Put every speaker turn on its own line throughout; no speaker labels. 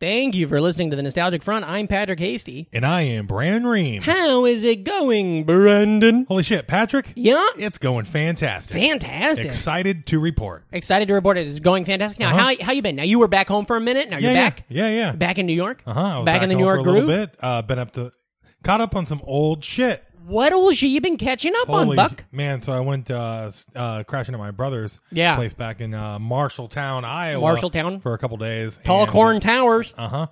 Thank you for listening to the Nostalgic Front. I'm Patrick Hasty.
And I am Brandon Ream.
How is it going, Brandon?
Holy shit, Patrick.
Yeah,
It's going fantastic.
fantastic.
Excited to report.
Excited to report it is going fantastic. Now,
Uh-huh.
how how you been? Now you were back home for a minute. Now you're
yeah,
back.
yeah. Yeah, yeah.
Back in New York.
uh-huh. I was
Back, in the
home
New York
for a
groove.
little bit. Uh, been up to, caught up on some old shit.
What old shit you been catching up on,
Holy
Buck?
man! So I went uh, s- uh, crashing at my brother's
Yeah.
place back in uh, Marshalltown, Iowa.
Marshalltown.
for a couple days.
Tall
and-
corn towers.
Uh huh.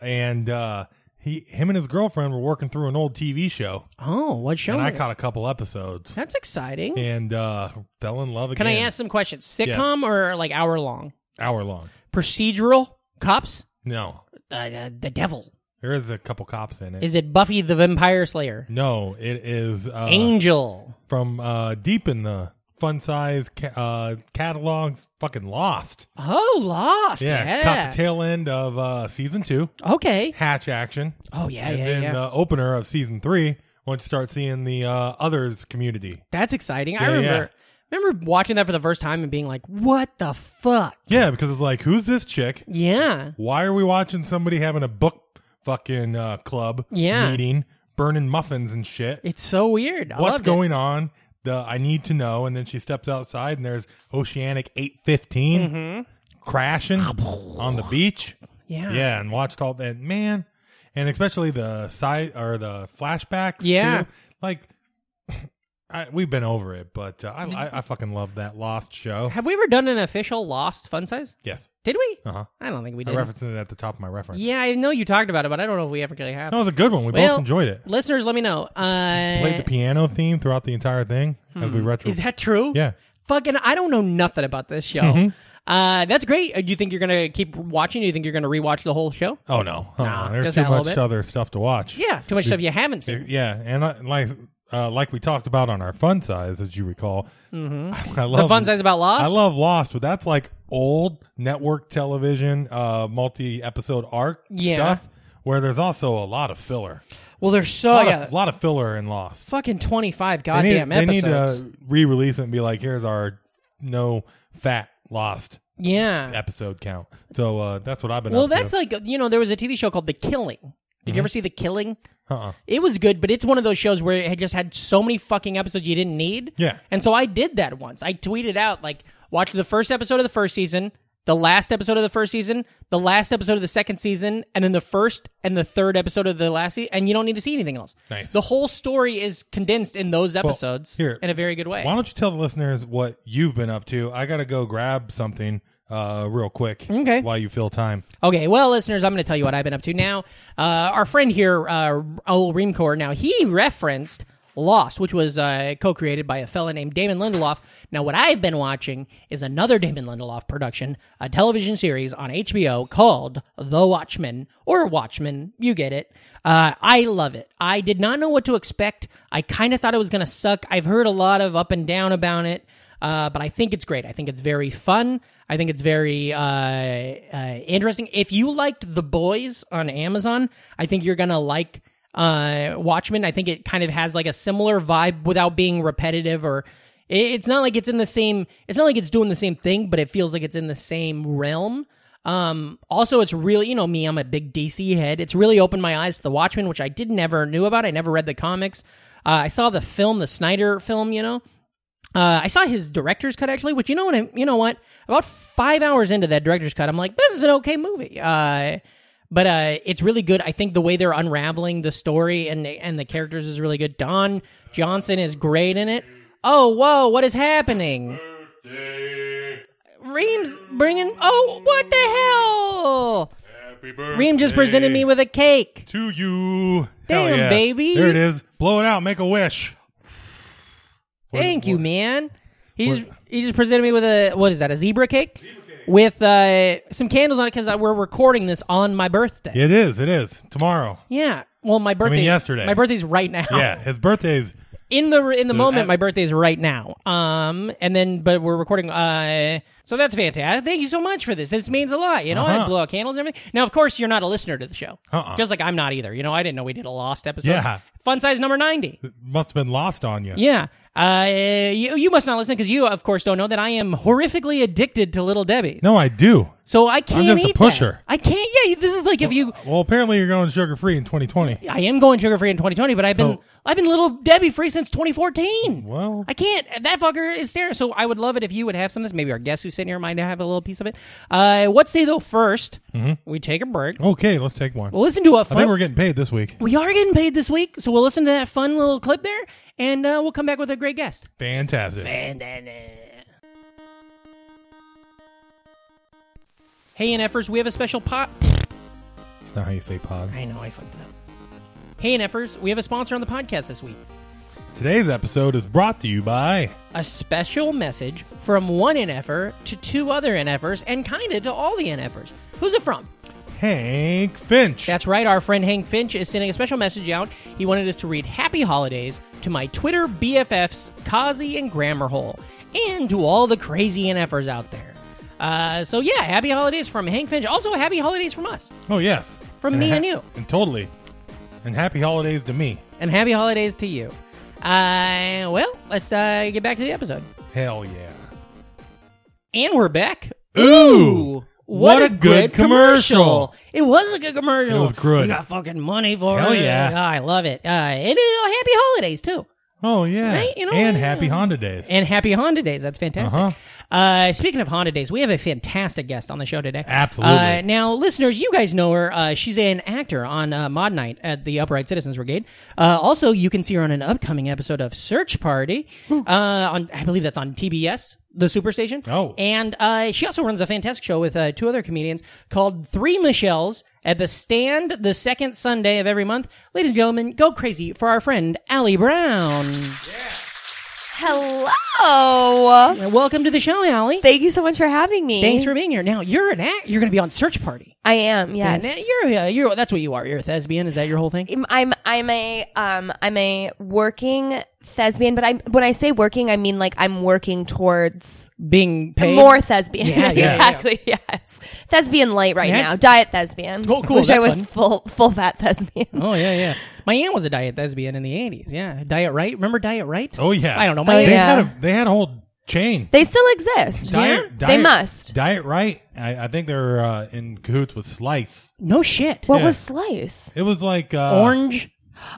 And uh, he, him, and his girlfriend were working through an old TV show,
Oh, what show?
and I
was it?
caught a couple episodes
That's exciting.
and uh, fell in love
Can
again.
I ask some questions? Sitcom or like hour long?
Hour long.
Procedural. Cops.
No,
Uh, uh, the devil.
There is a couple cops in it.
Is it Buffy the Vampire Slayer?
no, it is uh,
Angel.
from uh, deep in the fun size ca- uh, catalogs. Fucking lost.
Oh, Lost.
Yeah,
Yeah.
caught the tail end of uh, season two.
Okay.
Hatch action.
Oh yeah,
and
yeah,
then uh,
yeah.
the opener of season three. Once you start seeing the uh, others community.
That's exciting. I
Yeah,
remember remember watching that for the first time and being like, "What the fuck?"
Yeah, because it's like, who's this chick?
Yeah.
Why are we watching somebody having a book fucking uh, club
Yeah.
meeting, burning muffins and shit?
It's so weird. I
what's
loved it.
going on the i need to know and then she steps outside and there's oceanic 815
Mm-hmm.
crashing on the beach
Yeah.
yeah and watched all that man and especially the side or the flashbacks
Yeah.
too. like I, we've been over it but uh, I, I,
Mm-hmm.
I fucking love that lost show
Have we ever done an official Lost fun size?
yes
Did we?
uh-huh
I don't think we
i
did.
referenced it at the top of my reference
yeah, I know you talked about it, but I don't know if we ever really have.
that was a good one we
Well,
both enjoyed it
Listeners, let me know. Uh,
played the piano theme throughout the entire thing as we retro
Hmm. is that true?
yeah Mm-hmm.
Fucking, I don't know nothing about this show. Uh, that's great. Uh, Do you think you're gonna keep watching? Do you think you're gonna rewatch the whole show?
Oh no, Uh-uh.
Nah,
there's
just
too
that little
much
bit.
other stuff to watch.
Yeah, too much stuff you haven't
There-
seen.
yeah, and I, like uh, like we talked about on our fun size, as you recall, mm-hmm. I love
The fun size about Lost.
I love Lost, but that's like old network television, uh, multi episode arc
Yeah.
stuff, where there's also a lot of filler,
Well, there's so
a lot,
Oh, yeah,
of, lot of filler in Lost.
fucking 25
They need,
goddamn
they need uh,
episodes.
to re-release it and be like, here's our no fat Lost
yeah.
episode count. So uh, that's what I've been.
Well,
up to.
that's like you know there was a TV show called The Killing. Did you ever see The Killing?
Mm-hmm. Uh-uh.
It was good, but it's one of those shows where it had just had so many fucking episodes you didn't need.
Yeah.
And so I did that once. I tweeted out like watch the first episode of the first season, the last episode of the first season, the last episode of the second season, and then the first and the third episode of the last season, and you don't need to see anything else.
Nice.
The whole story is condensed in those episodes
here.
in a very good way.
Why don't you tell the listeners what you've been up to? I gotta go grab something uh, real quick.
Okay.
While you fill time.
Okay, well, listeners, I'm going to tell you what I've been up to now. Uh, our friend here, uh, Raul Reamcor, now he referenced Lost, which was uh, co created by a fella named Damon Lindelof. Now, what I've been watching is another Damon Lindelof production, a television series on HBO called The Watchmen, or Watchmen, you get it. Uh, I love it. I did not know what to expect. I kind of thought it was going to suck. I've heard a lot of up and down about it. Uh, but I think it's great. I think it's very fun. I think it's very uh, uh, interesting. If you liked The Boys on Amazon, I think you're gonna like uh, Watchmen. I think it kind of has like a similar vibe without being repetitive or. i- It's not like it's in the same. It's not like it's doing the same thing, but it feels like it's in the same realm. Um, also, it's really, you know me, I'm a big DC head. It's really opened my eyes to The Watchmen, which I did never knew about. I never read the comics. Uh, I saw the film, the Snyder film, you know, uh, I saw his director's cut actually, which you know what I, you know what about five hours into that director's cut, I'm like, this is an okay movie. Uh, but uh, it's really good. I think the way they're unraveling the story and and the characters is really good. Don Johnson is great in it. Oh whoa, what is happening? Reem's bringing. Oh, what the hell? Reem just presented me with a cake.
To you. Hell
Damn,
yeah.
baby.
There it is. Blow it out. Make a wish.
Thank you, man. He just, he just presented me with a what is that? A zebra cake? with uh, some candles on it because we're recording this on my birthday.
It is. It is tomorrow.
Yeah. Well, my birthday.
yesterday.
My birthday's right now.
Yeah, his birthday's
In the in the moment,
I-
my birthday is right now. Um, and then but we're recording. Uh, so that's fantastic. Thank you so much for this. This means a lot. You know, I
Uh-huh.
blow out candles and everything. Now, of course, you're not a listener to the show,
Uh-uh.
just like I'm not either. You know, I didn't know we did a lost episode.
Yeah.
Fun size number ninety.
must have been lost on you.
Yeah. Uh, you, you must not listen because you, of course, don't know that I am horrifically addicted to Little Debbie.
No, I do.
So I can't
just a
eat that.
pusher.
I can't. Yeah, this is like if you.
Well, apparently you're going sugar free in 2020.
I am going sugar free in 2020, but I've been
So-
I've been little Debbie free since 2014.
Well.
I can't. That fucker is there. So I would love it if you would have some of this. Maybe our guest who's sitting here might have a little piece of it. Uh, what say though? 1st we take a break.
Okay, let's take one.
We'll listen to a
Mm-hmm. I
fun.
think we're getting paid this week.
we are getting paid this week, so we'll listen to that fun little clip there, and uh, we'll come back with a great guest.
Fantastic.
And then. uh, Hey, NFers, we have a special pot.
That's not how you say pod.
I know, I fucked it up. Hey, NFers, we have a sponsor on the podcast this week.
Today's episode is brought to you by
a special message from one NFer to two other NFers and kind of to all the NFers. Who's it from?
Hank Finch.
That's right, our friend Hank Finch is sending a special message out. He wanted us to read Happy Holidays to my Twitter BFFs, Kazi and Grammarhole, and to all the crazy NFers out there. Uh, so, yeah, Happy Holidays from Hank Finch. Also, Happy Holidays from us.
oh, yes.
From me
ha-
and you.
And totally. And happy holidays to me.
And Happy Holidays to you. Uh, well, let's uh, get back to the episode.
Hell yeah.
And we're back.
Ooh, what a good commercial.
It was a good commercial.
It was good.
We got fucking money for
Hell
it.
yeah.
Ah, I love it. Uh, and uh, happy holidays, too.
Oh, yeah.
Right? You know,
and
yeah.
happy Honda days.
And happy Honda days. That's fantastic.
Uh-huh.
uh speaking of Honda days, we have a fantastic guest on the show today.
Absolutely.
Uh, now, listeners, you guys know her. Uh, she's an actor on uh, Mod Night at the Upright Citizens Brigade. Uh, also, you can see her on an upcoming episode of Search Party. Uh, on I believe that's on TBS, the Superstation.
Oh.
and uh, she also runs a fantastic show with uh, two other comedians called Three Michelles at the Stand the second Sunday of every month. Ladies and gentlemen, go crazy for our friend Allie Brown.
Hello.
Welcome to the show, Allie.
Thank you so much for having me.
Thanks for being here. Now you're an act. You're going to be on Search Party.
I am. Yes.
And you're, uh, you're that's what you are. You're a thespian. Is that your whole thing?
I'm- I'm I'm a um I'm a working thespian, but I am when I say working, I mean like I'm working towards
Being paid
more thespian.
Yeah, yeah, yeah.
exactly. Yes, thespian light right
That's-
now. Diet thespian.
Oh, cool,
Wish I
that's
was
fun.
full full fat thespian.
Oh yeah, yeah. My aunt was a diet thespian in the '80s. Yeah, Diet Right. Remember Diet Right?
oh, yeah.
I don't know.
Oh,
My
They,
yeah.
had a, they had a whole chain.
They still exist.
Diet,
They
diet-
must.
Diet right. I, I think they're uh, in cahoots with Slice.
no shit.
What
Yeah.
was slice?
It was like uh,
Orange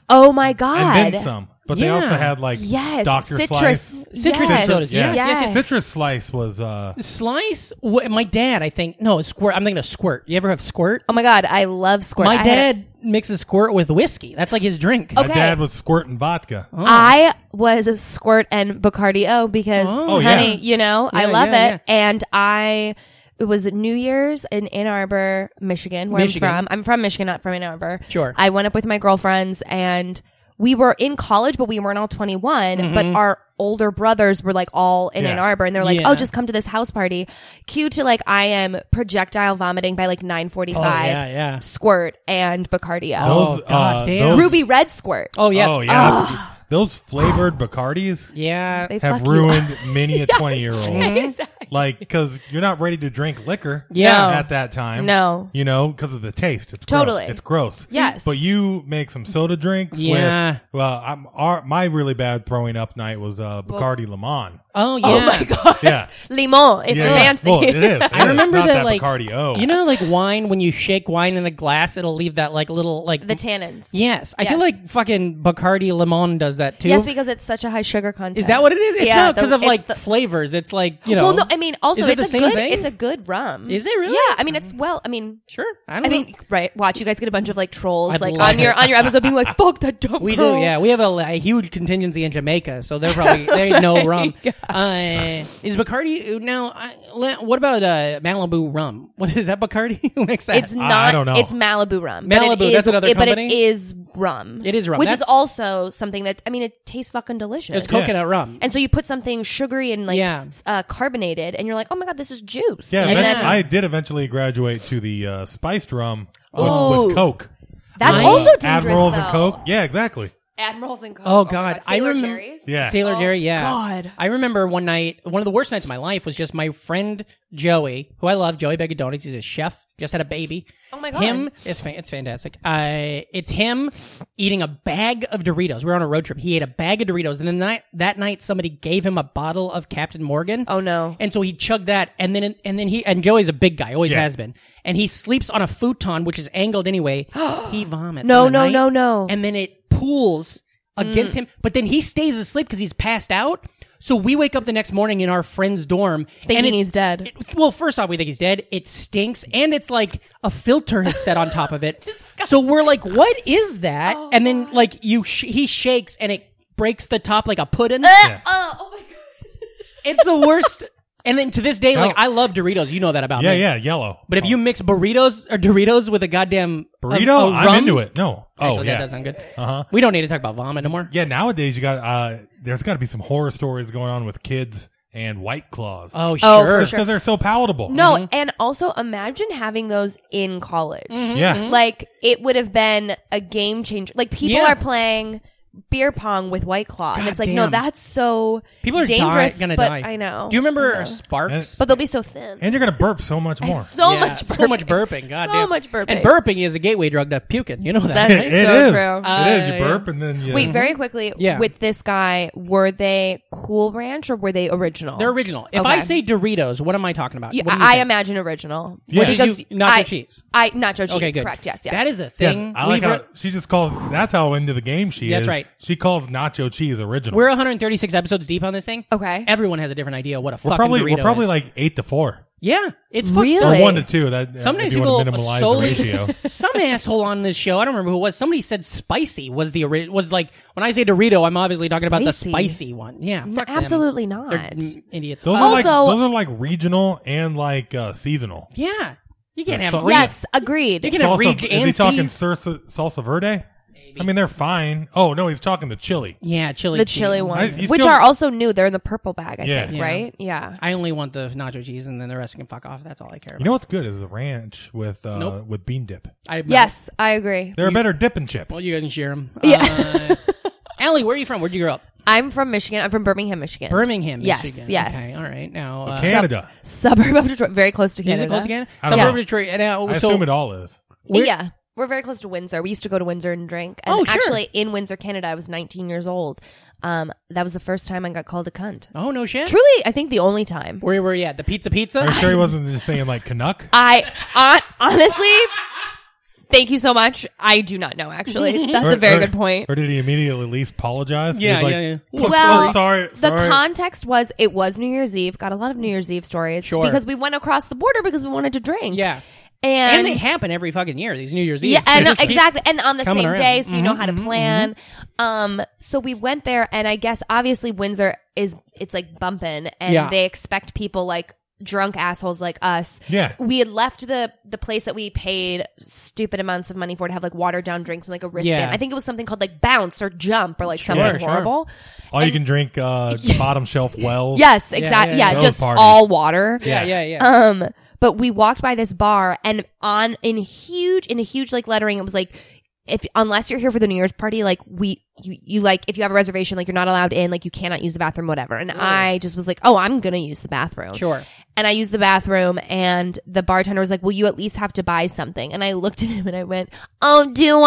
Oh my god.
and then some. But they
Yeah.
also had like
Yes.
Doctor
citrus.
Slice.
Citrus
yes.
sodas, yeah.
Yes.
Yes, yes,
Citrus Slice was uh,
slice. Wh- my dad, I think. No, squirt. I'm thinking of squirt. You ever have squirt?
Oh my god, I love squirt.
my
I had a-
dad mixes squirt with whiskey. That's like his drink.
Okay. Oh,
my dad was squirting vodka.
Oh.
I was a squirt and Bacardi O because,
Oh.
Oh,
honey,
yeah.
you know, I
Yeah,
love
yeah,
it. And I, it was New Year's in Ann Arbor, Michigan, where
Michigan.
I'm from. I'm from Michigan, not from Ann Arbor.
Sure.
I went up with my girlfriends and we were in college, but we weren't all 21, but our older brothers were like all in
Yeah.
Ann Arbor and they're like,
Mm-hmm. Yeah.
oh, just come to this house party. Cue to like, I am projectile vomiting by like 945.
Oh, yeah, yeah.
Squirt and Bacardi O.
Those, uh,
God damn.
those,
Ruby Red Squirt.
Oh yeah.
Oh yeah. Those flavored Bacardis
Yeah.
They
have
fuck you
ruined many a twenty year old.
Exactly.
Like, because you're not ready to drink liquor.
Yeah.
At that time.
No.
You know, because of the taste. It's
Totally.
Gross. It's gross.
Yes.
But you make some soda drinks.
Yeah.
With, well, I'm our, my really bad throwing up night was uh, Bacardi Lemon.
Oh yeah.
Oh my god.
Yeah.
Limon. It's
yeah.
fancy.
Well, it is. It
I
is.
remember
Not
that,
that
like
Bacardi oh. O.
You know, like wine when you shake wine in the glass, it'll leave that like little like
the tannins.
Yes, I feel
Yes.
like fucking Bacardi Limon does that too.
Yes, because it's such a high sugar content.
is that what it is? It's
Yeah,
not because
the-
of like
it's the-
flavors. It's like you know.
Well, no, I mean, also
Is it
it's
the
a
same
good.
thing?
It's a good rum.
Is it really?
Yeah, I mean, it's well. I mean,
sure. I don't
I
know.
mean, right? Watch you guys get a bunch of like trolls
I'd
like
love
on your
it.
on your episode being like, "Fuck that dumb
we
girl."
do. Yeah, we have a, a huge contingency in Jamaica, so they're probably they know rum. Uh, is Bacardi now? I, le- what about uh, Malibu rum? What is that Bacardi? Who makes that?
It's not.
don't know.
It's Malibu rum.
Malibu,
But it is,
that's another
it- but
company?
it is rum.
It is rum.
Which is
That's-
also something that I mean, it tastes fucking delicious.
It's coconut rum.
And so you put something sugary and like
Yeah.
s- uh, carbonated, and you're like, oh my god, this is juice.
Yeah,
and
event-
then
I did eventually graduate to the uh, spiced rum with,
Ooh.
with Coke. Uh,
that's
Right.
also dangerous.
Admirals
though.
and Coke. Yeah, exactly.
Admirals and Coke.
Oh,
my
God. I
Sailor
remem-
Jerry's.
Yeah.
Sailor
Oh,
Jerry, yeah.
God.
I remember one night, one of the worst nights of my life was just my friend Joey, who I love, Joey Begadonis. He's a chef, just had a baby.
Oh, my God.
Him, it's, fan- it's fantastic. Uh, it's him eating a bag of Doritos. We were on a road trip. He ate a bag of Doritos. And then night, that night, somebody gave him a bottle of Captain Morgan.
Oh, no.
And so he chugged that. And then, and then he, and Joey's a big guy, always
Yeah.
has been. And he sleeps on a futon, which is angled anyway. he vomits.
No,
on the
no,
night,
no, no.
And then it pools
Mm.
against him. But then he stays asleep because he's passed out. So we wake up the next morning in our friend's dorm
Thinking
and it's-
he's dead.
it- well, first off, we think he's dead. It stinks, and it's like a filter is set on top of it. so we're like, "What is that?"
Oh
and then like you, sh- he shakes, and it breaks the top like a pudding.
Oh, oh my god.
it's the worst. And then to this day, like
No.
I love Doritos. You know that about
Yeah,
me.
yeah, yellow.
But if you mix burritos or Doritos with a goddamn a-
burrito,
a rum-
I'm into it. No. Oh,
Actually,
yeah.
that does sound good.
Uh-huh.
We don't need to talk about vomit no more.
Yeah, nowadays you got uh there's got to be some horror stories going on with kids and white claws.
Oh, sure.
Oh, for
just because they're so palatable.
No,
Mm-hmm.
and also imagine having those in college.
Yeah.
Like it would have been a game changer. Like people
Yeah.
are playing beer pong with White Claw, and it's like, no,
Goddamn.
that's so
People are
dangerous.
die- gonna
but
die.
I know.
Do you remember
I know.
Sparks?
But they'll be so thin.
And you're going to burp so much more.
so
Yeah,
much, burping.
so much burping. God
so
damn.
much burping.
And burping is a gateway drug to puking. You know that.
That's-
right?
It is.
so true.
it is.
Uh,
You burp and then you
Wait, very quickly.
Mm-hmm. Yeah.
With this guy, were they Cool Ranch or were they original?
They're original. If
Okay.
I say Doritos, what am I talking about?
You-
What do you
I, I
think?
imagine original.
Yeah.
Did
Because
you- nacho
I,
cheese.
I nacho cheese.
Okay, good.
Correct. Yes. Yes.
That is a
Yeah,
thing.
I like
We've
how
re-
she just calls. That's how into the game she
That's
is.
right.
She calls nacho cheese original.
we're 136 episodes deep on this thing.
Okay.
Everyone has a different idea what a
We're
fucking
probably
Dorito
we're probably
is.
like eight to four
yeah, it's fucked
Really?
up.
or
Like-
one to two. That uh,
Sometimes
if you
people
want to minimalize
solely-
the ratio.
Some asshole on this show, I don't remember who it was. Somebody said spicy was the ori- was like when I say Dorito, I'm obviously talking about the
Spicy? uh,
spicy one. Yeah,
No,
fuck them.
absolutely
They're
not.
m- idiots.
Those
Uh,
are like
Also-
those are like regional and like uh, seasonal.
yeah, you can't have
So-
three.
Yes, agreed.
You can have
Salsa,
Reg
is
and
he talking
C's.
salsa, salsa verde? I mean, they're fine. Oh no, he's talking to chili.
Yeah, chili.
the
cheese.
chili
I-
ones,
you
which
still-
are also new. They're in the purple bag, I
Yeah.
think,
Yeah.
right? Yeah.
I only want the nacho cheese, and then the rest can fuck off. That's all I care about.
You know what's good is a ranch with uh,
Nope.
with bean dip.
I,
Yes, I agree.
They're a better dip and chip.
Well, you guys can share them.
Yeah.
Uh, Allie, where are you from? Where'd you grow up?
I'm from Michigan. I'm from Birmingham, Michigan.
Birmingham,
Yes,
Michigan.
yes.
Okay, all right. Now, uh,
Canada.
Suburb of Detroit. Very close to
is
Canada.
it close again?
I don't
Suburb of
know.
Detroit. And, uh,
I
so,
assume it all is.
We're-
yeah. We're very close to Windsor. We used to go to Windsor and drink. And
Oh, sure.
actually, in Windsor, Canada, I was 19 years old. Um, that was the first time I got called a cunt.
Oh no shit.
Truly, I think the only time.
Where were you at? The pizza pizza.
Are you sure he wasn't just saying like Canuck?
I hon- honestly, thank you so much. I do not know. Actually, that's
Or-
a very
or-
good point.
Or did he immediately at least apologize?
Yeah,
He's like,
yeah, yeah.
"Oh,
Well,
oh, sorry,
The
sorry.
context was it was New Year's Eve. Got a lot of New Year's Eve stories
Sure.
because we went across the border because we wanted to drink.
yeah.
and,
And, they happen every fucking year. These New Year's Eve.
yeah, and
They just keep-
exactly, and on the
coming
same
around. Mm-hmm,
day, so you know how to plan. Um, so we went there, and I guess obviously Windsor is it's like bumping, and
Yeah.
they expect people like drunk assholes like us.
Yeah.
we had left the the place that we paid stupid amounts of money for to have like watered down drinks and like a wristband.
Yeah.
I think it was something called like bounce or jump or like
Sure,
something
sure.
horrible.
All you can drink uh, bottom shelf wells.
Yes, exactly.
yeah,
Yeah,
yeah.
Those
just
parties.
all water.
yeah, yeah, yeah.
Um, but we walked by this bar and on in huge in a huge like lettering, it was like if unless you're here for the New Year's party, like we you, you like if you have a reservation, like you're not allowed in, like you cannot use the bathroom, whatever. And I just was like, oh, I'm gonna use the bathroom.
Sure.
And I used the bathroom, and the bartender was like, "Will you at least have to buy something?" And I looked at him and I went, "Oh, do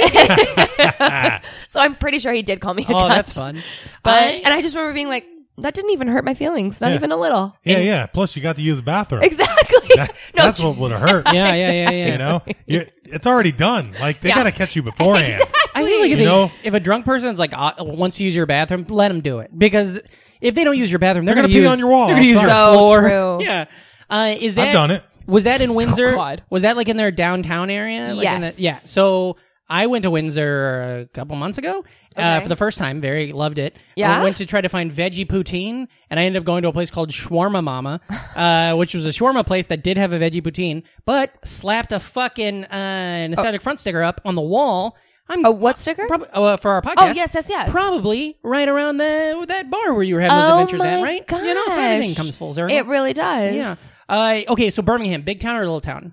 I?" so I'm pretty sure he did call me. A
oh,
cunt.
that's fun.
But
I-
and I just remember being like, "That didn't even hurt my feelings, not
Yeah.
even a little."
Yeah, yeah. Plus, you got to use the bathroom.
Exactly. no,
That's what would have hurt.
yeah, yeah, yeah, yeah.
You know, You're, it's already done. Like they
Yeah.
got to catch you beforehand.
I feel like if,
You
a-
know?
if a drunk person's like uh, wants to use your bathroom, let them do it because if they don't use your bathroom, they're,
They're
gonna,
gonna pee
use-
on your wall.
They're gonna use your
So
floor.
true.
Yeah. Uh, is that
done it.
Was that in Windsor?
God.
was that like in their downtown area? Like in
Yes.
the- yeah. So I went to Windsor a couple months ago uh,
Okay.
for the first time. Very loved it.
Yeah?
I went to try to find veggie poutine, and I ended up going to a place called Shawarma Mama, uh, which was a shawarma place that did have a veggie poutine, but slapped a fucking uh, nostalgic front sticker up on the wall. I'm
Oh. A Oh, what sticker?
probably uh, for our podcast.
Oh, yes, yes, yes.
Probably right around the that bar where you were having those
Oh
adventures at,
my
right? You know, so
gosh.
everything comes full circle.
It really does.
yeah. Uh, okay, so Birmingham, big town or little town?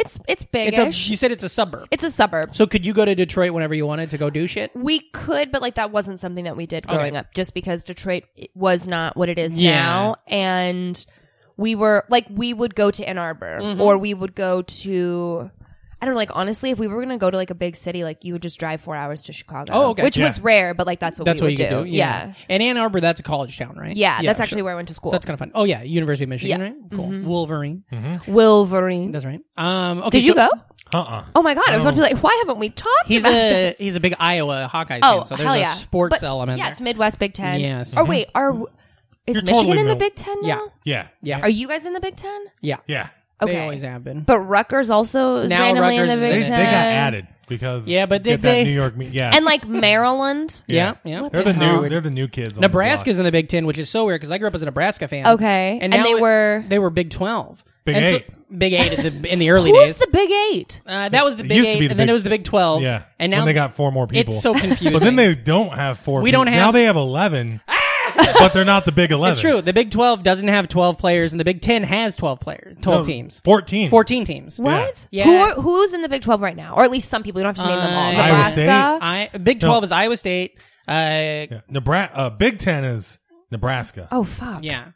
It's it's
It's a,
biggish. It's
you said it's a suburb.
a, suburb.
so could you go to Detroit whenever you wanted to go do shit?
We could, but like that wasn't something that we did growing up just because Detroit was not what it is
Yeah.
now and we were like we would go to Ann Arbor
Mm-hmm.
or we would go to I don't know, like honestly, if we were gonna go to like a big city, like you would just drive four hours to Chicago.
Oh, okay.
Which
Yeah.
was rare, but like that's what
That's
we
what
would
you
do.
could do.
Yeah. yeah.
And Ann Arbor, that's a college town, right?
that's
sure.
actually where I went to school.
So that's kind of fun. Oh yeah, University of Michigan,
Yeah.
right? Cool. Wolverine.
Mm-hmm.
Wolverine.
That's right. Um, okay,
Did you
so
go?
Uh uh
Oh my god, I was about to be like, why haven't we talked
He's
about
a
this?
he's a big Iowa Hawkeye
Oh,
fan, so there's
hell
a
yeah.
sports
But-
element.
Yes,
there.
Midwest Big Ten.
Yes. Mm-hmm.
Or wait, are is
You're
Michigan
totally
in the
right.
Big Ten now?
Yeah.
Yeah.
Yeah.
Are you guys in the Big Ten?
Yeah,
Yeah.
they
Okay.
always have been.
But Rutgers also is
Now
randomly
Rutgers
in the
is
They,
Big
they
in
got
Ten.
added because
Yeah, but did
get that
they-
New York me- yeah
And like Maryland.
yeah, yeah.
they're the
the
new
hell?
they're the new kids on the block.
Nebraska's in the Big Ten, which is so weird because I grew up as a Nebraska fan.
Okay. And
now
they
it-
were-
they were Big Twelve,
Big
And so-
Eight.
Big Eight in the, in the early
Who's
days.
the Big Eight?
uh, that was the
It
Big
used to
Eight,
be the
and then
Big-
it was the Big Twelve.
yeah
and now
when they got four more people
It's so confusing.
but then they don't have four
We
people.
don't have- Ah!
now they have 11 but they're not the big 11
It's true. The Big Twelve doesn't have twelve players, and the Big Ten has twelve players, twelve teams,
14
fourteen teams.
What?
Yeah.
Who are, who's in the Big Twelve right now? Or at least some people. You don't have to name them all.
Uh, Iowa
Nebraska.
State.
I Big Twelve is Iowa State. Uh,
Yeah. Nebraska uh, Big 10 is Nebraska
Oh fuck.
yeah.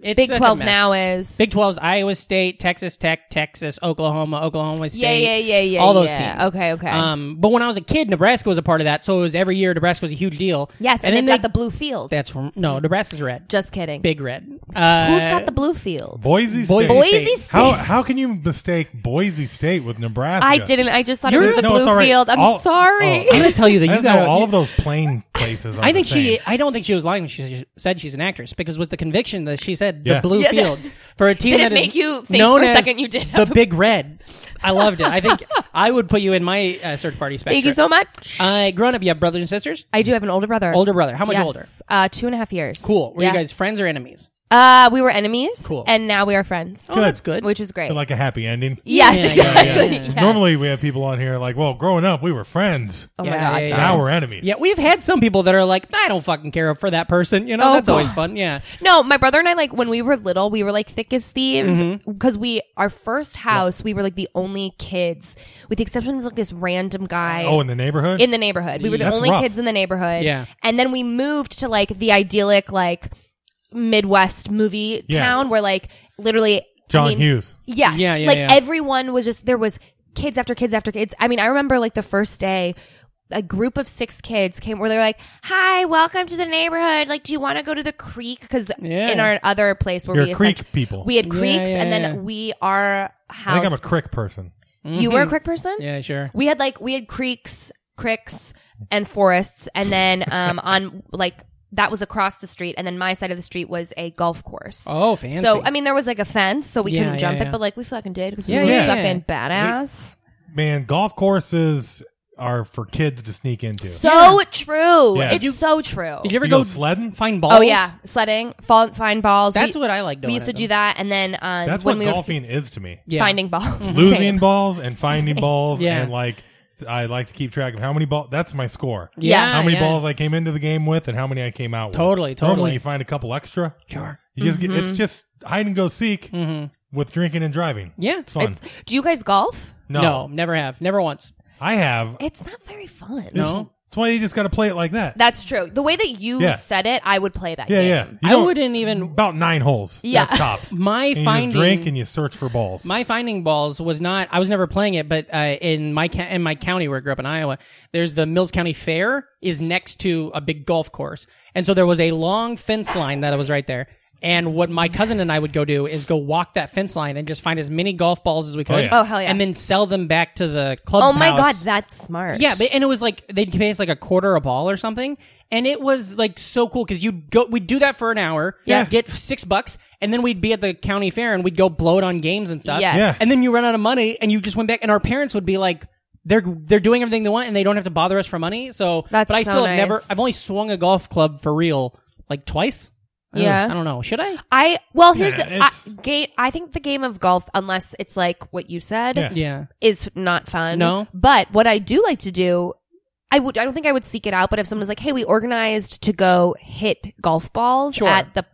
It's
Big
such a
Twelve
mess.
now is.
Big 12's Iowa State, Texas Tech, Texas, Oklahoma, Oklahoma State.
yeah, yeah, yeah, yeah.
All those
yeah.
teams.
Okay, okay.
Um, but when I was a kid, Nebraska was a part of that, so it was every year Nebraska was a huge deal.
yes, and,
then
they've
they-
got the blue field.
That's from no Nebraska's red,
Just kidding.
big red. Uh,
Who's got the blue field?
Boise State
Boise
Boise
State.
State.
how how can you mistake Boise State with Nebraska
I didn't. I just thought
You're-
it was the
no, it's
blue
all right.
field. I'm
All-
sorry.
oh,
I'm gonna tell you that
I
you
just know
got
all of those plain places are
I think
the same.
she. I don't think she was lying when she said she's an actress because with the conviction that she said
Yeah.
the blue
Yes.
field for a team
Did it
that is
make you think
known
for a
as
second you did
the
have a-
big red. I loved it. I think I would put you in my uh, search party special.
Thank you so much.
Uh, grown up, you have brothers and sisters.
I do have an older brother.
Older brother. How much
Yes.
older?
Uh, two and a half years.
Cool. Were
Yeah.
you guys friends or enemies?
Uh, we were enemies.
Cool.
And now we are friends,
Oh, that's good.
which is great.
like a happy ending
yes,
Yeah,
exactly.
yeah, yeah.
Yes.
Normally we have people on here like, well, growing up we were friends.
Oh
Yeah,
my
yeah,
god.
yeah.
Now we're enemies.
Yeah, we've had some people that are like, I don't fucking care for that person. You know,
Oh,
that's always
God.
fun. Yeah.
No, my brother and I like when we were little, we were like thick as thieves
Mm-hmm.
because we our first house, we were like the only kids, with the exception of like this random guy.
oh, in the neighborhood.
in the neighborhood. We were the
That's
only
rough.
kids in the neighborhood.
Yeah.
And then we moved to like the idyllic like Midwest movie
Yeah.
town where like literally
John
I mean,
Hughes.
Yes.
Yeah, yeah,
like
yeah.
everyone was just there was kids after kids after kids. I mean, I remember like the first day a group of six kids came where they're like, "Hi, welcome to the neighborhood. Like, do you want to go to the creek?" Because
Yeah.
in our other place where
You're
we
creek
essentially-
people.
we had creeks,
yeah,
and then
yeah.
we our
I think
house.
I'm a Mm-hmm. crick person.
you were a creek person,
Yeah, sure.
we had like we had creeks, cricks, and forests, and then um on like that was across the street, and then my side of the street was a golf course.
Oh, fancy.
So I mean, there was like a fence, so we
Yeah,
couldn't
yeah,
jump
yeah.
it, but like we fucking did because
Yeah,
we were
yeah,
fucking
yeah.
badass.
Man, golf courses are for kids to sneak into.
So true.
Yeah.
It's
You-
so true.
did you ever
You
go,
go sledding?
Find balls?
oh yeah, sledding, fall, find balls.
That's
We-
what I like doing.
we used to
at
do
them.
that, and then um,
That's
when
what
we were
golfing is to me.
Yeah.
finding balls,
Losing
Same.
balls and finding balls
Yeah.
and like I like to keep track of how many balls. That's my score.
Yeah,
How many
yeah.
balls I came into the game with and how many I came out with.
Totally, totally.
Normally you find a couple extra.
Sure.
You just get, it's just hide and go seek with drinking and driving.
Yeah.
It's fun.
Do you guys golf?
no,
No, never have. Never once.
I have.
It's not very fun.
No.
That's why you just got to play it like that.
That's true. The way that you
Yeah.
said it, I would play that
yeah,
game.
yeah. You
I
don't-
wouldn't even.
about nine holes.
Yeah.
that's tops.
My
and you
finding-
just drink and you search for balls.
My finding balls was not. I was never playing it, but uh, in my ca- in my county where I grew up in Iowa, there's the Mills County Fair is next to a big golf course, and so there was a long fence line that was right there. And what my cousin and I would go do is go walk that fence line and just find as many golf balls as we could.
yeah.
Oh, hell yeah.
And then sell them back to the club.
Oh my god, that's smart.
Yeah, but, and it was like they'd pay us like a quarter a ball or something, and it was like so cool because you'd go, we'd do that for an hour,
Yeah.
get six bucks, and then we'd be at the county fair and we'd go blow it on games and stuff.
Yes.
Yeah.
and then you run out of money, and you just went back, and our parents would be like. They're they're doing everything they want and they don't have to bother us for money. So,
That's
but I
so
still have
nice.
never. I've only swung a golf club for real like twice. I don't-
Yeah.
I don't know. Should I?
Uh,
I well here's
Yeah,
the I,
it's-
game. I think the game of golf, unless it's like what you said,
Yeah.
Yeah.
is not fun.
No.
but what I do like to do I would. I don't think I would seek it out. But if someone's like, "Hey, we organized to go hit golf balls
Sure.
at the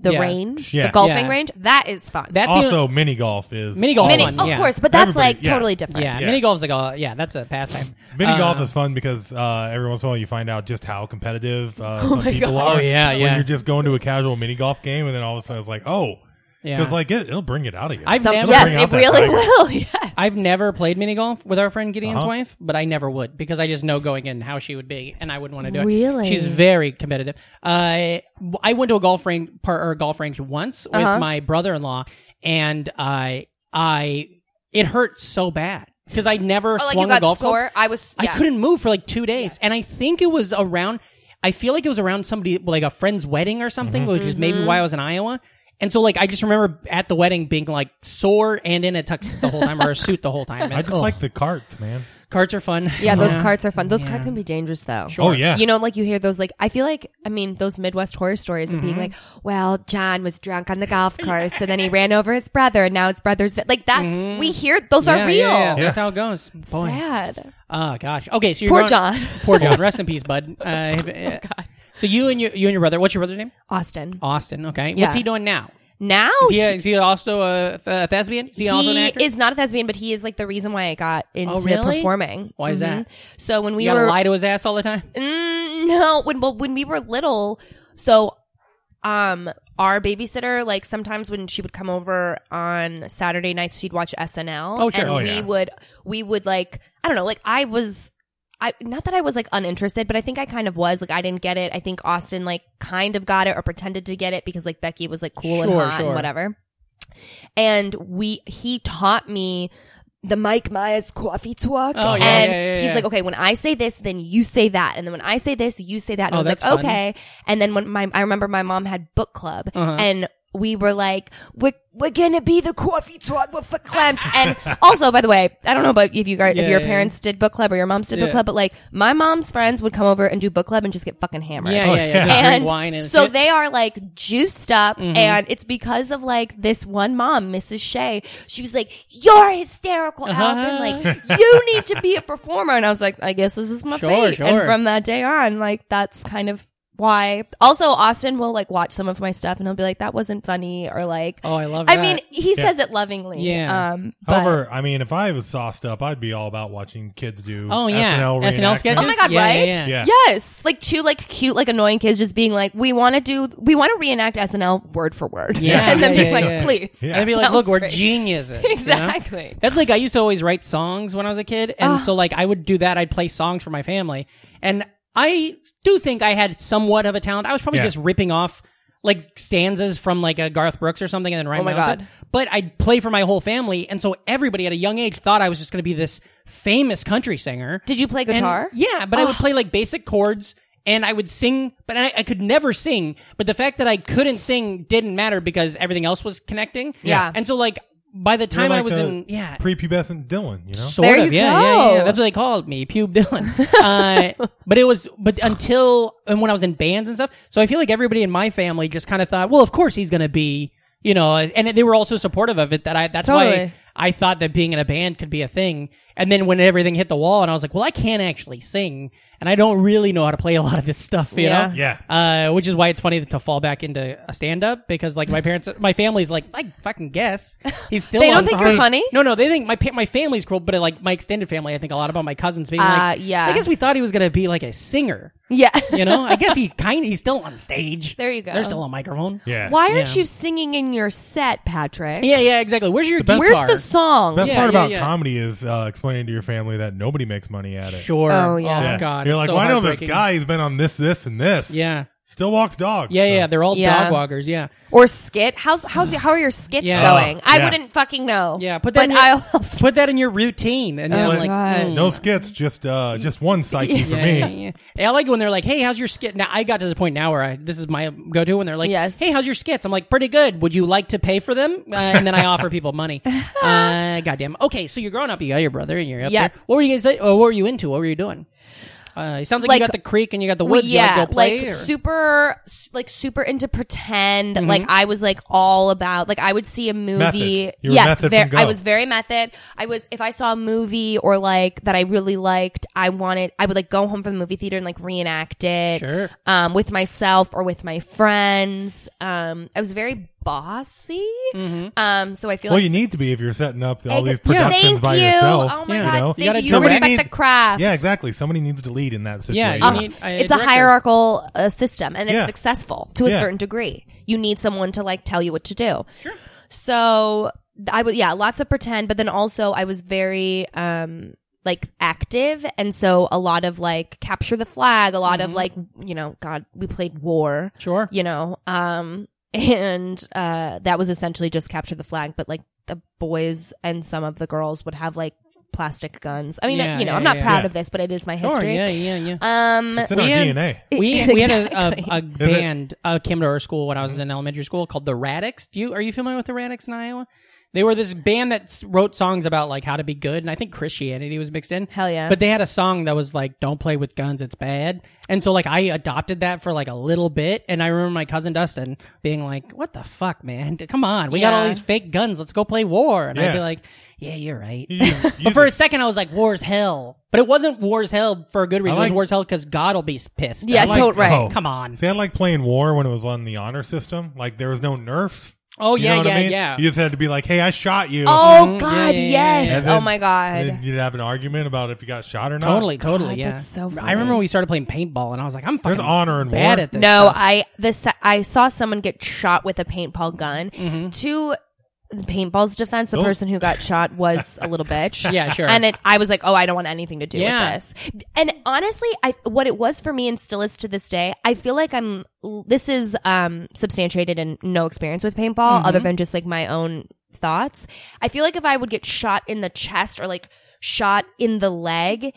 the
Yeah.
range,
Yeah.
the golfing
Yeah.
range," that is fun.
That's the-
Also, mini golf is
Mini golf
Mini,
fun,
of
yeah.
course, but that's
Everybody-
like
yeah.
totally different.
yeah,
Yeah.
mini golf's like a yeah, that's a pastime.
Mini
Uh,
golf is fun because uh, every once in a while you find out just how competitive uh, some
my
people
God.
are.
Oh, yeah,
when
yeah.
you're just going to a casual mini golf game, and then all of a sudden it's like, oh,
Yeah.
because like it, it'll bring it out of you.
I've
Some-
never
yes,
bring out
it
that
really
tiger.
will. Yes.
I've never played mini golf with our friend Gideon's
Uh-huh.
wife, but I never would because I just know going in how she would be, and I wouldn't want to do it.
Really?
she's very competitive. I I went to a golf range par, or golf range once with
Uh-huh.
my brother in law, and I I it hurt so bad because I never
Oh,
swung
like you
a
got
golf club.
sore. I was. Yeah.
I couldn't move for like two days, and I think it was around. I feel like it was around somebody like a friend's wedding or something,
Mm-hmm.
which is maybe
Mm-hmm.
why I was in Iowa. And so, like, I just remember at the wedding being like sore and in a tux the whole time or a suit the whole time.
I just
Ugh.
like the carts, man.
carts are fun.
Yeah, those carts are fun. Those carts can be dangerous though.
Oh yeah,
You know, like you hear those, like, I feel like, I mean, those Midwest horror stories of being
Mm-hmm.
like, well, John was drunk on the golf course and then he ran over his brother and now his brother's dead. Like, that's, we hear those
Mm-hmm. Yeah,
are real.
Yeah, yeah. That's how it goes. Boy.
Sad.
Oh gosh. Okay, so you're
Poor
going-
John. Oh,
Poor John. Rest in peace, bud. Uh, So you and your you and your brother. What's your brother's name?
Austin.
Austin. Okay.
Yeah.
What's he doing now?
Now
Is he,
he,
a, is he also a, th- a thespian? Is he, also an
he
actor? Oh,
is not a thespian, but he is like the reason why I got into
really?
performing.
Why is that?
Mhm. So when we
you gotta
were
lie to his ass all the time.
Mm, no, when well, when we were little, so um our babysitter like sometimes when she would come over on Saturday nights she'd watch SNL
Oh, sure.
and
Oh,
we
yeah.
would we would like I don't know, like I was I not that I was like uninterested, but I think I kind of was like I didn't get it. I think Austin like kind of got it or pretended to get it because like Becky was like cool and
Sure,
hot
sure.
and whatever. And we he taught me the Mike Myers coffee talk
Oh, yeah,
and
yeah, yeah,
he's
yeah.
like, okay, when I say this, then you say that. And then when I say this, you say that. And
Oh,
I was like,
that's fun.
okay. And then when my, I remember my mom had book club
Uh-huh.
and we were like, we're, we're gonna be the coffee talk with foot clamps. And also, by the way, I don't know about if you guys,
Yeah,
if your
yeah.
parents did book club or your moms did
Yeah.
book club, but like my mom's friends would come over and do book club and just get fucking hammered
Yeah, yeah, yeah. Just
and
drink wine and
so they are like juiced up
Mm-hmm.
and it's because of like this one mom mrs shay she was like you're hysterical
Uh-huh.
allison like you need to be a performer and i was like i guess this is my
Sure,
fate and
sure.
from that day on like that's kind of why also austin will like watch some of my stuff and he'll be like that wasn't funny or like
Oh, I love
i
that.
mean he says it lovingly
Yeah.
um but
However, I mean, if I was sauced up, I'd be all about watching kids do.
Oh, yeah.
SNL,
SNL
reenactments.
sketches?
Oh my god!
Yeah, yeah,
right?
yeah.
Yeah.
Yes, like two like cute like annoying kids just being like, "We want to do, we want to reenact SNL word for word,"
Yeah,
and then
yeah,
being
yeah,
like,
yeah.
"Please,"
Yeah.
I'd be like,
Sounds
look, we're
great.
geniuses. you know?
Exactly. Ah.
That's like I used to always write songs when I was a kid, and so like I would do that. I'd play songs for my family, and I do think I had somewhat of a talent. I was probably
Yeah.
just ripping off like stanzas from like a Garth Brooks or something, and then writing
Oh my
own
God.
stuff. But I'd play for my whole family, and so everybody at a young age thought I was just going to be this famous country singer.
Did you play
And-
guitar?
yeah, but I would play like basic chords and I would sing, but I, I could never sing. But the fact that I couldn't sing didn't matter because everything else was connecting.
Yeah.
And so like by the
You're
time I
like
was
a
in, yeah.
prepubescent Dylan. You know,
Sort
There
of,
you
yeah, yeah, yeah.
go.
That's what they called me, Pube Dylan. uh, but it was, but until and when I was in bands and stuff, so I feel like everybody in my family just kind of thought, well, of course he's going to be, you know, and they were also supportive of it. That I, that's
Totally.
why I thought that being in a band could be a thing. And then when everything hit the wall, and I was like, well, I can't actually sing, and I don't really know how to play a lot of this stuff, you
Yeah.
know.
yeah.
Uh, which is why it's funny to fall back into a stand up because like my parents, my family's like, I fucking guess he's still.
They don't
on
think
stage."
you're funny?
No, no, they think my pa- my family's cruel, but uh, like my extended family, I think a lot about my cousins being like,
Uh, yeah.
I guess we thought he was gonna be like a singer.
Yeah.
You know, I guess he kind he's still on stage.
There you go.
There's still a microphone.
yeah.
Why aren't
Yeah.
you singing in your set, Patrick?
yeah, yeah, exactly. Where's your
best-
guitar?
Where's the song?
Best
Yeah,
part
yeah,
about
yeah.
comedy is uh, explaining to your family that nobody makes money at it.
Sure.
Oh, yeah.
Yeah.
God.
You're
it's
like,
so
well, I know this
heartbreaking.
guy. He's been on this, this, and this.
Yeah.
Still walks dogs.
Yeah,
so.
yeah, they're all
Yeah.
dog walkers. Yeah,
Or skit? How's how's your, how are your skits
Yeah.
going?
Oh,
I
yeah.
wouldn't fucking know.
yeah. Put that. in
but
your,
I'll.
put that in your routine, and then
It's
I'm like,
like,
God.
"Hmm."
No skits, just uh, just one psyche for
yeah,
me.
yeah, yeah. Hey, I like it when they're like, "Hey, how's your skit?" Now I got to the point now where I this is my go to when they're like,
Yes.
"Hey, how's your skits?" I'm like, "Pretty good. Would you like to pay for them?" Uh, and then I offer people money. Uh, goddamn. Okay, so you're growing up. You got your brother, and you're up
Yeah.
there. What were you guys? Uh, what were you into? What were you doing? Uh, it sounds like,
Like-
you got the creek and you got the woods.
yeah,
you wanna go play,
like
or-
super, s- like super into pretend.
Mm-hmm.
Like I was like all about. Like I would see a movie.
Method. You were
yes,
method
ver-
from go.
I was very method. I was if I saw a movie or like that I really liked, I wanted. I would like go home from the movie theater and like reenact it.
Sure.
Um, with myself or with my friends. Um, I was very bossy.
Mm-hmm.
Um, so I feel
Mm-hmm. Well,
like
you need to be if you're setting up all these
Yeah.
productions
Thank
by
you.
yourself.
Oh my
you
God,
know?
thank
gotta
you.
somebody-
Respect the craft.
Yeah, exactly. Somebody needs to lead in that
Yeah,
situation.
you need, uh,
it's a
director.
hierarchical uh, system and it's
Yeah.
successful to a
Yeah.
certain degree you need someone to like tell you what to do so th- i would yeah lots of pretend but then also i was very um like active and so a lot of like capture the flag a
Mm-hmm.
lot of like you know god we played war
Sure.
you know um and uh that was essentially just capture the flag but like the boys and some of the girls would have like plastic guns i mean
Yeah,
you know
yeah,
i'm not
yeah.
proud
Yeah.
of this but it is my
Sure.
history
Yeah. Yeah. Yeah.
um
it's in our
we had-
DNA.
We, we had a, a, a
Is it- Mm-hmm.
band uh, came to our school when I was in elementary school called the Radix. Do you are you familiar with the Radix in Iowa? They were this band that s- wrote songs about like how to be good, and I think Christianity was mixed in.
Hell yeah.
But they had a song that was like "Don't play with guns, it's bad," and so like I adopted that for like a little bit, and I remember my cousin Dustin being like, "What the fuck, man? Come on, we got all
Yeah.
these fake guns. Let's go play war." And I'd
Yeah.
be like, "Yeah, you're right."
You just- you
But for a
just-
second, I was like, "War's hell," but it wasn't "War's hell" for a good reason. it
like-
was "War's hell" because God will be pissed.
Yeah,
I'm like,
tot- right.
oh.
Come on.
See, I like playing war when it was on the honor system. Like there was no nerf.
Oh,
You
yeah,
know what I
yeah,
mean?
yeah.
You just had to be like, "Hey, I shot you."
Oh
Mhm.
God,
Yeah, yeah, yeah,
yes!
And then-
oh my God,
and then you'd have an argument about if you got shot or not.
Totally, totally,
God,
yeah.
that's so
I
funny.
remember we started playing paintball, and I was like, "I'm fucking
There's honor in
bad
war.
at this."
no!
stuff.
I this I saw someone get shot with a paintball gun.
Mm-hmm.
To the paintball's defense, the
Oh.
person who got shot was a little bitch.
Yeah, sure.
And it, I was like, oh, I don't want anything to do
Yeah.
with this. And honestly, I what it was for me and still is to this day. I feel like I'm. This is um substantiated in no experience with paintball
Mm-hmm.
other than just like my own thoughts. I feel like if I would get shot in the chest or like shot in the leg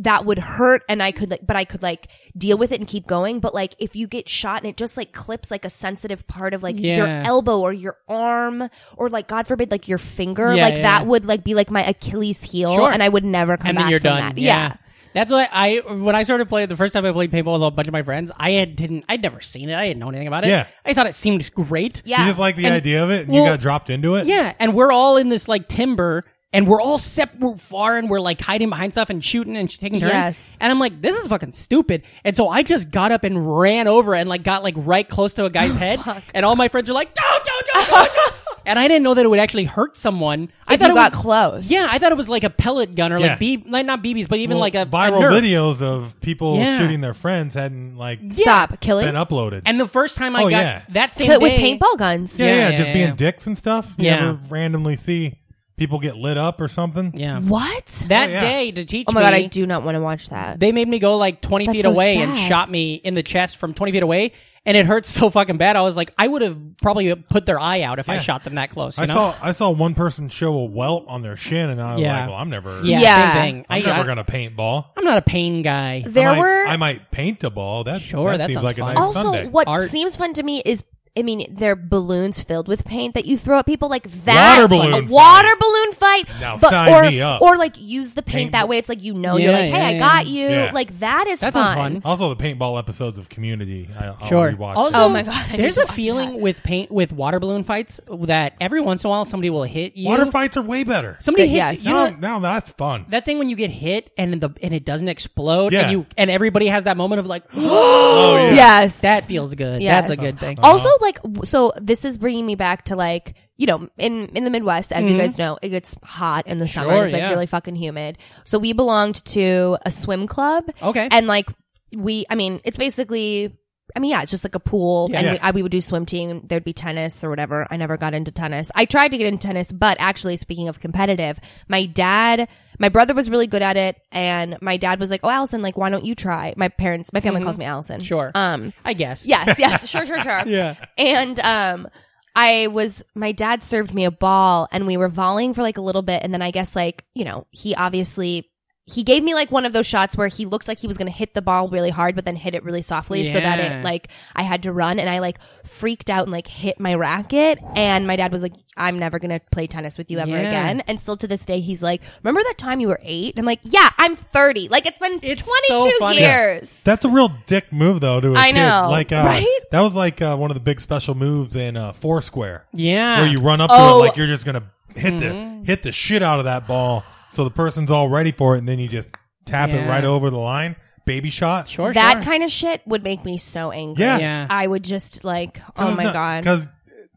that would hurt and I could like but I could like deal with it and keep going but like if you get shot and it just like clips like a sensitive part of like your
Yeah.
elbow or your arm or like god forbid like your finger
Yeah,
like
yeah,
that
yeah.
would like be like my Achilles heel
Sure.
and I would never come
and
back
then you're
from
done.
that. Yeah.
That's what I when I started playing the first time I played paintball with a bunch of my friends. I had didn't I'd never seen it. I didn't know anything about it.
Yeah.
I thought it seemed great.
Yeah.
You just like the
And-
idea of it, and you
well,
got dropped into it.
yeah. And we're all in this like timber, and we're all sep- we're far, and we're like hiding behind stuff and shooting and sh- taking turns.
Yes.
And I'm like, this is fucking stupid. And so I just got up and ran over and like got like right close to a guy's
Oh,
head, and all my friends are like, don't, don't, don't, don't. don't." And I didn't know that it would actually hurt someone. I
If you
it
got
was-
close.
Yeah, I thought it was like a pellet gun or
Yeah.
like B, like not BBs, but even
Well,
like a a
viral
Nerf.
videos of people
Yeah.
shooting their friends hadn't like
Stop killing
been uploaded.
And the first time I
Oh,
got
yeah.
that same
kill it with
day,
paintball guns.
yeah, yeah,
Yeah,
just
yeah,
being
yeah.
dicks and stuff. You
Yeah.
ever randomly see people get lit up or something.
Yeah.
What?
That
Oh, yeah.
day to teach
Oh my god,
me,
I do not want to watch that.
they made me go like 20
That's
feet
so
away and
sad.
shot me in the chest from 20 feet away. And it hurt so fucking bad. I was like, I would have probably put their eye out if I
Yeah.
shot them that close. You
I
know?
saw I saw one person show a welt on their shin, and I was
Yeah.
like, "Well, I'm never,
Yeah,
Yeah.
same thing.
I'm
I,
never
I,
gonna Oh, paintball.
I'm not a pain guy.
there
I might,
were
I might paint a ball. That
Sure,
that,
that
seems
sounds
like a
fun.
nice
also
Sunday.
what
Art.
seems fun to me is I mean, they're balloons filled with paint that you throw at people like that.
Water balloon
a
fight.
water balloon fight.
Now
but,
sign
or,
me up.
or like use the paint
Paintball.
that way. It's like you know,
Yeah,
you're like, hey,
yeah,
I
yeah.
got you.
Yeah.
Like that is
That sounds
fun.
fun.
Also, the paintball episodes of Community. I, I'll
Sure.
Rewatch
Also,
Oh my God, I need
There's
to
a
watch
feeling
that.
with paint with water balloon fights that every once in a while somebody will hit you.
water fights are way better.
Somebody
But
hits
yes.
you.
now,
know-
now that's fun.
that thing when you get hit and the and it doesn't explode
Yeah.
and you and everybody has that moment of like
oh yeah.
Yes.
that feels good.
Yes.
That's a good thing.
also like w- so this is bringing me back to like you know in in the midwest as you guys know it gets hot in the summer
Mm-hmm. Sure,
it's like
yeah.
really fucking humid so we belonged to a swim club
Okay.
and like we i mean it's basically I mean, yeah, it's just like a pool, and
Yeah.
we, I, we would do swim team. There'd be tennis or whatever. I never got into tennis. I tried to get into tennis, but actually, speaking of competitive, my dad, my brother was really good at it, and my dad was like, "Oh, Allison, like, why don't you try?" My parents, my family calls me Allison.
Mm-hmm. Sure.
Um,
I guess.
Yes, yes, sure, sure, sure.
Yeah.
And um I was my dad served me a ball and we were volleying for like a little bit and then I guess like, you know, he obviously he gave me like one of those shots where he looked like he was going to hit the ball really hard, but then hit it really softly so that
Yeah.
it like I had to run and I like freaked out and like hit my racket. And my dad was like, I'm never going to play tennis with you ever
Yeah.
again. And still to this day, he's like, remember that time you were eight? And I'm like, yeah, I'm 30. Like it's been
It's
22
so funny.
years.
That's a real dick move, though. To a
I
kid.
know,
like uh,
right?
that was like uh, one of the big special moves in uh, Foursquare.
Yeah.
where you run up
Oh.
to it like you're just gonna hit the hit the shit out of that ball, so the person's all ready for it, and then you just tap
Yeah.
it right over the line, baby shot.
Sure,
that
sure.
kind of shit would make me so angry.
Yeah.
Yeah.
I would just like, oh my God.
because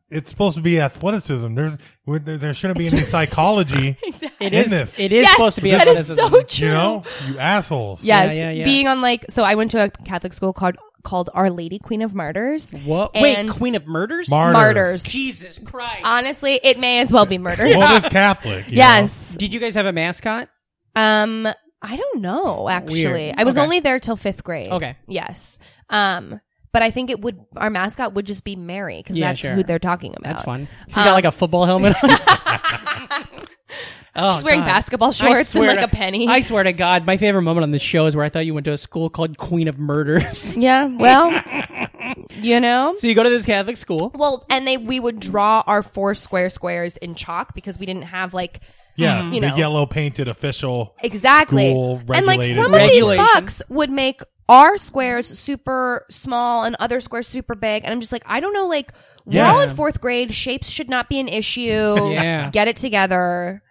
it's supposed to be athleticism. There's we're- there, there shouldn't be any psychology
It
in
is.
this.
It is
Yes,
supposed to be
that is so
athleticism.
true.
you know, you assholes.
Yes,
Yeah, yeah, yeah.
being on like so I went to a Catholic school called called Our Lady Queen of Martyrs.
What?
And-
Wait, Queen of Murders?
Martyrs.
Martyrs.
Jesus Christ.
Honestly, it may as well be murders.
Well, it's Catholic. you
Yes.
Did you guys have a mascot?
Um I don't know actually.
Weird.
I was
Okay.
only there till 5th grade.
Okay.
Yes. Um but I think it would our mascot would just be Mary cuz
Yeah,
that's
sure.
who they're talking about.
That's fun. She's
um,
got like a football helmet on. oh,
She's wearing
God.
basketball
I
shorts and
swear
like
to-
a penny.
I swear to God, my favorite moment on the show is where I thought you went to a school called Queen of Murders.
yeah, well, you know.
so you go to this Catholic school.
Well, and they we would draw our four square squares in chalk because we didn't have like
know? yeah,
you
the
know.
yellow painted official.
Exactly.
School
and like
regulated
some of these
Regulation.
bucks would make our squares super small and other squares super big. And I'm just like, I don't know, like we're
Yeah.
all in fourth grade. Shapes should not be an issue.
Yeah.
Get it together.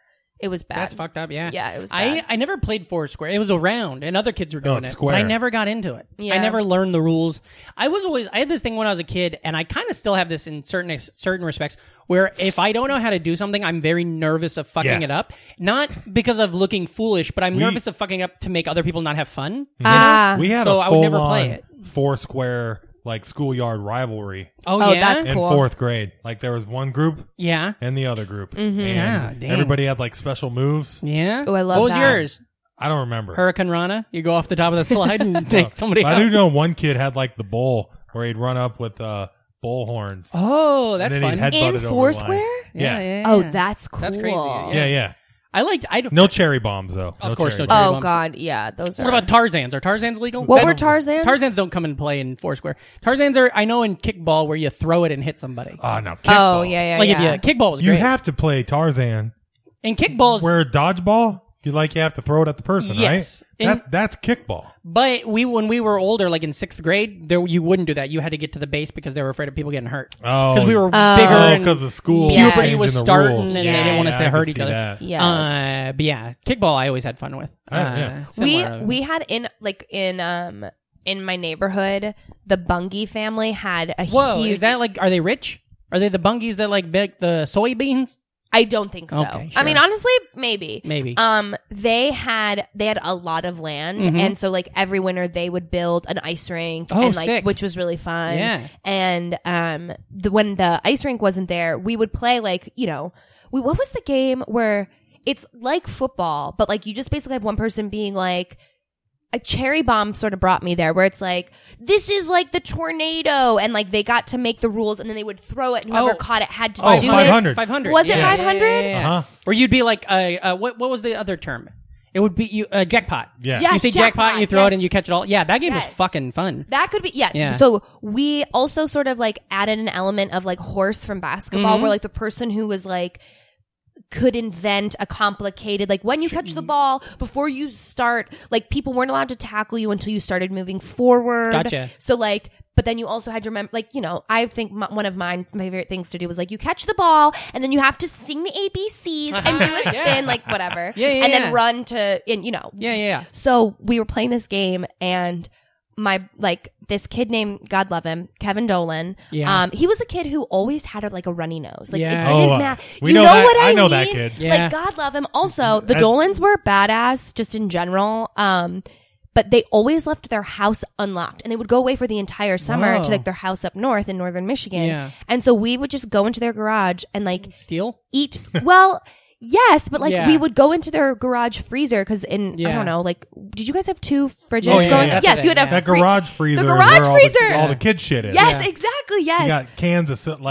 It was bad.
That's fucked up. Yeah.
Yeah, it was
I,
bad.
I never played Foursquare. It was around, and other kids were doing
it's
it.
Oh, Square.
I never got into it.
Yeah.
I never learned the rules. I was always I had this thing when I was a kid, and I kind of still have this in certain certain respects where if I don't know how to do something, I'm very nervous of fucking
Yeah.
it up. Not because of looking foolish, but I'm
We-
nervous of fucking up to make other people not have fun.
Ah.
We had
So
a
I would never
full-on
play it.
four square like schoolyard rivalry
Oh,
Oh,
yeah,
that's
in
Cool.
fourth grade. Like there was one group
yeah,
and the other group,
Yeah,
and
damn.
everybody had like special moves.
yeah.
Oh, I love
What was
that.
yours?
I don't remember.
Hurricane Rana. You go off the top of the slide and take somebody.
I
out.
do know one kid had like the bowl where he'd run up with uh, bull horns.
Oh, that's
and then
fun.
He'd headbutt
In
it over the
Foursquare?
line. Yeah. Yeah,
Oh, that's cool.
That's crazy, yeah.
yeah.
I liked. I
No cherry bombs though.
Of
no
course,
cherry
no
bombs.
cherry
Oh
bumps.
God, yeah, those are.
What about Tarzans? Are Tarzans legal?
what
That-
were Tarzans?
Tarzans don't come and play in Foursquare. Tarzans are, I know, in kickball where you throw it and hit somebody.
Ah, no.
Oh
kickball.
yeah, yeah,
like
yeah.
if you kickball was
You
great.
have to play Tarzan.
and kickballs,
Where dodgeball, you like you have to throw it at the person,
Yes.
right?
And-
that that's kickball.
but we when we were older, like in sixth grade, there you wouldn't do that. You had to get to the base because they were afraid of people getting hurt.
Oh,
because we were
Oh.
bigger. and uh,
because the school
Yes.
puberty was
changing the
starting,
rules.
and they
Yes.
didn't want us
Yeah,
to
I
hurt
can
each
see
other.
that.
Yes.
Uh, but yeah, kickball I always had fun with. Uh,
Yeah, yeah.
we
similar.
we had in like in um in my neighborhood the Bungie family had a
whoa,
huge
is that like are they rich? Are they the bungies that like bake the soybeans?
I don't think so.
Okay,
I mean,
sure.
honestly, maybe.
Maybe.
Um, they had they had a lot of land, and so like every winter they would build an ice rink,
Mm-hmm. Oh,
and like
sick.
which was really fun.
Yeah.
And um, the, when the ice rink wasn't there, we would play like you know, we what was the game where it's like football, but like you just basically have one person being like. A cherry bomb sort of brought me there where it's like, this is like the tornado. And like they got to make the rules and then they would throw it and whoever
Oh.
caught it had to
Oh,
do it.
500.
Five hundred.
Was it 500?
Uh-huh.
Or you'd be like, uh, uh, what? What was the other term? It would be you uh, jackpot.
Yeah.
Yes,
you say jackpot,
jackpot,
and you throw
yes.
it and you catch it all. Yeah, that game
Yes.
was fucking fun.
That could be yes.
Yeah.
So we also sort of like added an element of like horse from basketball,
Mm-hmm.
where like the person who was like could invent a complicated like when you catch the ball before you start like people weren't allowed to tackle you until you started moving forward.
Gotcha.
So like. But then you also had to remember, like, you know, I think m- one of mine, my favorite things to do was like, you catch the ball and then you have to sing the ABCs and do a
Uh-huh. Yeah.
spin, like, whatever.
Yeah, yeah,
and
yeah.
then run to, and, you know,
Yeah, yeah, yeah.
so we were playing this game and my like this kid named God love him, Kevin Dolan.
Yeah.
Um, he was a kid who always had a, like a runny nose. Like
Yeah.
it
Oh,
didn't
uh,
matter.
we
you
know
know,
that-
what I,
I know
mean?
that kid.
Yeah.
Like God love him. Also, the
That-
Dolans were badass just in general. Um, but they always left their house unlocked and they would go away for the entire summer
Whoa.
to like their house up north in northern Michigan.
Yeah.
And so we would just go into their garage and like
Steel.
eat well yes but like
Yeah.
we would go into their garage freezer because in i
Yeah.
don't know like did you guys have two fridges
Oh, yeah,
going
yeah, yeah.
yes you would
That
That
have free-
garage freezer. is
garage
where All
freezer!
the, all the kid shit is.
yes exactly yes
You got cans of so-
Mm-hmm,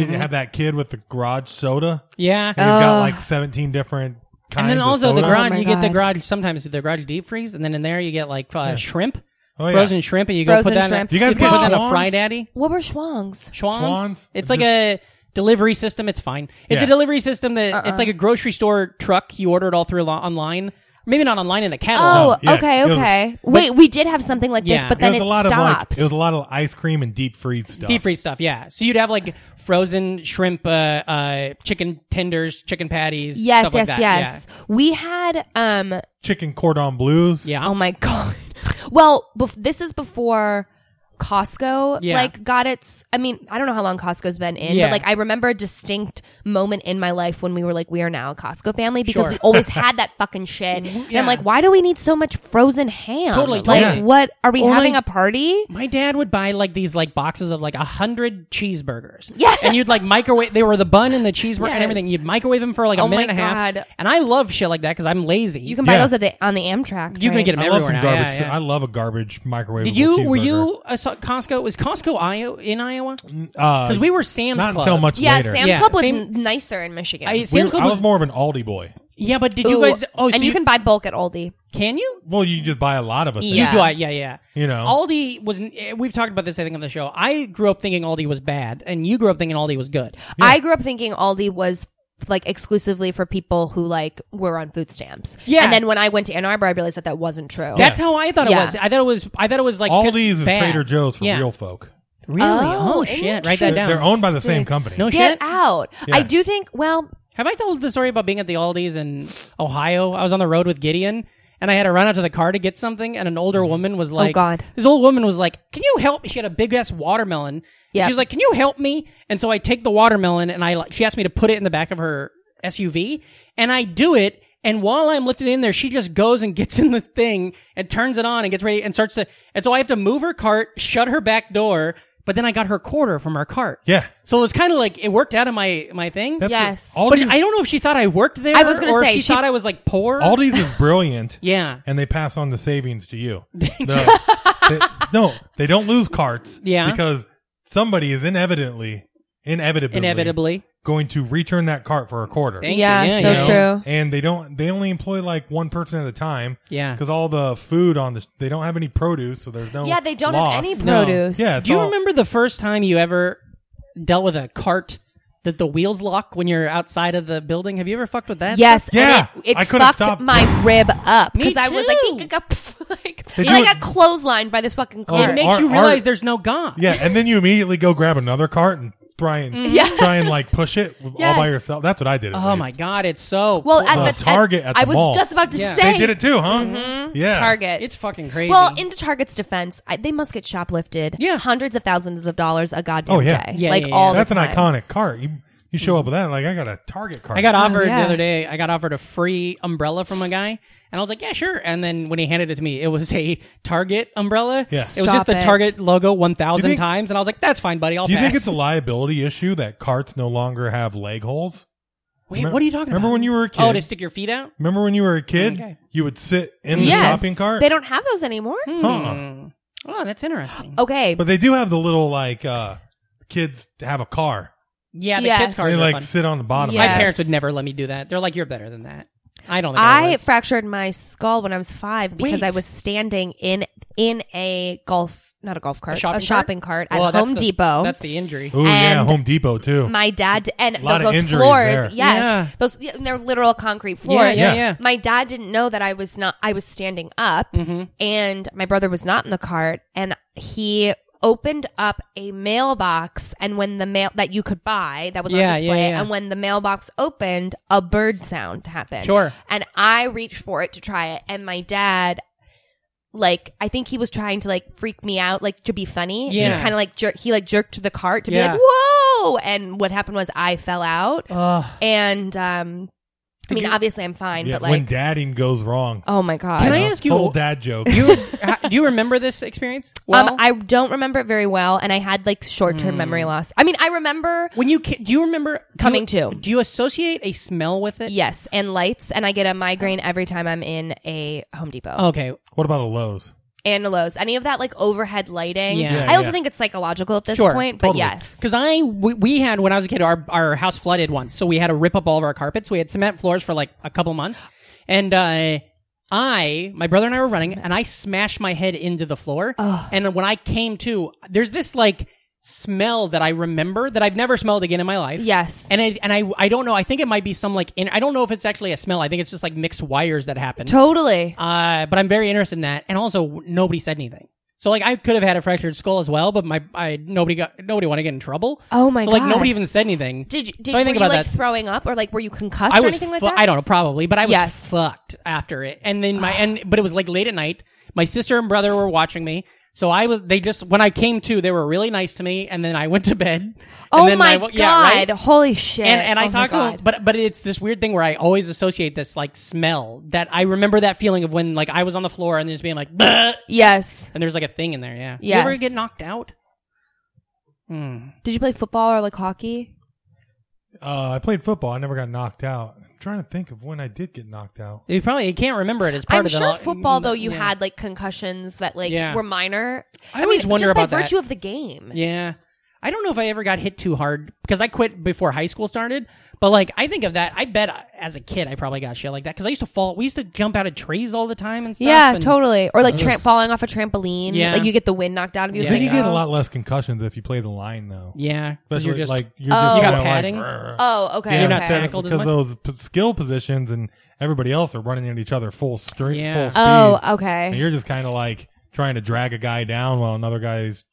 like you have that kid with the garage soda.
Yeah.
And he's got like 17 different kinds.
And then
of
also the
soda.
garage,
Oh my
you get the
God.
garage. Sometimes the garage deep freeze, and then in there you get like uh, shrimp,
Oh, yeah.
frozen shrimp, and you go
Frozen
put that.
shrimp.
In a,
You guys
put
get
that in a
Schwans?
fry daddy.
What were schwangs?
Schwans.
Schwans?
It's like a delivery system. It's fine. It's
Yeah.
a delivery system that
Uh-uh.
it's like a grocery store truck. You order it all through lo- online. Maybe not online in a catalog.
Oh,
Oh, yeah.
okay,
It was-
okay. Wait, we did have something like this,
Yeah.
but
It
then
was
it,
a lot
stopped.
of like it was a lot of ice cream and deep fried stuff.
Deep freeze stuff, yeah. So you'd have like frozen shrimp, uh, uh, chicken tenders, chicken patties.
yes,
stuff like
yes,
that,
yes. We had um
chicken cordon bleus.
Yeah. yeah.
Oh my god. Well, bef- this is before Costco
Yeah.
like got its I mean, I don't know how long Costco's been in,
Yeah.
but like I remember a distinct moment in my life when we were like we are now a Costco family because
Sure.
we always had that fucking shit. And
yeah.
I'm like, why do we need so much frozen ham?
Totally,
Like
totally.
what are we
Or
having
like-
a party?
My dad would buy like these like boxes of like a hundred cheeseburgers.
Yeah.
And you'd like microwave, they were the bun and the cheeseburger
Yes.
and everything. You'd microwave them for like a
Oh my
minute and a half.
God.
And I love shit like that because I'm lazy.
You can buy
Yeah.
those at the on the Amtrak.
You can
right?
get them
I
everywhere
love some
now.
garbage.
Yeah,
food.
yeah.
I love a garbage microwave.
Did you, were you a Costco? Was Costco Iowa, in Iowa?
Because
we were Sam's
uh, not
Club.
until much
Yeah,
later.
Sam's
Yeah,
Club was
same-
n- nicer in Michigan.
I,
We
Sam's
were-
Club
I
was,
was more of an Aldi boy.
yeah, but did
Ooh.
you guys, oh, so
and you can buy bulk at Aldi.
can you?
Well, you just buy a lot of a thing.
Yeah.
You do I, yeah, yeah.
You know.
Aldi was. eh, We've talked about this, I think, on the show. I grew up thinking Aldi was bad, and you grew up thinking Aldi was good.
I grew up thinking Aldi was like exclusively for people who like were on food stamps.
Yeah.
And then when I went to Ann Arbor, I realized that that wasn't true.
That's how I thought
Yeah.
it was. I thought it was. I thought it was like
Aldi's is
bad.
Trader Joe's for
Yeah.
real folk.
Really?
Oh,
Oh, shit! Write that
interesting.
down.
They're owned by the same company.
no
Get
shit.
out. I do think, well,
Have I told the story about being at the Aldi's in Ohio? I was on the road with Gideon. And I had to run out to the car to get something, and an older woman was like,
Mm-hmm. Oh, God.
This old woman was like, "Can you help?" She had a big ass watermelon.
Yep.
Yeah. She's like, "Can you help me?" And so I take the watermelon, and I like, she asked me to put it in the back of her SUV, and I do it. And while I'm lifting it in there, she just goes and gets in the thing and turns it on and gets ready and starts to. And so I have to move her cart, shut her back door, but then I got her quarter from her cart.
Yeah.
So it was kind of like it worked out of my my thing.
That's
Yes.
A, Aldi's,
But I don't know if she thought I worked there.
I was gonna
or if
say,
she,
she-
thought I was like poor.
Aldi's is brilliant.
Yeah.
And they pass on the savings to you. No. they, no, they don't lose carts.
Yeah.
Because somebody is inevitably, inevitably,
Inevitably.
going to return that cart for a quarter.
Thank
Yeah,
you.
so
you know.
true.
And they don't. They only employ like one person at a time.
Yeah.
Because all the food on the they don't have any produce, so there's no.
yeah, they don't
loss.
have any
No.
produce.
Oh, Yeah. it's
Do you
all-
remember the first time you ever dealt with a cart that the wheels lock when you're outside of the building? Have you ever fucked with that?
Yes. and
Yeah,
it, it
I couldn't
fucked
stop.
my rib up
Me
because I was like,
too.
"Eek, eek, up," like,
They do
like
it-
a clothesline by this fucking
Oh,
It
car.
ma-
makes
Our-
you
our-
realize there's no God.
Yeah, and then you immediately go grab another cart and try and
Yes.
try and like push it all by
Yes.
yourself. That's what I did. At
Oh
least.
my god, it's so
well, at
Well,
the
Target at
I
the
was
mall.
just about to
Yeah.
say
They did it too, huh? Yeah.
Target.
it's fucking crazy.
Well, into Target's defense, I, they must get shoplifted.
Yeah.
hundreds of thousands of dollars a goddamn
Oh, yeah.
day.
Yeah,
like
yeah, yeah.
all. the
That's an
time.
iconic cart. You you show up with that like I got a Target cart.
I got offered
Oh, yeah.
the other day. I got offered a free umbrella from a guy, and I was like, "Yeah, sure." And then when he handed it to me, it was a Target umbrella.
Yeah.
it was
Stop
just the
it.
Target logo one
Do you
thousand
think-
times, and I was like, "That's fine, buddy. I'll
Do you
pass."
think it's a liability issue that carts no longer have leg holes?
Wait, what are you talking about?
remember when you were a kid?
Oh, to stick your feet out?
Remember when you were a kid?
Okay.
You would sit in the
Yes,
shopping cart.
they don't have those anymore.
Huh.
Oh, that's interesting.
Okay,
But they do have the little like uh kids have a car.
yeah, the
Yes.
kids' cars
They
are
like
fun.
sit on the bottom.
My
Yes.
parents would never let me do that. They're like, "You're better than that." I don't. Think I,
I
was.
fractured my skull when I was five because
Wait.
I was standing in in a golf, not a golf cart, a shopping,
shopping
cart,
Well,
at
that's
Home
the-
Depot.
That's the injury.
Of it. Ooh yeah,
And
Home Depot too.
my dad d- and
Lot
th-
of
those
injuries
floors,
there.
yes,
Yeah.
those yeah, and they're literal concrete floors.
yeah, yeah.
My dad didn't know that I was not. I was standing up,
Mm-hmm.
and my brother was not in the cart, and he opened up a mailbox, and when the mail that you could buy that was
Yeah,
on
yeah,
display,
yeah.
and when the mailbox opened, a bird sound happened.
Sure.
and I reached for it to try it, and my dad. Like I think he was trying to like freak me out, like to be funny.
Yeah.
kind of like jerk. He like jerked to the cart to be
Yeah.
like, "Whoa!" And what happened was I fell out, and um, I mean, obviously I'm fine,
Yeah,
but like,
when dadding goes wrong.
oh my god,
Can I
Uh,
ask you-
whole dad joke.
Do you, ha- do you remember this experience? Well, Hmm.
um, I don't remember it very well, and I had like short term memory loss. I mean, I remember
when you ki- do you remember do
Coming
you-
to.
Do you associate a smell with it?
yes, and lights, and I get a migraine every time I'm in a Home Depot.
Okay.
what about a Lowe's?
Angelos, any of that like overhead lighting.
Yeah. Yeah,
I also
yeah.
think it's psychological at this
Sure,
point, but
totally.
yes.
Because I we, we had when I was a kid, our our house flooded once, so we had to rip up all of our carpets. We had cement floors for like a couple months, and uh, I, my brother and I were running, and I smashed my head into the floor. And when I came to, there's this like smell that I remember that I've never smelled again in my life.
Yes.
And I, and I I don't know. I think it might be some like in, I don't know if it's actually a smell. I think it's just like mixed wires that happen.
Totally.
Uh, but I'm very interested in that. And also, w- nobody said anything. So like, I could have had a fractured skull as well, but my I nobody got nobody want to get in trouble.
Oh my
so, like
God.
nobody even said anything.
Did you, did,
so I think
were you
about
like
that.
throwing up or like were you concussed
I
or
was
anything like
fu-
that?
I don't know, probably, but I was
Yes. Ah.
fucked after it. And then my and but it was like late at night. My sister and brother were watching me. So I was. They just when I came to, they were really nice to me, and then I went to bed.
Oh
and then
my
I,
god!
w- Yeah, right?
Holy shit!
and and I
Oh my
talked to
God.
him, but but it's this weird thing where I always associate this like smell that I remember that feeling of when like I was on the floor and there's being like, "Bleh,"
yes.
and there's like a thing in there. Yeah. You ever
Yes.
get knocked out? Hmm.
Did you play football or like hockey?
Uh, I played football. I never got knocked out. I'm trying to think of when I did get knocked out.
You probably you can't remember it as part
I'm
of the
sure
lo-
football though you
yeah.
had like concussions that like
Yeah.
were minor.
I always
mean,
wonder
just
about
by
that.
virtue of the game.
Yeah. I don't know if I ever got hit too hard because I quit before high school started. But like, I think of that. I bet I- as a kid, I probably got shit like that because I used to fall. We used to jump out of trees all the time and stuff.
Yeah,
and-
totally. Or like tra- falling off a trampoline.
Yeah.
Like you get the wind knocked out of you.
Yeah.
I
It's
think
like,
you get a
oh.
lot less concussions if you play the line though.
Yeah, because
Especially
you're just
like
like
you're
Oh.
just
You got
kinda
padding?
Like, "Rrr."
Oh, okay.
You're not
okay.
tackling tackled as
because
much.
those p- skill positions and everybody else are running at each other full straight,
Yeah.
full speed.
Oh,
And
okay.
you're just kind of like trying to drag a guy down while another guy's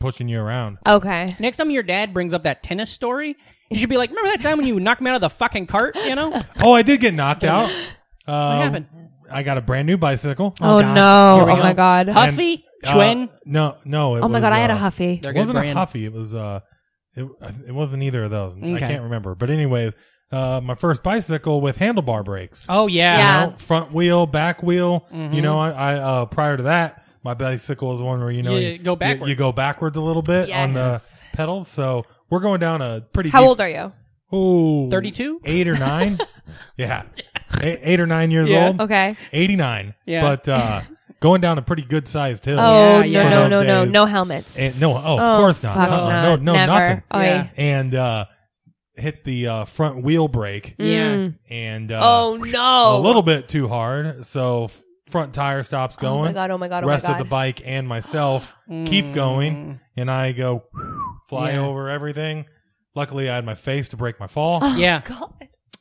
pushing you around.
Okay.
next time your dad brings up that tennis story, you should be like, "Remember that time when you knocked me out of the fucking cart?" You know what
Oh, I did get knocked out. Uh,
happened?
I got a brand new bicycle.
Oh,
God. Here
no.
we
Oh
go.
my god.
Huh? Huffy?
Uh,
Schwinn?
no, no. It
Oh my
was,
god, I had
uh,
a huffy.
They're
It
good
wasn't
brand.
a huffy. It was uh, it, it wasn't either of those. I
Okay.
can't remember. But anyways, uh, my first bicycle with handlebar brakes.
Oh yeah.
Yeah. Mm-hmm.
know, front wheel, back wheel. You know, I, I uh, prior to that, my bicycle was one where you know
You go backwards.
You, go backwards a little bit on the
Yes.
pedals. So we're going down a pretty.
How
deep-
old are you?
Ooh,
32?
eight or nine. yeah, Eight- eight or nine years
Yeah.
old.
Okay.
eighty nine.
Yeah.
but uh, going down a pretty good sized hill.
Oh
yeah.
no
For
no no
those
no
days.
no helmets.
And- no, oh, of course not.
fuck
Uh-uh.
not.
No, no,
Never. Oh,
nothing.
Oy.
Yeah.
And uh, hit the uh, front wheel brake,
Mm.
Yeah.
and uh,
Oh no.
a little bit too hard. So f- front tire stops
Oh
going.
my god! Oh my god! Oh
Rest
my
of
god!
the bike and myself keep going, and I go fly
Mm. Yeah.
over everything. Luckily, I had my face to break my fall.
Oh.
Mm. Yeah.
God.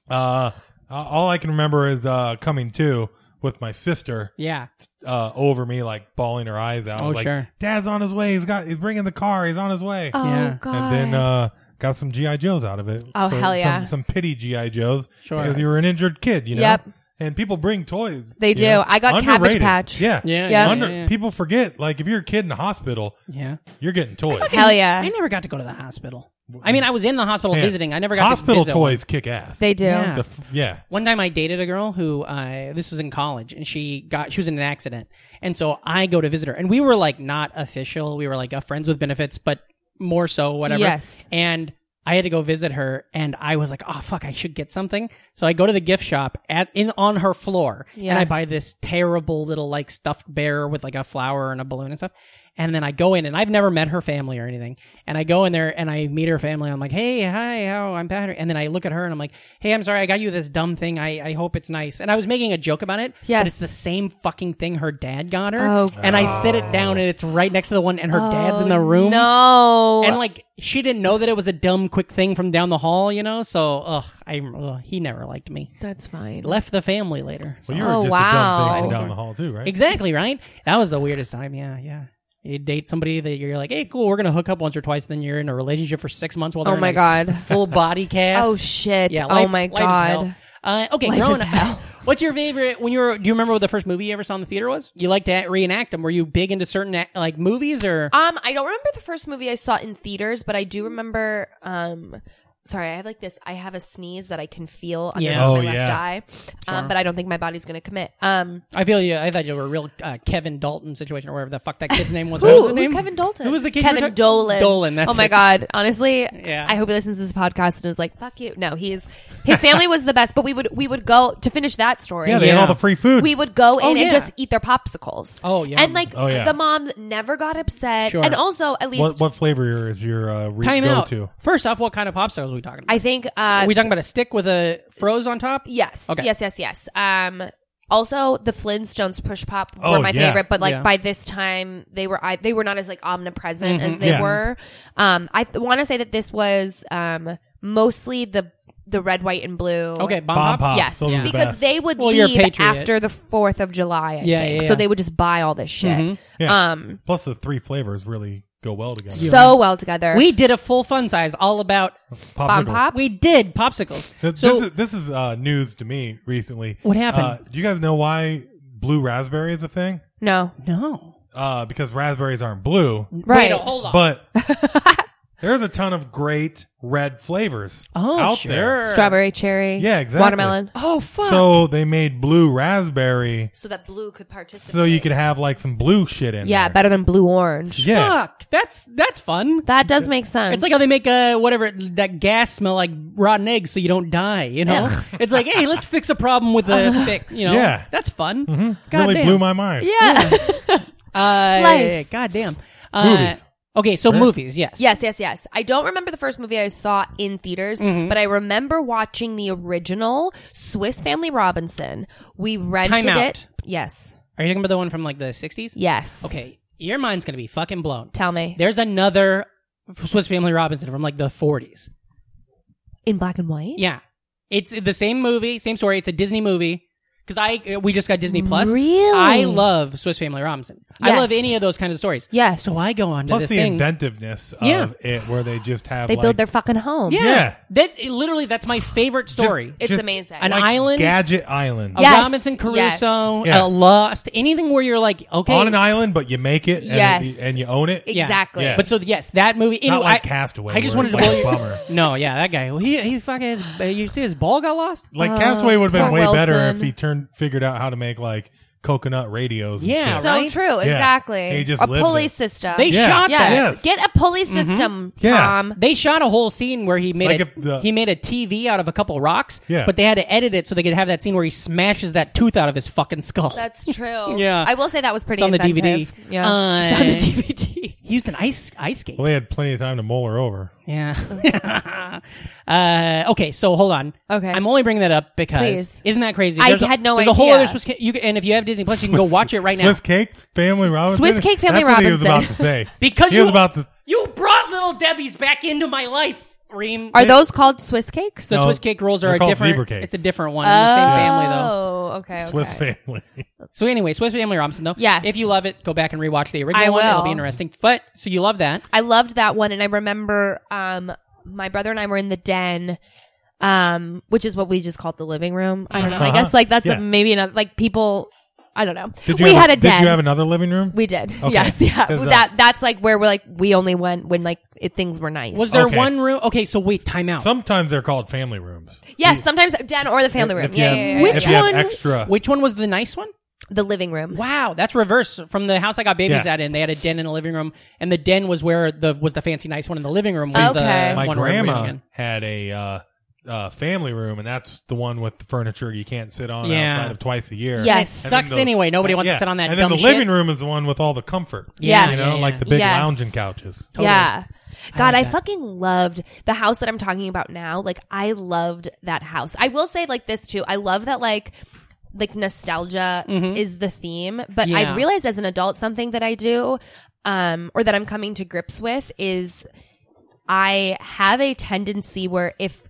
Uh, all I can remember is uh, coming to with my sister
Yeah.
uh, over me, like bawling her eyes out.
Oh,
like,
sure.
Dad's on his way. He's got. He's bringing the car. He's on his way.
Oh
Yeah.
god!
And then uh, got some GI Joes out of it.
Oh, hell yeah.
Some, some pity GI Joes.
Sure.
Because you were an injured kid, you know.
Yep.
And people bring toys.
They
you
do.
know?
I got Cabbage Patch.
Yeah.
Yeah,
Yeah.
Under-
yeah, yeah.
People forget. Like if you're a kid in the hospital,
Yeah.
you're getting toys.
Hell yeah!
I never got to go to the hospital. I mean, I was in the hospital
Man,
visiting. I never got
hospital
to visit one.
toys kick ass.
They do.
Yeah.
The f- yeah.
One time I dated a girl who uh, this was in college and she got she was in an accident. And so I go to visit her and we were like not official. We were like a friends with benefits, but more so whatever.
Yes.
And I had to go visit her and I was like, "Oh fuck, I should get something." So I go to the gift shop at in on her floor
Yeah.
and I buy this terrible little like stuffed bear with like a flower and a balloon and stuff. And then I go in and I've never met her family or anything. And I go in there and I meet her family. I'm like, hey, hi, how I'm Patrick. And then I look at her and I'm like, hey, I'm sorry, I got you this dumb thing. I, I hope it's nice. And I was making a joke about it.
Yes.
But it's the same fucking thing her dad got her.
Oh,
and I set it down and it's right next to the one and her dad's in the room.
No.
And like she didn't know that it was a dumb quick thing from down the hall, you know. So ugh, I ugh, he never liked me.
That's fine.
Left the family later.
Well, you were
Oh,
just a dumb
wow.
thing from down the hall too, right?
Exactly right. That was the weirdest time. Yeah, yeah. You date somebody that you're like, hey, cool, we're gonna hook up once or twice, and then you're in a relationship for six months while they're
Oh
in
my
a
god.
full body cast.
Oh shit.
Yeah.
oh
life-
my
life is hell.
god.
Uh, okay,
Life
growing
is
up,
hell.
what's your favorite? When you were, do you remember what the first movie you ever saw in the theater was? You like to reenact them. Were you big into certain act- like movies or?
Um, I don't remember the first movie I saw in theaters, but I do remember um sorry, I have like this. I have a sneeze that I can feel under
Yeah.
my
Oh,
left
yeah.
eye, um, but I don't think my body's going to commit. Um,
I feel you. I thought you were a real uh, Kevin Dalton situation or whatever the fuck that kid's name was.
who-
What was the
who's
name?
Kevin Dalton?
Who was the kid? you were
Kevin
talk-
Dolan.
Dolan. That's
oh my
it.
god. Honestly,
Yeah.
I hope he listens to this podcast and is like, "Fuck you." No, he is. His family was the best, but we would we would go to finish that story.
Yeah, they had
Yeah.
all the free food.
we would go in
Oh, yeah.
and just eat their popsicles.
Oh, yeah.
and like
Oh, yeah.
the moms never got upset,
Sure.
and also at least
what, what flavor is your uh, re-
Time
go
out.
to?
First off, what kind of popsicles are we talking about?
I think uh,
are we talking about a stick with a froze on top?
Yes.
Okay.
Yes, yes, yes. Um also the Flintstones push pop were
Oh,
my
yeah.
favorite, but like
Yeah.
by this time they were I, they were not as like omnipresent
Mm-hmm.
as they
Yeah.
were. Um I th- want to say that this was um mostly the the red, white and blue.
Okay, bomb,
Bomb
pops.
pops.
Yes,
Ah, Those are the
because
best.
they would
Well, you're a
leave
patriot.
after the 4th of July,
Yeah,
I think.
yeah, Mm-hmm. yeah.
So they would just buy all this shit.
Yeah.
Um
Plus, the three flavors really go well together.
so well together.
We did a full fun size all about.
Popsicles.
pop?
We did popsicles.
Th-
So
this is, this is uh, news to me recently.
What happened?
Uh, do you guys know why blue raspberry is a thing?
no.
no,
Uh, because raspberries aren't blue,
Right.
Wait, hold on.
but there's a ton of great red flavors
oh,
out
sure.
there.
Strawberry, cherry,
Yeah, exactly.
watermelon.
Oh fuck.
So they made blue raspberry
So that blue could participate.
so you could have like some blue shit in
Yeah,
there.
better than blue orange.
yeah.
Fuck. That's that's fun.
That does make sense.
It's like how they make uh, whatever that gas smell like rotten eggs so you don't die. You know, it's like hey, let's fix a problem with a
Uh-huh.
fix. You know,
Yeah. Mm-hmm.
that's fun. God
Really
damn.
blew my mind.
Yeah.
uh,
Life.
God damn. Uh,
Movies.
Okay, so movies. Yes.
yes, yes, yes. I don't remember the first movie I saw in theaters,
Mm-hmm.
but I remember watching the original Swiss Family Robinson. We rented
Time out.
it. Yes.
Are you talking about the one from like the sixties?
Yes.
Okay, your mind's gonna be fucking blown.
Tell me.
There's another Swiss Family Robinson from like the forties.
in black and white?
Yeah, it's the same movie, same story. It's a Disney movie because I we just got Disney Plus.
Really?
I love Swiss Family Robinson. I
Yes.
love any of those kind of stories.
Yes.
So I go on to
Plus
this
the
thing.
inventiveness of
Yeah.
it where they just have
They
like,
build their fucking home.
yeah.
Yeah.
That literally that's my favorite story.
It's
Just-
amazing.
an
like,
island,
gadget island.
a
Yes,
Robinson Crusoso,
yes. Yeah.
a Lost, anything where you're like, okay,
On an island, but you make it and,
Yes.
and you own it.
Yeah.
Exactly.
Yeah.
But so yes, that movie. Anyway,
Not like
I,
Castaway.
I just
where
wanted to
it's
blow
like
you.
a bummer.
No, yeah, that guy. well, He he fucking. His, uh, you see his ball got lost.
Like Castaway
Oh,
would have been
Fort
way better if
Wilson.
he turned figured out how to make like coconut radios. and
Yeah.
shit.
So
right?
true. Exactly.
He just
a
lived
pulley
it.
system.
They
Yeah.
shot Mm-hmm.
yes.
that.
Yes.
Get a pulley system,
Yeah.
Tom.
They shot a whole scene where he made
Like
a
if the-
he made a TV out of a couple rocks.
Yeah.
But they had to edit it so they could have that scene where he smashes that tooth out of his fucking skull.
That's true.
Yeah.
I will say that was pretty
It's on the
inventive.
DVD.
Yeah.
Uh,
it's on the DVD.
he used an ice ice skate.
Well, they had plenty of time to mull her over.
Yeah. uh, okay, so hold on.
Okay.
I'm only bringing that up because
Please.
isn't that crazy?
I
There's a-
had no
There's a whole
idea.
other Swiss. Ca- you, can- and if you have Disney Plus, you can go watch it right now.
Swiss Cake Family Robinson.
Swiss Cake Family
That's what he was
Robinson.
about to say.
Because
he
you
was about to.
you brought little Debbie's back into my life, Reem.
Are those called Swiss cakes?
the
No,
Swiss cake rolls are
they're
a
called
different.
zebra cakes.
It's a different one. in the same family though.
Oh, okay.
Swiss
okay.
Family.
So anyway, Swiss Family Robinson though.
Yes.
If you love it, go back and rewatch the original
I
one. It'll
will.
be interesting. But so you love that.
I loved that one, and I remember um, my brother and I were in the den, um, which is what we just called the living room. I don't know. I guess like that's
Uh-huh. Yeah.
a, maybe another like people. I don't know.
Did you
we
have
had a den.
Did you have another living room?
we did.
Okay.
Yes. Yeah.
'Cause, uh,
that that's like where we're like we only went when like it, things were nice.
Was there
Okay.
one room? Okay, so wait, time out.
Sometimes they're called family rooms.
yes. Sometimes den or the family room.
If you
Yeah,
have-
yeah, yeah, yeah,
which
if
yeah.
you have
one?
extra-
Which one was the nice one?
The living room.
Wow, that's reverse from the house I got babies
Yeah.
at. In they had a den and a living room, and the den was where the was the fancy nice one, and the living room was
Okay.
the
My
one where everybody
grandma
went in.
had a uh, uh, family room, and that's the one with the furniture you can't sit on
Yeah.
outside of twice a year.
Yes.
It sucks anyway. Nobody wants to sit on that.
And then
dumb
the
shit.
living room is the one with all the comfort.
Yes.
You know,
Yeah.
like the big
Yes.
lounging couches.
Yeah. God, I,
like that.
fucking loved the house that I'm talking about now. Like, I loved that house. I will say like this too. I love that like, like nostalgia is the theme, but
Mm-hmm. Yeah.
I've realized as an adult something that I do, um, or that I'm coming to grips with is I have a tendency where if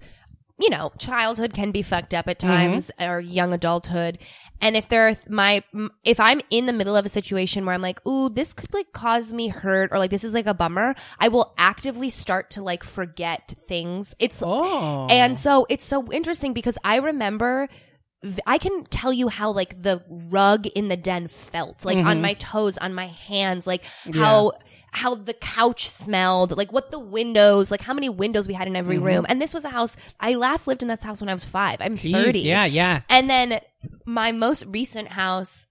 you know, childhood can be fucked up at times or young adulthood. And if there are th- my, m- if I'm in the middle of a situation where I'm like, ooh, this could like cause me hurt or like this is like a bummer, I will actively start to like forget things. It's,
Oh.
and so it's so interesting because I remember th- I can tell you how
Mm-hmm.
like the rug in the den felt like on my toes, on my hands, like how how the couch smelled, like what the windows, like how many windows we had in
Mm-hmm.
every room. And this was a house, I last lived in this house when I was five. I'm
Jeez,
30.
Yeah, yeah.
And then my most recent house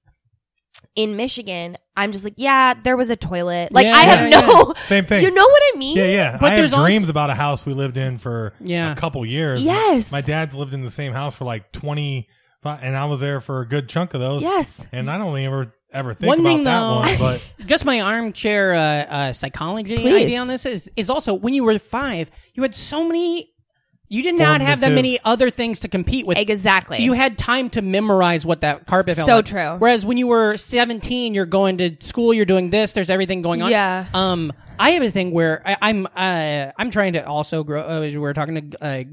in Michigan, I'm just like, yeah, there was a toilet. Like
Yeah,
I have
yeah,
no,
Same thing.
you know what I mean?
Yeah, yeah.
But
I
there's
have
also-
dreams about a house we lived in for
Yeah.
a couple years.
Yes.
My dad's lived in the same house for like 25, and I was there for a good chunk of those.
Yes.
And I don't think ever, ever think
One
about
thing,
that
though-
one, but
Just my armchair uh, uh, psychology
Please.
idea on this is is also when you were five, you had so many. You did not have that
Formative.
many other things to compete with.
Exactly.
So you had time to memorize what that carpet felt
So
like.
true.
Whereas when you were 17, you're going to school, you're doing this, there's everything going on.
Yeah.
Um, I have a thing where I, I'm, uh, I'm trying to also grow, uh, as we we're talking to, uh,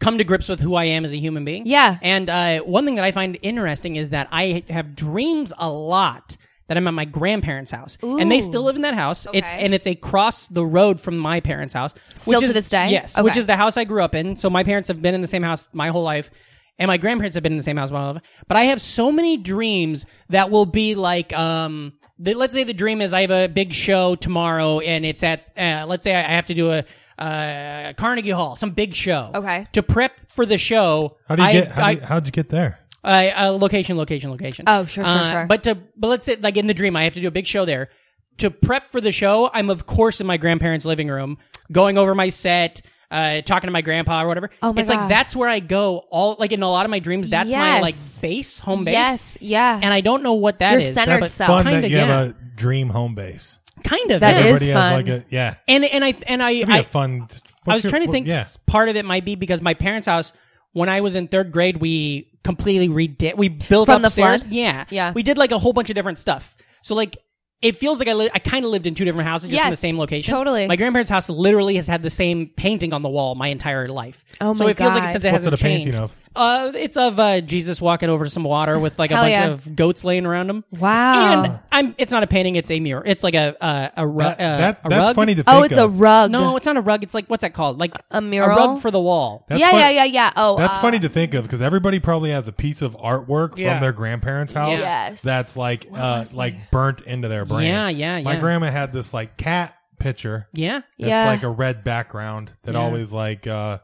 come to grips with who I am as a human being.
Yeah.
And, uh, one thing that I find interesting is that I have dreams a lot. That I'm at my grandparents' house, and they still live in that house. It's
Okay.
and it's across the road from my parents' house.
Still
which
to
is-
this day?
yes,
Okay.
which is the house I grew up in. So my parents have been in the same house my whole life, and my grandparents have been in the same house my whole life. But I have so many dreams that will be like, um, the, let's say the dream is I have a big show tomorrow, and it's at, uh, let's say I have to do a uh, Carnegie Hall, some big show.
Okay.
To prep for the show,
how do you
I,
get, how
I,
do you, how'd you get there?
I, uh, location, location, location.
Oh, sure, sure,
Uh,
sure.
But to but let's say like in the dream, I have to do a big show there. To prep for the show, I'm of course in my grandparents' living room, going over my set, uh, talking to my grandpa or whatever.
Oh my
it's
God.
like that's where I go. All like in a lot of my dreams, that's my
Yes.
like base, home base.
Yes. Yeah.
And I don't know what that
Your
is,
centered
but
self.
Fun
Kind
that
of,
you
yeah.
have a dream home base.
Kind of.
That
yeah.
is
Everybody has
fun.
like a, yeah.
And and I and I
It'd be
I-
a fun.
I was trying to think.
Yeah.
s- Part of it might be because my parents' house. When I was in third grade, we completely redid. We built
From the
upstairs.
flood?
Yeah,
Yeah.
We did like a whole bunch of different stuff. So like, it feels like I li- I kind of lived in two different houses, just in the
Yes,
same location.
totally.
My grandparents' house literally has had the same painting on the wall my entire life.
Oh
so
my
it feels like
God.
it, since it
What's
hasn't
it a painting
changed.
of?
Uh, it's of uh, Jesus walking over some water with like a
Hell
bunch
yeah.
of goats laying around him.
wow.
And I'm. It's not a painting. It's a mirror. It's like a uh, a, ru-
That,
uh,
that-
a
that's
rug.
funny to think
oh, it's a
of.
rug.
No, it's not a rug. It's like what's that called? Like
A mural?
a rug for the wall.
That's
yeah,
funny-
yeah, yeah, yeah. Oh,
That's
uh,
funny to think of because everybody probably has a piece of artwork
Yeah.
from their grandparents' house
Yes.
that's like
What
uh,
was
like burnt into their brain.
Yeah, yeah,
My
yeah.
grandma had this like cat picture
Yeah.
that's
Yeah.
like a red background that
Yeah.
always like uh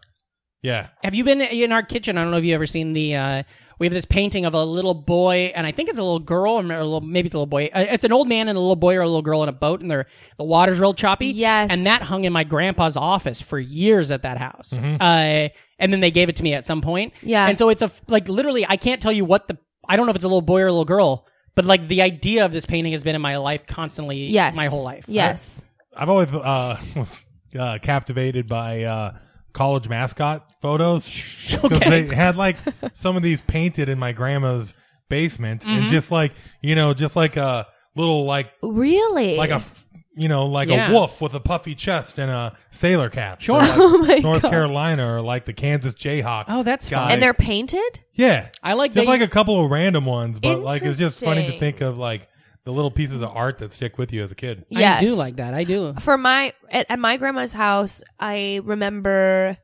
yeah.
Have you been in our kitchen? I don't know if you ever seen the. Uh, we have this painting of a little boy, and I think it's a little girl, or a little, maybe it's a little boy. Uh, It's an old man and a little boy or a little girl in a boat, and they're, the water's real choppy.
Yes.
And that hung in my grandpa's office for years at that house.
Mm-hmm.
Uh, and then they gave it to me at some point.
Yeah.
And so it's a, f- like, literally, I can't tell you what the, I don't know if it's a little boy or a little girl, but like the idea of this painting has been in my life constantly,
Yes.
my whole life.
Yes.
I've always uh was uh, captivated by uh college mascot photos 'Cause
Okay.
they had like some of these painted in my grandma's basement and
Mm-hmm.
just like you know just like a little like
Really?
like a f- you know like
Yeah.
a wolf with a puffy chest and a sailor cap.
Sure.
Or, like,
Oh my
North
God.
Carolina or like the Kansas Jayhawk.
Oh, that's
guy.
fun.
and they're painted.
yeah.
I like
just
that
like
you-
a couple of random ones, but like it's just funny to
Interesting.
think of like the little pieces of art that stick with you as a kid.
Yes.
I do like that. I do.
for my at, at my grandma's house i remember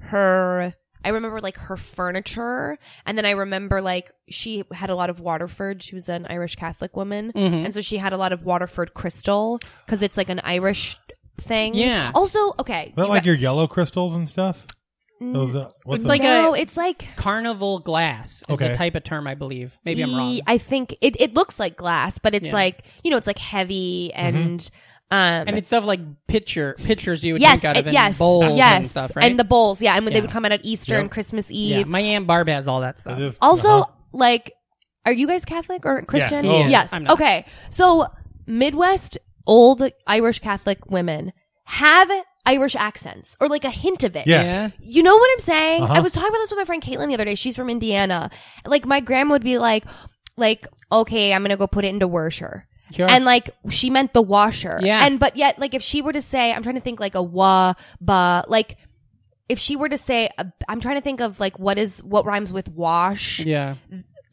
her i remember like her furniture and then i remember like she had a lot of waterford she was an irish catholic woman and so she had a lot of waterford crystal because it's like an irish thing
Yeah.
also okay
Is that
you
like
got-
your yellow crystals and stuff? Those, uh, what's
It's
the-
like
no
a-
it's like
Carnival glass is a
Okay.
type of term, I believe. Maybe I'm wrong.
e- i think it, it looks like glass but it's
Yeah. Mm-hmm.
like you know it's like heavy and um
and it's stuff like picture pictures you would
Yes,
take out of
uh,
it,
yes,
bowls
yes,
and stuff, right?
the bowls, yeah, and when they
Yeah.
would come out at Easter and Christmas Eve,
yeah, my aunt Barb has all that stuff.
It is-
Also,
uh-huh.
like, are you guys Catholic or Christian?
Oh.
Yes.
I'm not.
Okay. So, Midwest old Irish Catholic women have Irish accents or like a hint of it.
Yeah.
Yeah.
You know what I'm saying?
Uh-huh.
I was talking about this with my friend Caitlin the other day. She's from Indiana. Like, my grandma would be like, like, okay, I'm going to go put it into washer.
Sure.
And like she meant the washer.
Yeah.
And but yet, like if she were to say, I'm trying to think like a wa ba, like if she were to say, uh, I'm trying to think of like what is what rhymes with wash
yeah.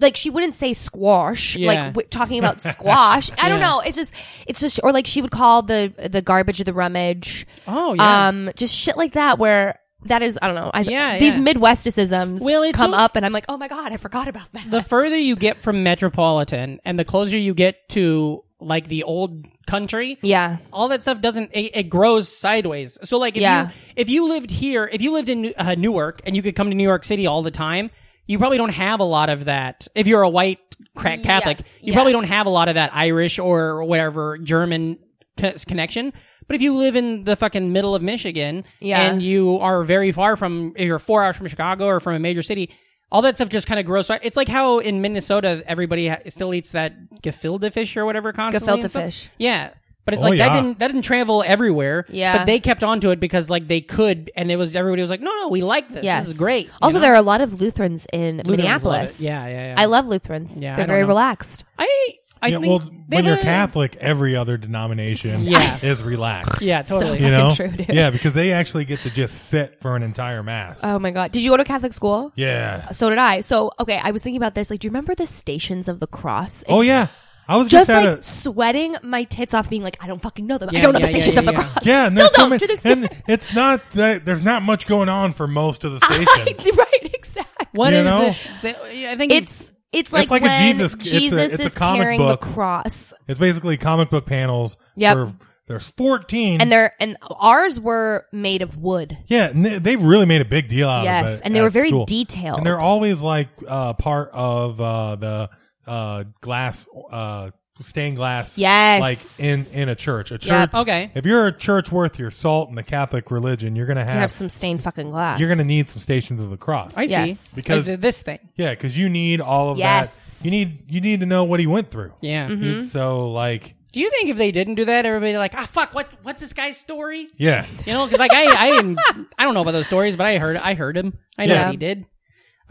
like she wouldn't say squash
Yeah.
like w- talking about squash i don't
Yeah.
know it's just it's just or like she would call the the garbage the rummage
Oh yeah.
um just shit like that where that is i don't know I,
Yeah,
these
yeah.
midwesticisms
Well, it's
come
al-
up and i'm like oh my god i forgot about that
the further you get from metropolitan, and the closer you get to like the old country,
Yeah.
all that stuff doesn't it, it grows sideways. So like if
Yeah.
you if you lived here, if you lived in New- uh, Newark and you could come to New York City all the time, you probably don't have a lot of that. If you're a white crack Catholic,
Yes,
you
yeah.
probably don't have a lot of that Irish or whatever German co- connection. But if you live in the fucking middle of Michigan
Yeah.
and you are very far from, if you're four hours from Chicago or from a major city, all that stuff just kind of grows. So It's like how in Minnesota everybody ha- still eats that gefilte fish or whatever constantly. and
Gefilte
stuff.
fish.
Yeah. But it's
Oh,
like that
yeah.
didn't that didn't travel everywhere.
Yeah.
But they kept on to it because like they could and it was everybody was like, No, no, we like this.
Yes.
This is great. you
Also,
know?
there are a lot of Lutherans
Lutherans
in
love
Minneapolis.
it. Yeah, yeah, yeah.
I love Lutherans.
Yeah, I
They're
don't
very
know.
relaxed.
I I
yeah,
think
well,
they
when you're
have a-
Catholic, every other denomination
Yeah.
is relaxed.
Yeah, totally.
You know?
Fucking true, dude.
yeah, because they actually get to just sit for an entire mass.
Oh my god! Did you go to Catholic school?
yeah.
So did I. So okay, I was thinking about this. Like, do you remember the Stations of the Cross?
Oh yeah. I was just
Just
at
like
a
sweating my tits off, being like, I don't fucking know them. I
Yeah,
don't know
yeah,
the
yeah,
Stations
yeah,
of the
yeah.
Cross.
yeah, and
Still
there's so
don't
many,
to this
and
day.
it's not that there's not much going on for most of the stations.
right, exactly.
What
you
is
know?
this? They- I think
It's it's like,
like a
when
Jesus- it's a- it's a
is
comic
carrying
book.
the cross,
It's basically comic book panels.
Yep.
for- there's 14.
and they're and ours were made of wood.
yeah, and they- they really made a big deal out of it.
Yes, and they
at
were very
school.
detailed.
And they're always like uh, part of uh, the uh, glass, uh, stained glass.
Yes.
Like in, in a church. A church.
Yep.
okay.
If you're a church worth your salt in the Catholic religion, you're going to
you have
have,
some stained fucking glass.
you're going to need some Stations of the Cross.
I
Yes.
see.
Because-
Because this thing.
Yeah, because you need all of
Yes.
that. You need you need to know what he went through.
Yeah.
Mm-hmm.
It's So like,
Do you think if they didn't do that, everybody like, ah, fuck, what, what's this guy's story?
yeah,
You know, because like I, I didn't, I don't know about those stories, but I heard, I heard him. I know
Yeah.
what he did.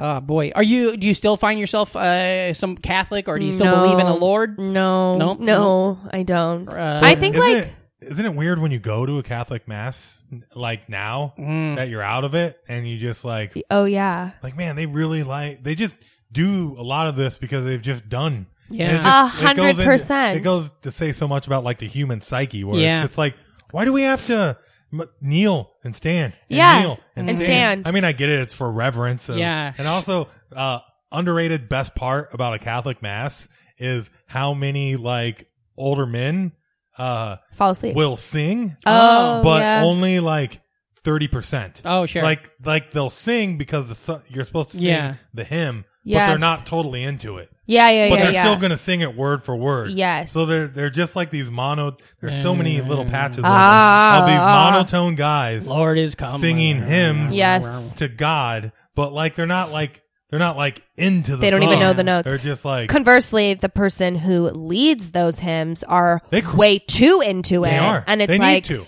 Oh boy, are you? Do you still find yourself uh, some Catholic, or do you still believe in the Lord?
No,
No?
no, I don't.
Uh,
I think
isn't
like
it, isn't it weird when you go to a Catholic mass like now that you're out of it and you just like
oh Mm. yeah,
like man they really like they just do a lot of this because they've just done
Yeah.
And it
A
just- it goes
hundred
into-
percent.
It goes to say so much about like the human psyche where
Yeah.
it's just like why do we have to m- kneel and stand and
Yeah,
kneel and,
and stand.
I mean I get it it's for reverence of-
Yeah.
and also uh underrated best part about a Catholic mass is how many like older men uh
fall asleep.
will sing
oh,
but
yeah.
only like 30%.
Oh, sure.
Like like they'll sing because the su- you're supposed to sing
Yeah.
the hymn, but they're
Yes.
not totally into it.
yeah, yeah, yeah,
But they're
yeah.
still going to sing it word for word.
Yes.
So they're they're just like these mono there's so many little patches of,
Ah.
of these monotone guys
Lord is come.
singing hymns
Yes.
to God, but like they're not like they're not like into the
They don't even
song.
know the notes.
They're just like
Conversely, the person who leads those hymns are
They cr-
way too into it,
they are.
and it's
they
like
need to.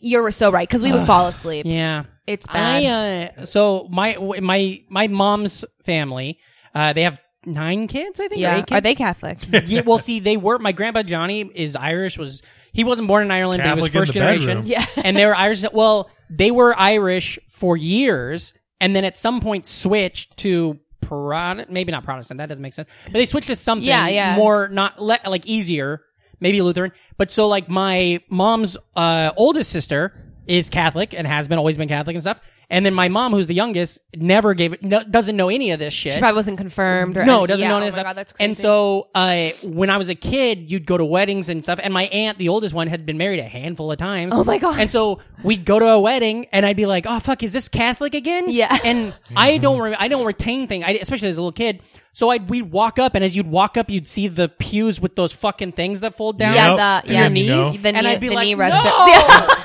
you're so right because we would fall asleep.
Yeah,
It's bad.
I uh, so my my my mom's family, uh, they have nine kids, I think. Or
yeah,
eight kids?
are they Catholic?
yeah, well, see, they were. My grandpa Johnny is Irish. Was he wasn't born in Ireland, but
Catholic
he
in
was first
the
generation.
bedroom.
Yeah.
and they were Irish. Well, they were Irish for years, and then at some point switched to Protestant. Maybe not Protestant. That doesn't make sense. But they switched to something
Yeah, yeah.
more not le- like easier. Maybe Lutheran. But so like my mom's uh, oldest sister is Catholic and has been always been Catholic and stuff. And then my mom, who's the youngest, never gave it, no, doesn't know any of this shit
She probably wasn't confirmed. Or
no, doesn't
yeah,
know
oh
any
my
of that
God,
stuff.
that's crazy.
and so, uh, when I was a kid, you'd go to weddings and stuff. And my aunt, the oldest one, had been married a handful of times.
Oh my God.
And so we'd go to a wedding, and I'd be like, "Oh fuck, is this Catholic again?"
Yeah.
And I don't, re- I don't retain things, I, especially as a little kid. So I'd we'd walk up, and as you'd walk up, you'd see the pews with those fucking things that fold down.
yeah,
Nope.
the
And
yeah,
then you know.
the knee,
and I'd be
the
like,
knee
"No,
rest-
I
Like-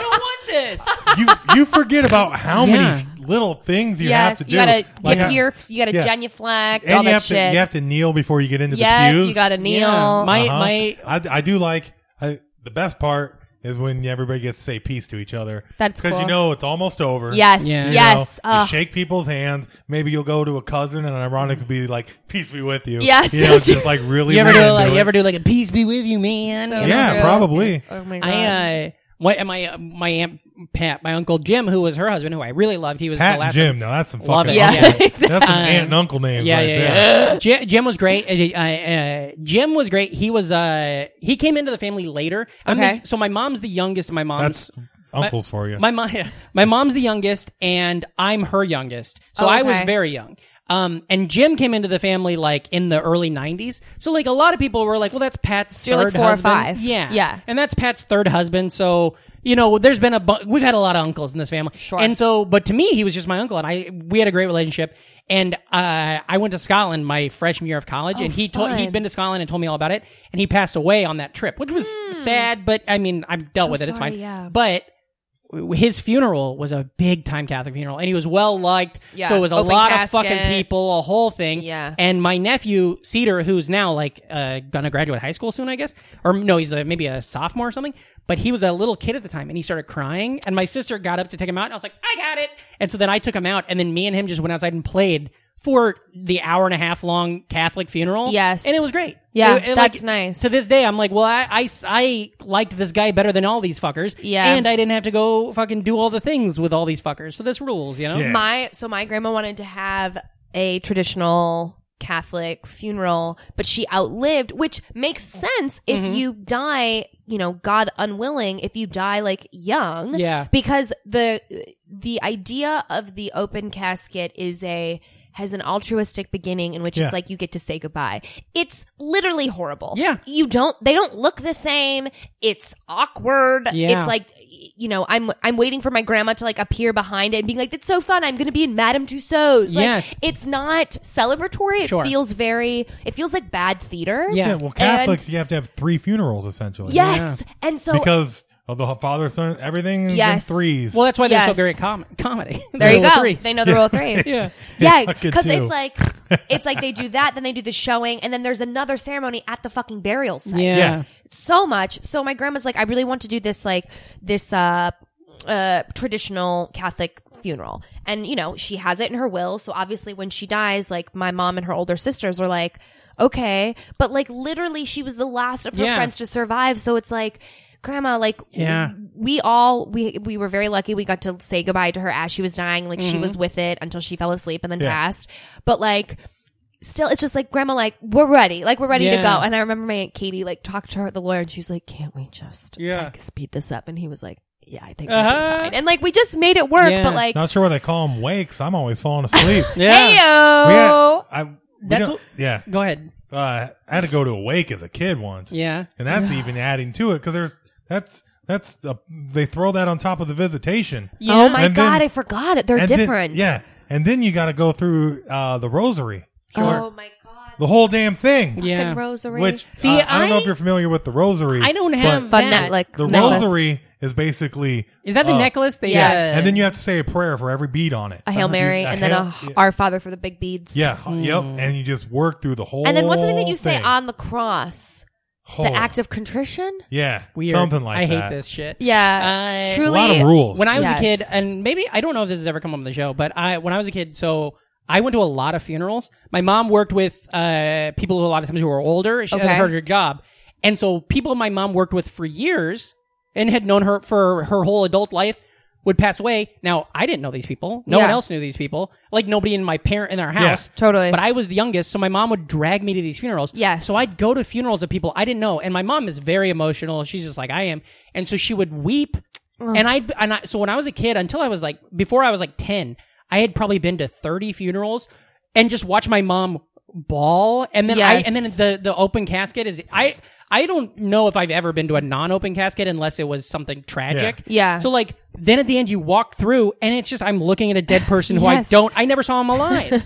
don't want this."
you you forget about how many
Yeah.
s- little things you have
yes,
to do.
you gotta
Like,
dip
I-
your, you gotta
yeah.
genuflect,
and
all
you
that
have
shit.
to you have to kneel before you get into
yeah,
the pews.
you gotta kneel.
Yeah. My
Uh-huh.
my
I I do like I, the best part is when everybody gets to say peace to each other.
That's
because you
cool.
know it's almost over.
yes,
Yeah.
You
yes. uh,
know, you
Ugh.
shake people's hands. Maybe you'll go to a cousin, and ironic would be like, "Peace be with you."
Yes.
you know, it's just like really.
you ever
weird
do
into
like
it.
you ever do like a peace be with you, man.
So
You know?
Yeah,
true.
probably.
Oh my god.
I uh, what and my my aunt Pat, my uncle Jim, wim who was her husband, who I really loved. He was
Pat
the
and
last.
Jim. Now that's some
Love
fucking.
it.
uncle-
Yeah,
That's some aunt and uncle name
Yeah,
right
yeah,
there.
yeah. Jim, Jim was great. Uh, uh, Jim was great. He was uh he came into the family later. I'm the-
Okay.
so my mom's the youngest. of My mom's
That's uncles for you.
my mom, my mom's the youngest, and I'm her youngest. So
Oh,
I was
okay.
very young. Um, and Jim came into the family like in the early '90s, so like a lot of people were like, "Well, that's Pat's
you're, like,
third
four or
husband.
five.
Yeah,
Yeah.
and that's Pat's third husband. So you know, there's been a bu- we've had a lot of uncles in this family,
Sure.
And so, but to me, he was just my uncle, and I we had a great relationship. And uh, I went to Scotland my freshman year of college, and he told he'd
Oh, fun.
been to Scotland and told me all about it. And he passed away on that trip, which was sad, but I mean, I've dealt
Hmm. So
with it. It's
sorry,
fine.
yeah.
But his funeral was a big time Catholic funeral, and he was well liked.
Yeah,
So it was a
open
lot of fucking
casket.
people, a whole thing.
Yeah.
And my nephew Cedar, who's now like uh, gonna graduate high school soon, I guess, or no, he's uh maybe a sophomore or something. But he was a little kid at the time, and he started crying. And my sister got up to take him out, and I was like, "I got it." And so then I took him out, and then me and him just went outside and played for the hour and a half long Catholic funeral.
Yes.
and it was great.
Yeah,
It- it,
that's nice.
To this day, I'm like, well, I, I, I liked this guy better than all these fuckers.
Yeah.
And I didn't have to go fucking do all the things with all these fuckers. So this rules, you know?
Yeah.
My so my grandma wanted to have a traditional Catholic funeral, but she outlived, which makes sense if
Mm-hmm.
you die, you know, God unwilling, if you die like young.
Yeah.
Because the the idea of the open casket is a has an altruistic beginning in which
Yeah.
it's like you get to say goodbye. It's literally horrible.
Yeah.
You don't they don't look the same. It's awkward.
Yeah.
It's like you know, I'm I'm waiting for my grandma to like appear behind it and being like, "That's so fun! I'm going to be in Madame Tussauds." Like,
Yes.
it's not celebratory. It
Sure.
feels very. It feels like bad theater.
Yeah.
Yeah, well, Catholics, you have to have three funerals essentially.
Yes, and so
because of the father, son, everything is
Yes.
in threes.
Well, that's why they're
Yes.
so great at com- comedy.
there you
Rule of
go.
threes.
They know the rule of threes.
Yeah.
yeah,
Fucking
because
do.
it's like it's like they do that, then they do the showing, and then there's another ceremony at the fucking burial site.
Yeah.
Yeah.
so much. So my grandma's like, I really want to do this like this uh uh traditional Catholic funeral. And you know, she has it in her will, so obviously when she dies, like my mom and her older sisters are like, okay, but like literally she was the last of her
Yeah.
friends to survive, so it's like Grandma, like,
Yeah.
we all we we were very lucky. We got to say goodbye to her as she was dying. Like
Mm-hmm.
she was with it until she fell asleep and then
Yeah.
passed. But like, still it's just like grandma like we're ready like we're ready to
Yeah.
go and i remember my aunt katie like talked to her the lawyer and she was like can't we just
Yeah.
like speed this up and he was like yeah i think we'll
Uh-huh.
be fine and like we just made it work
Yeah.
but like
Not sure why they call them wakes. I'm always falling asleep.
Yeah.
heyo.
We had- I, we
That's
don't-
what-
yeah.
Go ahead.
oh
Uh, I had to go to a wake as a kid once.
Yeah.
and that's even adding to it because there's that's that's uh they throw that on top of the visitation.
Yeah.
oh my
And then-
god i forgot it they're
and then-
different
yeah, and then you got to go through uh, the rosary,
oh my god
the whole damn thing.
Yeah.
Fucking rosary
Which
See,
uh, I don't know if
I-
you're familiar with the rosary.
I don't
but
have
fun
that.
that like
the
necklace.
rosary is basically
Is that the
uh,
necklace? That
Yes.
uh,
and then you have to say a prayer for every bead on it.
a hail mary
Uh-huh. A
and then a
Hail- yeah.
our father for the big beads
Yeah.
Hmm.
Yep. And you just work through the whole.
and then what's the thing that you say
thing.
on the cross
Oh,
the act of contrition
Yeah.
weird.
Something like
I
that.
hate this shit.
yeah
I-
A
truly
lot of rules.
When I was
Yes.
a kid, and maybe I don't know if this has ever come up on the show, but I when I was a kid, so I went to a lot of funerals. My mom worked with uh, people who a lot of times who were older. She
Okay.
had her job, and so people my mom worked with for years and had known her for her whole adult life would pass away. Now I didn't know these people. No one
Yeah.
else knew these people. Like nobody in my parent in our
Yeah.
house.
Totally.
But I was the youngest, so my mom would drag me to these funerals.
Yes.
So I'd go to funerals of people I didn't know, and my mom is very emotional. She's just like I am, and so she would weep. And I and I, so when I was a kid, until I was like before I was like ten, I had probably been to thirty funerals, and just watch my mom bawl, and then
Yes.
I and then the the open casket is I I don't know if I've ever been to a non open casket unless it was something tragic.
Yeah.
So like then at the end you walk through, and it's just I'm looking at a dead person who I
Yes.
don't I never saw him alive.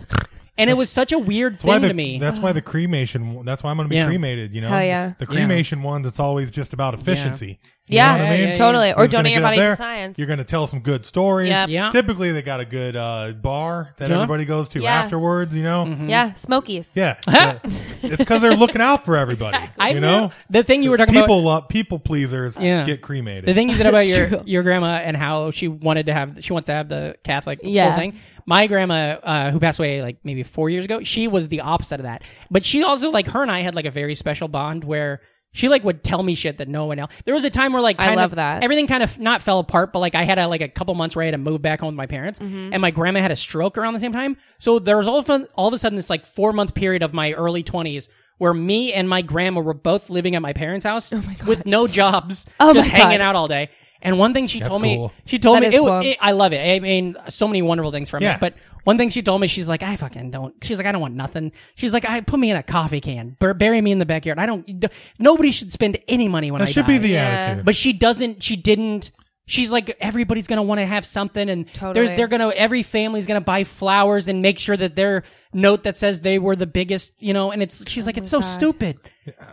And it was such a weird
That's why
thing
the,
to me.
That's why the cremation. That's why I'm going to be
Yeah.
cremated. You know,
Hell yeah.
The cremation one that's always just about efficiency. You
Yeah,
know what I
Yeah,
mean?
yeah,
totally. Or
Who's gonna
donate your
get up
body to
there?
science.
You're going to tell some good stories.
Yep.
Yeah.
Typically, they got a good uh, bar that
Yeah. Mm-hmm.
everybody goes to
Yeah.
afterwards. You know.
yeah smokies
Yeah. Yeah. it's because they're looking out for everybody.
I
you know.
the thing you were talking about.
people love people pleasers
Yeah.
get cremated.
The thing you said about your
true.
your grandma and how she wanted to have she wants to have the Catholic
Yeah.
full thing. My grandma, uh, who passed away like maybe four years ago, she was the opposite of that. But she also like her and I had like a very special bond where she like would tell me shit that no one else. There was a time where like
I
kind
love
of,
that.
everything kind of not fell apart, but like I had a, like a couple months where I had to move back home with my parents,
Mm-hmm.
and my grandma had a stroke around the same time. So there was all of a, all of a sudden this like four month period of my early twenties where me and my grandma were both living at my parents' house with no jobs,
Oh
just
my God.
hanging out all day. And one thing she told
cool.
me, she told
That
me,
is
it,
cool.
it, I love it. I mean, so many wonderful things from
Yeah.
it. But One thing she told me, she's like, I fucking don't. She's like, I don't want nothing. She's like, I put me in a coffee can, bur- bury me in the backyard. I don't. d- Nobody should spend any money when
That
I
should
die.
be the
Yeah.
attitude.
But she doesn't. She didn't. She's like everybody's gonna want to have something, and
Totally.
they're they're gonna every family's gonna buy flowers and make sure that their note that says they were the biggest, you know. And it's she's like it's
Oh
so stupid,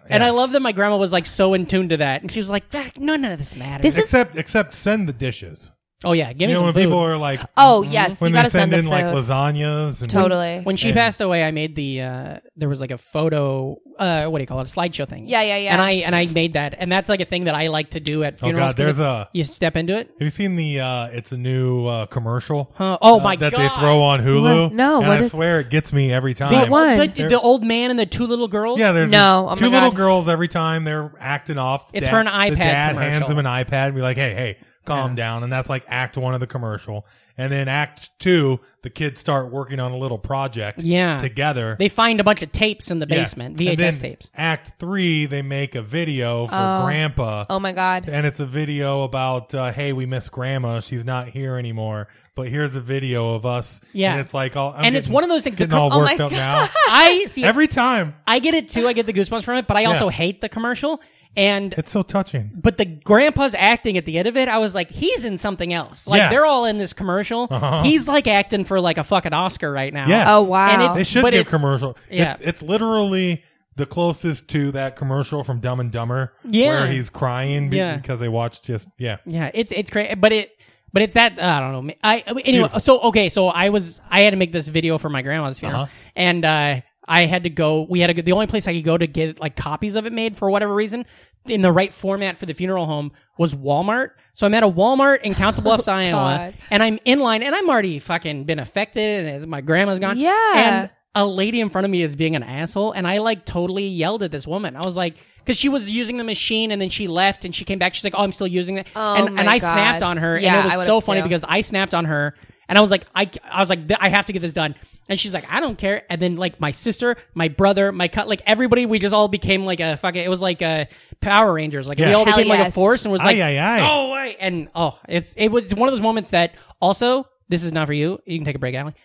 and I love that my grandma was like so in tune to that, and she was like, "Ah, no, none of this matters.
This is-
except except send the dishes.
oh yeah, give me
You know
some
when
food.
people are like,
Oh yes,
when
you
they
gotta send
send
the
in
food.
like lasagnas and
totally.
when she passed away, I made the uh, there was like a photo, uh, what do you call it, a slideshow thing.
Yeah, yeah, yeah.
And I and I made that, and that's like a thing that I like to do at
Oh
funerals.
god,
'cause
there's
it-
a.
you step into it.
Have you seen the? uh It's a new uh commercial.
Huh. Oh,
uh,
my
that
God.
they throw on Hulu.
What? No,
and
what
I
is-
swear it gets me every time.
What one?
The, the old man and the two little girls.
Yeah, there's
No, oh
two
my
little
God.
girls every time they're acting off.
It's for an iPad
The dad hands
commercial.
them an iPad and be like, "Hey, hey, calm down." And that's like Act One of the commercial. And then Act Two, the kids start working on a little project.
Yeah.
together.
They find a bunch of tapes in the
Yeah.
basement,
And
VHS
then
tapes.
Act Three, they make a video for Grandpa.
Oh my god.
And it's a video about, uh, hey, we miss grandma. She's not here anymore. But here's a video of us.
Yeah.
And it's like, all, I'm
And it's
getting-
one of those things that
Getting all
come-
Oh
worked
my
up now.
I see.
Every time.
I get it too. I get the goosebumps from it, but I also
Yeah.
hate the commercial. And
It's so touching.
but the grandpa's acting at the end of it, I was like, he's in something else. Like
Yeah. Uh-huh.
they're all in this commercial. He's like acting for like a fucking Oscar right now.
Yeah.
Oh wow.
And it's-
They should
but
do a
it's-
commercial.
yeah.
It's, it's literally the closest to that commercial from Dumb and Dumber.
Yeah.
Where he's crying be-
Yeah.
because they watched just, yeah.
Yeah, it's it's crazy, but it but it's that I don't know. ma- I I mean, anyway.
Beautiful.
So okay, so I was I had to make this video for my grandma's funeral,
Uh-huh.
and uh, I had to go. We had to go, the only place I could go to get like copies of it made for whatever reason in the right format for the funeral home was Walmart. So I'm at a Walmart in Council Bluffs, Iowa,
Oh, God.
and I'm in line, and I'm already fucking been affected, and my grandma's gone.
Yeah.
and a lady in front of me is being an asshole, and I like totally yelled at this woman. I was like, because she was using the machine, and then she left, and she came back. She's like, "Oh, I'm still using that,"
Oh
and
my
and I
God.
snapped on her,
Yeah,
and
I
it was
would've
so funny
too.
because I snapped on her, and I was like, I I was like, "Th- I have to get this done, and she's like, I don't care, and then like my sister, my brother, my cut, like everybody, we just all became like a fucking. It was like a Power Rangers, like we
Yeah.
all
Hell
became like a
yes.
force, and was like,
Aye, aye, aye.
"Oh wait," and oh, it's it was one of those moments that also this is not for you. You can take a break, Alan.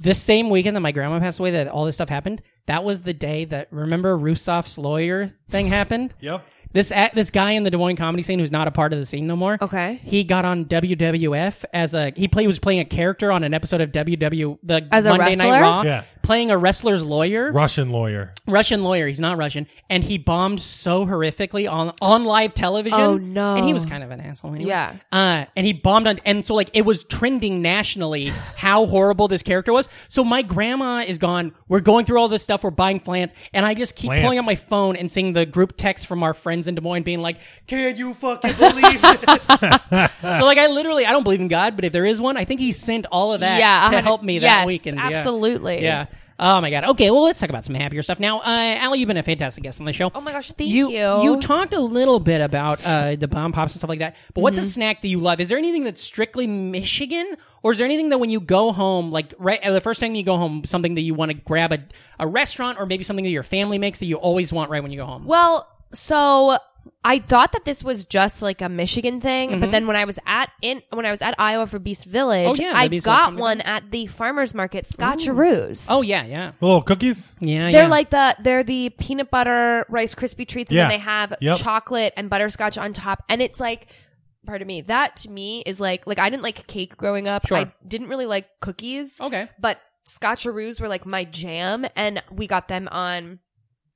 This same weekend that my grandma passed away, that all this stuff happened. That was the day that remember Russoff's lawyer thing happened.
Yep.
This a this guy in the Des Moines comedy scene who's not a part of the scene no more.
Okay.
He got on WWF as a he play was playing a character on an episode of WW the
As a
Monday Night
wrestler?
Raw.
Yeah.
Playing a wrestler's lawyer,
Russian lawyer.
Russian lawyer. He's not Russian, and he bombed so horrifically on on live television.
Oh, no.
And he was kind of an asshole. Anyway.
Yeah.
Uh, and he bombed on, and so like it was trending nationally how horrible this character was. So my grandma is gone. We're going through all this stuff. We're buying plants, and I just keep
Plants.
pulling up my phone and seeing the group text from our friends in Des Moines, being like, "Can you fucking believe this?" so like I literally I don't believe in God, but if there is one, I think he sent all of that
yeah,
to
100
help me that
yes,
weekend. yeah.
Absolutely.
Yeah. Oh my god. Okay. Well, let's talk about some happier stuff now. Uh, Allie, you've been a fantastic guest on the show.
Oh my gosh, thank
you.
you.
talked a little bit about uh, the bomb pops and stuff like that. But what's a
Mm-hmm.
snack that you love? Is there anything that's strictly Michigan, or is there anything that when you go home, like right uh, the first time you go home, something that you want to grab a a restaurant, or maybe something that your family makes that you always want right when you go home?
Well, so I thought that this was just like a Michigan thing, but then when I was at in when I was at Iowa for Beast Village,
Mm-hmm. Oh, yeah, the
I
Beast
got
Village.
one at the farmers market, Scotcheroos.
oh yeah, yeah,
Little cookies.
yeah.
They're
yeah.
like the they're the peanut butter rice crispy treats, and
Yeah.
then they have
Yep.
chocolate and butterscotch on top, and it's like. Pardon me. That to me is like like I didn't like cake growing up.
Sure.
I didn't really like cookies.
okay.
but scotcheroos were like my jam and we got them on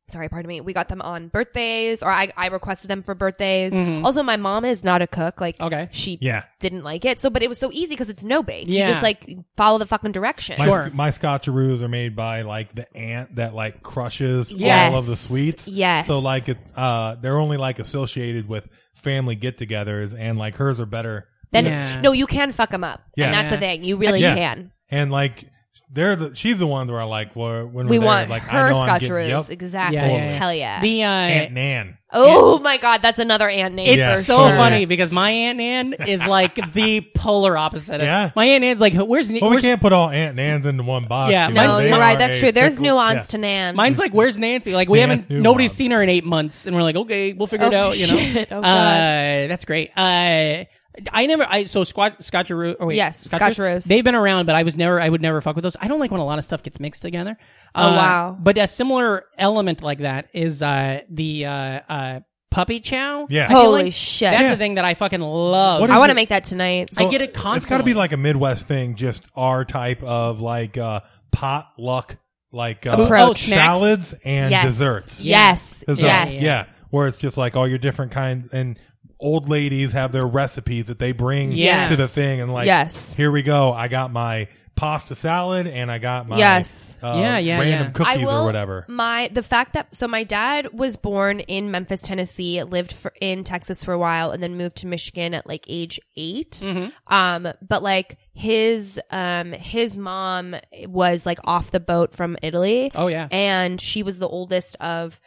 sorry pardon me we got them on birthdays or i, I requested them for birthdays also my mom is not a cook like
Okay.
she
Mm-hmm. Yeah.
didn't like it so but it was so easy because it's no bake
Yeah.
you just like follow the fucking directions
My,
Sure.
my scotcheroos are made by like the ant that like crushes
Yes.
all of the sweets.
Yes.
So like it, uh, they're only like associated with family get-togethers, and like hers are better.
then
Yeah.
no you can fuck them up
Yeah.
and that's the thing you really
Yeah.
can
And like they're the she's the one where I like where when
we
we're
want
there, like I
her
know I'm getting-
scotcheroos
yep,
exactly
Yeah, yeah, yeah.
hell yeah
The uh,
Aunt Nan.
oh my god that's another aunt name
It's
Yeah,
for
so
sure.
funny because my aunt Nan is like the polar opposite. Of,
Yeah.
my aunt Nan's like, where's
Well, we
where's-
can't put all Aunt Nans into one box.
Yeah,
you know,
no
they
you're
are
right that's
a
true there's
fickle-
nuance
yeah.
to nan
Mine's like, where's Nancy? Like we
Yeah,
haven't
who
nobody's
knows?
seen her in eight months, and we're like, okay, we'll figure it
Oh,
out. You know,
shit. Oh, God.
uh, that's great. Uh, I never. I so squat Scotcheroos. Oh wait,
Yes, Scotcheroos.
They've been around, but I was never. I would never fuck with those. I don't like when a lot of stuff gets mixed together. Uh,
Oh, wow.
But a similar element like that is uh, the uh, uh, puppy chow.
Yeah.
feel
Holy
like
shit.
That's the thing that I fucking love.
What
I
is
want to
it-
make that tonight.
I get it
It's got to
constantly.
be like a Midwest thing, just our type of like uh, potluck, like uh,
Approach. Oh,
snacks.
salads and
yes.
desserts.
Yes.
'Cause, uh,
Yes.
yeah, where it's just like all your different kinds and old ladies have their recipes that they bring
Yes.
to the thing and like,
Yes.
here we go. I got my pasta salad and I got my
Yes.
uh,
Yeah, yeah,
random
yeah.
cookies
I will,
or whatever.
My the fact that so my dad was born in Memphis, Tennessee, lived for, in Texas for a while, and then moved to Michigan at like age 8 Um, but like his um his mom was like off the boat from Italy.
Oh, yeah.
and she was the oldest of.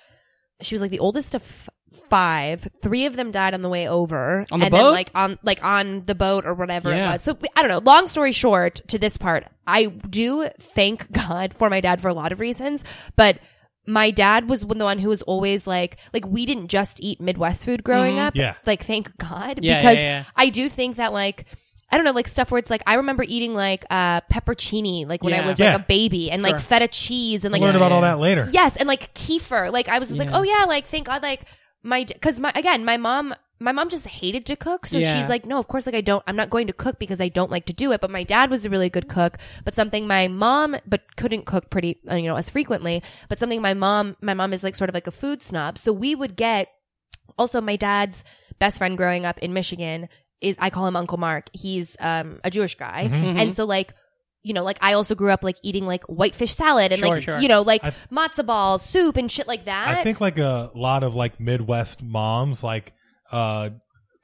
She was like the oldest of five. Three of them died on the way over
On the
and
boat?
Then, like on like on the boat or whatever
Yeah.
it was. So I don't know. Long story short, to this part, I do thank God for my dad for a lot of reasons, but my dad was one- the one who was always like, like we didn't just eat Midwest food growing up.
Yeah.
Like thank God
Mm-hmm. Yeah,
because
yeah, yeah.
I do think that like. I don't know, like stuff where it's like I remember eating like uh peppercini, like when
Yeah.
I was
Yeah.
like a baby, and
Sure.
like feta cheese, and like
Learn about all that later.
Yes, and like kefir. Like I was just
Yeah.
like, oh yeah, like thank God, like my because my again my mom my mom just hated to cook, so
Yeah.
she's like, no, of course, like I don't, I'm not going to cook because I don't like to do it. But my dad was a really good cook, but something my mom but couldn't cook pretty uh, you know as frequently, but something my mom my mom is like sort of like a food snob, so we would get also my dad's best friend growing up in Michigan is I call him Uncle Mark. He's um a Jewish guy.
Mm-hmm.
And so like you know, like I also grew up like eating like whitefish salad and
Sure,
like
sure.
you know, like
I-
matzo balls, soup and shit like that.
I think like a lot of like Midwest moms, like uh,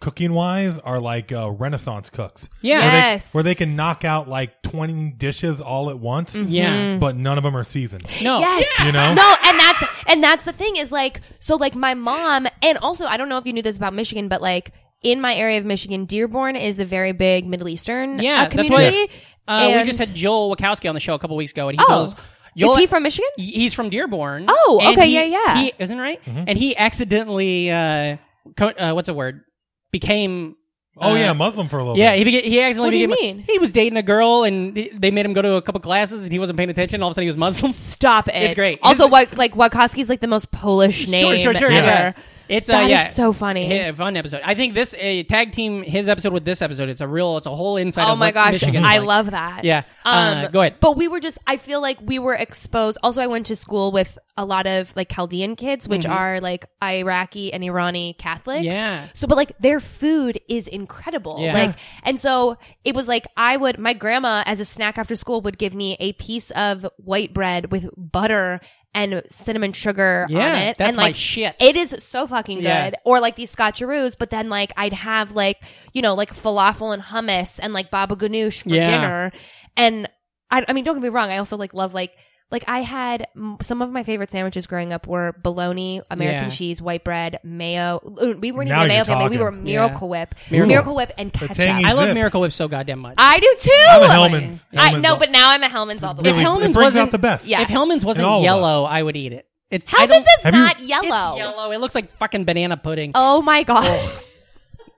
cooking wise, are like uh, Renaissance cooks.
Yeah.
Where they-
Yes.
Where they, can knock out like 20 dishes all at once.
Mm-hmm. Yeah.
But none of them are seasoned.
no. Uh,
Yes.
You know?
No, and that's and that's the thing is like so like my mom and also I don't know if you knew this about Michigan, but like in my area of Michigan, Dearborn is a very big Middle Eastern uh,
Yeah, that's why-
community.
Uh, we
And-
just had Joel Wachowski on the show a couple weeks ago, and he
Oh.
goes, Joel,
Is he from Michigan?
he- he's from Dearborn.
Oh,
and
okay,
he-
yeah, yeah.
He, isn't it right?
Mm-hmm.
And he accidentally, uh, co- uh, what's the word? Became.
Oh,
uh,
yeah. Muslim for a little
Yeah,
bit.
he beca- he accidentally
What do you
became-
mean?
He was dating a girl, and he- they made him go to a couple classes, and he wasn't paying attention. and All of a sudden, he was Muslim.
Stop it.
It's great.
Also, what like Wachowski's like the most Polish name ever.
It's uh,
That is
yeah,
so funny.
Yeah, fun episode. I think this uh, tag team his episode with this episode. It's a real. It's a whole insight.
Oh
of
my
what
gosh,
Michigan's
I
like.
love Um, that.
Yeah. Uh, go ahead.
But we were just, I feel like we were exposed. Also, I went to school with a lot of like Chaldean kids, which are like Iraqi and Irani
Mm-hmm.
Catholics.
Yeah.
So, but like their food is incredible.
Yeah.
Like, and so it was like I would, my grandma as a snack after school would give me a piece of white bread with butter and cinnamon sugar
Yeah,
on it.
that's
and
my
like
shit.
It is so fucking good.
Yeah.
Or like these scotcheroos, but then like I'd have like, you know, like falafel and hummus and like baba ganoush for
Yeah.
dinner. And I, I mean, don't get me wrong. I also like love like, like I had mm, some of my favorite sandwiches growing up were bologna, American
Yeah.
cheese, white bread, mayo. Uh, We weren't
Now
even a mayo
you're
family. We
talking.
were Miracle Whip,
Miracle-
Miracle, Whip, and ketchup.
tangy-
I love
Zip.
Miracle Whip so goddamn much.
I do too.
I'm a Hellman's.
I
Hellman's
no,
all-
but now I'm a Hellman's all the
Really,
way.
Hellman's
it brings
wasn't-
out the best.
Yeah.
If Hellman's wasn't
In all of us.
yellow, I would eat it. It's I
Hellman's
don't,
is
Have you-
not yellow.
It's yellow. It looks like fucking banana pudding.
Oh my god.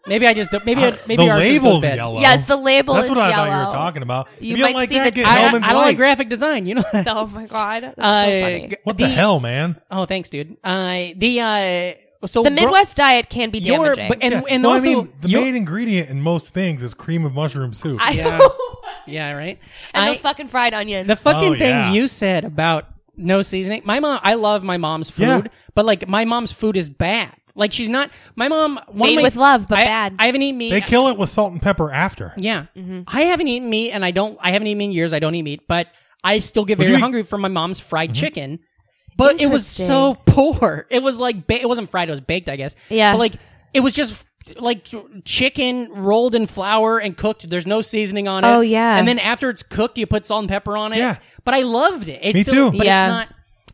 Maybe I just don't- maybe I- maybe
Uh, the
ours is
label's
bad.
yellow.
Yes, the label
That's
is
what I thought you
yellow.
were talking about. If
You
you don't
might
like
see
that,
the
get
tag.
I,
Hellman's
I don't like
Light.
graphic design. You know that.
oh my god. That's
Uh,
so funny.
What the, hell, man?
Oh, thanks, dude. Uh, the uh, so
The
gro-
Midwest diet can be
your
damaging.
but- and
Yeah.
and
no,
also
I mean, the
your-
main ingredient in most things is cream of mushroom soup.
I-
Yeah. yeah, right.
and
I-
those fucking fried onions.
The fucking
Oh,
thing
yeah.
you said about no seasoning. My mom, I love my mom's food,
Yeah.
but like my mom's food is bad. Like she's not my mom. One of
Made
my-
with love, but
I-
bad.
I haven't eaten meat.
they kill it with salt and pepper after.
yeah,
Mm-hmm.
I haven't eaten meat, and I don't. I haven't eaten meat in years. I don't eat meat, but I still get very
you eat- Mm-hmm.
hungry for my mom's fried chicken. But it was so poor. It was like ba- it wasn't fried. It was baked, I guess.
Yeah.
but like it was just like chicken rolled in flour and cooked. There's no seasoning on it.
Oh, yeah.
and then after it's cooked, you put salt and pepper on it.
Yeah.
but I loved it. It's
Me
still-
too.
But
Yeah.
it's not.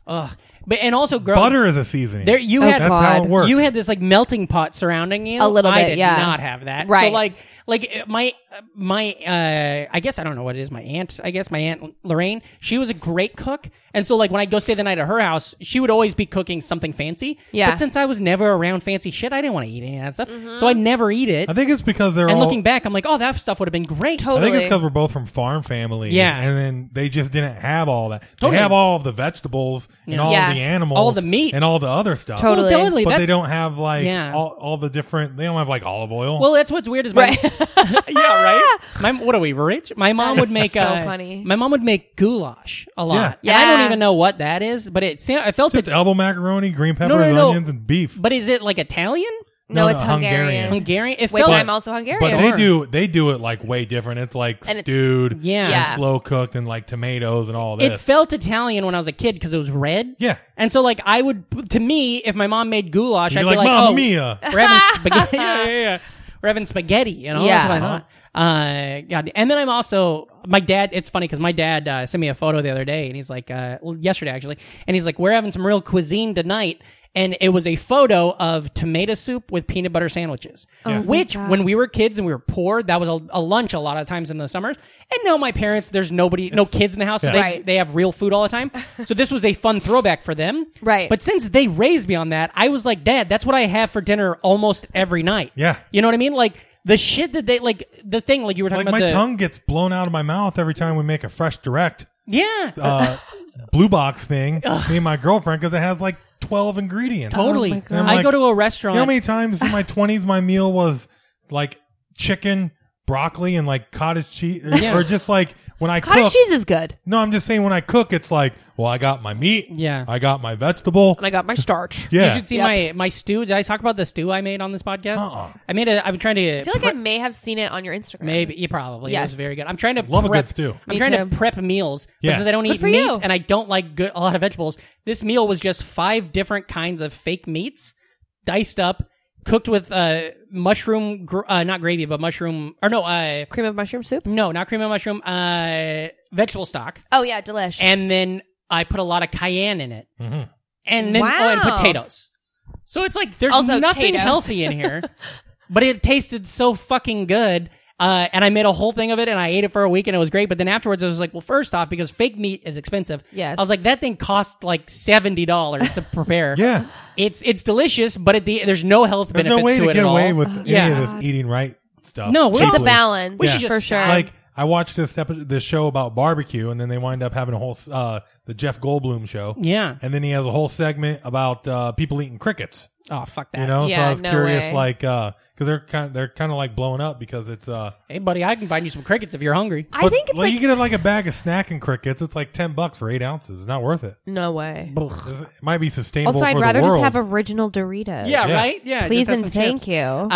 Ugh. But and also growing
Butter is a seasoning.
There you
Oh,
had
That's how
God.
it works.
you had this like melting pot surrounding you.
A little
I
bit,
did
yeah.
not have that. So
Right.
like like my uh, my uh I guess I don't know what it is. My aunt, I guess my aunt Lorraine, she was a great cook, and so like when I go stay the night at her house, she would always be cooking something fancy.
Yeah. Mm-hmm.
But since I was never around fancy shit, I didn't want to eat any of that stuff, so I never eat it.
I think it's because they're
and
all.
looking back, I'm like, oh, that stuff would have been great.
I think it's
Totally.
because we're both from farm families.
Yeah.
And then they just didn't have all that.
Totally.
They have all of the vegetables and all
Yeah.
of the animals.
All the meat.
And all the other stuff.
Totally.
Well, totally.
But
that-
they don't have like
Yeah.
all, all the different, they don't have like olive oil.
Well, that's what's weird is my
Right.
yeah right. My what are we rich? My mom
That
would
is
make
so
uh,
funny.
My mom would make goulash a lot.
Yeah.
And I don't
Yeah.
even know what that is, but it sa- I felt
just
it.
elbow macaroni, green peppers,
no, no.
onions, and beef.
But is it like Italian,
No,
No,
it's
no,
Hungarian.
Hungarian.
Hungarian? It
Which
felt
I'm also Hungarian.
but
Sure.
they do they do it like way different. It's like
And it's-
stewed,
Yeah.
and
Yeah.
slow cooked, and like tomatoes and all
it
this.
felt Italian when I was a kid because it was red.
yeah,
And so like I would to me if my mom made goulash,
you're
I'd
like,
be like,
Mamma
oh,
Mia.
we're having spaghetti. yeah, yeah, yeah. We're having spaghetti. You know,
Yeah.
that's what I thought. Uh, God. And then I'm also my dad. It's funny because my dad uh, sent me a photo the other day, and he's like, uh, well, yesterday actually, and he's like, we're having some real cuisine tonight. And it was a photo of tomato soup with peanut butter sandwiches,
Oh
which when we were kids and we were poor, that was a, a lunch a lot of times in the summers. And now my parents, there's nobody, no kids in the house, so
Yeah.
they,
Right.
they have real food all the time. So this was a fun throwback for them.
Right.
But since they raised me on that, I was like, Dad, that's what I have for dinner almost every night.
Yeah.
You know what I mean? Like the shit that they like the thing like you were talking
Like
about
my
the,
tongue gets blown out of my mouth every time we make a fresh direct
Yeah.
uh, blue box thing. me and my girlfriend because it has like twelve ingredients.
totally.
my God.
And I'm
I
oh like,
go to a
You
restaurant.
know how many times in my twenties my meal was like chicken, broccoli, and like cottage cheese, or,
Yeah.
or just like when I
Cottage
cook.
cheese is good.
No, I'm just saying when I cook, it's like, well, I got my meat.
Yeah.
I got my vegetable.
And I got my starch.
yeah.
You should see
Yep.
my my stew. Did I talk about the stew I made on this podcast?
Uh-uh.
I made a. I'm trying to.
I feel like
pre-
I may have seen it on your Instagram.
maybe you probably. It was
Yes.
very good. I'm trying to
Love a
prep,
good stew.
I'm
Me
trying
too.
to prep meals
Yeah.
because I don't
Good
eat
for
meat
you.
and I don't like good, a lot of vegetables. This meal was just five different kinds of fake meats, diced up, cooked with uh, mushroom, gr- uh, not gravy, but mushroom, or no, uh,
Cream of mushroom soup?
no, not cream of mushroom, uh, vegetable stock,
Mm. Oh, yeah, delish.
and then I put a lot of cayenne in it,
Mhm.
and then oh, and
Wow.
potatoes. So it's like there's
Also
nothing
potatoes.
healthy in here, but it tasted so fucking good. Uh, and I made a whole thing of it, and I ate it for a week, and it was great. But then afterwards, I was like, well, first off, because fake meat is expensive.
Yes.
I was like, that thing cost like seventy dollars to prepare.
Yeah.
it's it's delicious, but it, the, there's no health
There's no
benefits
way
to
to
it
get
at
away
all.
with
Yeah.
any of this eating right stuff.
No, we're-
it's a
Probably.
balance.
We should
for
just
sure.
Like I watched this episode, this show about barbecue, and then they wind up having a whole uh, the Jeff Goldblum show.
Yeah.
and then he has a whole segment about uh, people eating crickets.
Oh fuck that!
You know, so
Uh, Yeah,
I was
no
curious,
way.
like, because they're kind they're kind of like blowing up because it's. Uh,
Hey buddy, I can find you some crickets if you're hungry.
I
but-
think it's
well,
like,
you get like a bag of snacking crickets. It's like ten bucks for eight ounces. It's not worth it.
no way.
Ugh.
It might be sustainable.
Also, I'd
for
rather
the
just
world.
have original Doritos.
Yeah,
Yeah.
right. Yeah,
Please
just have
and
some
thank
chips.
you.
Uh,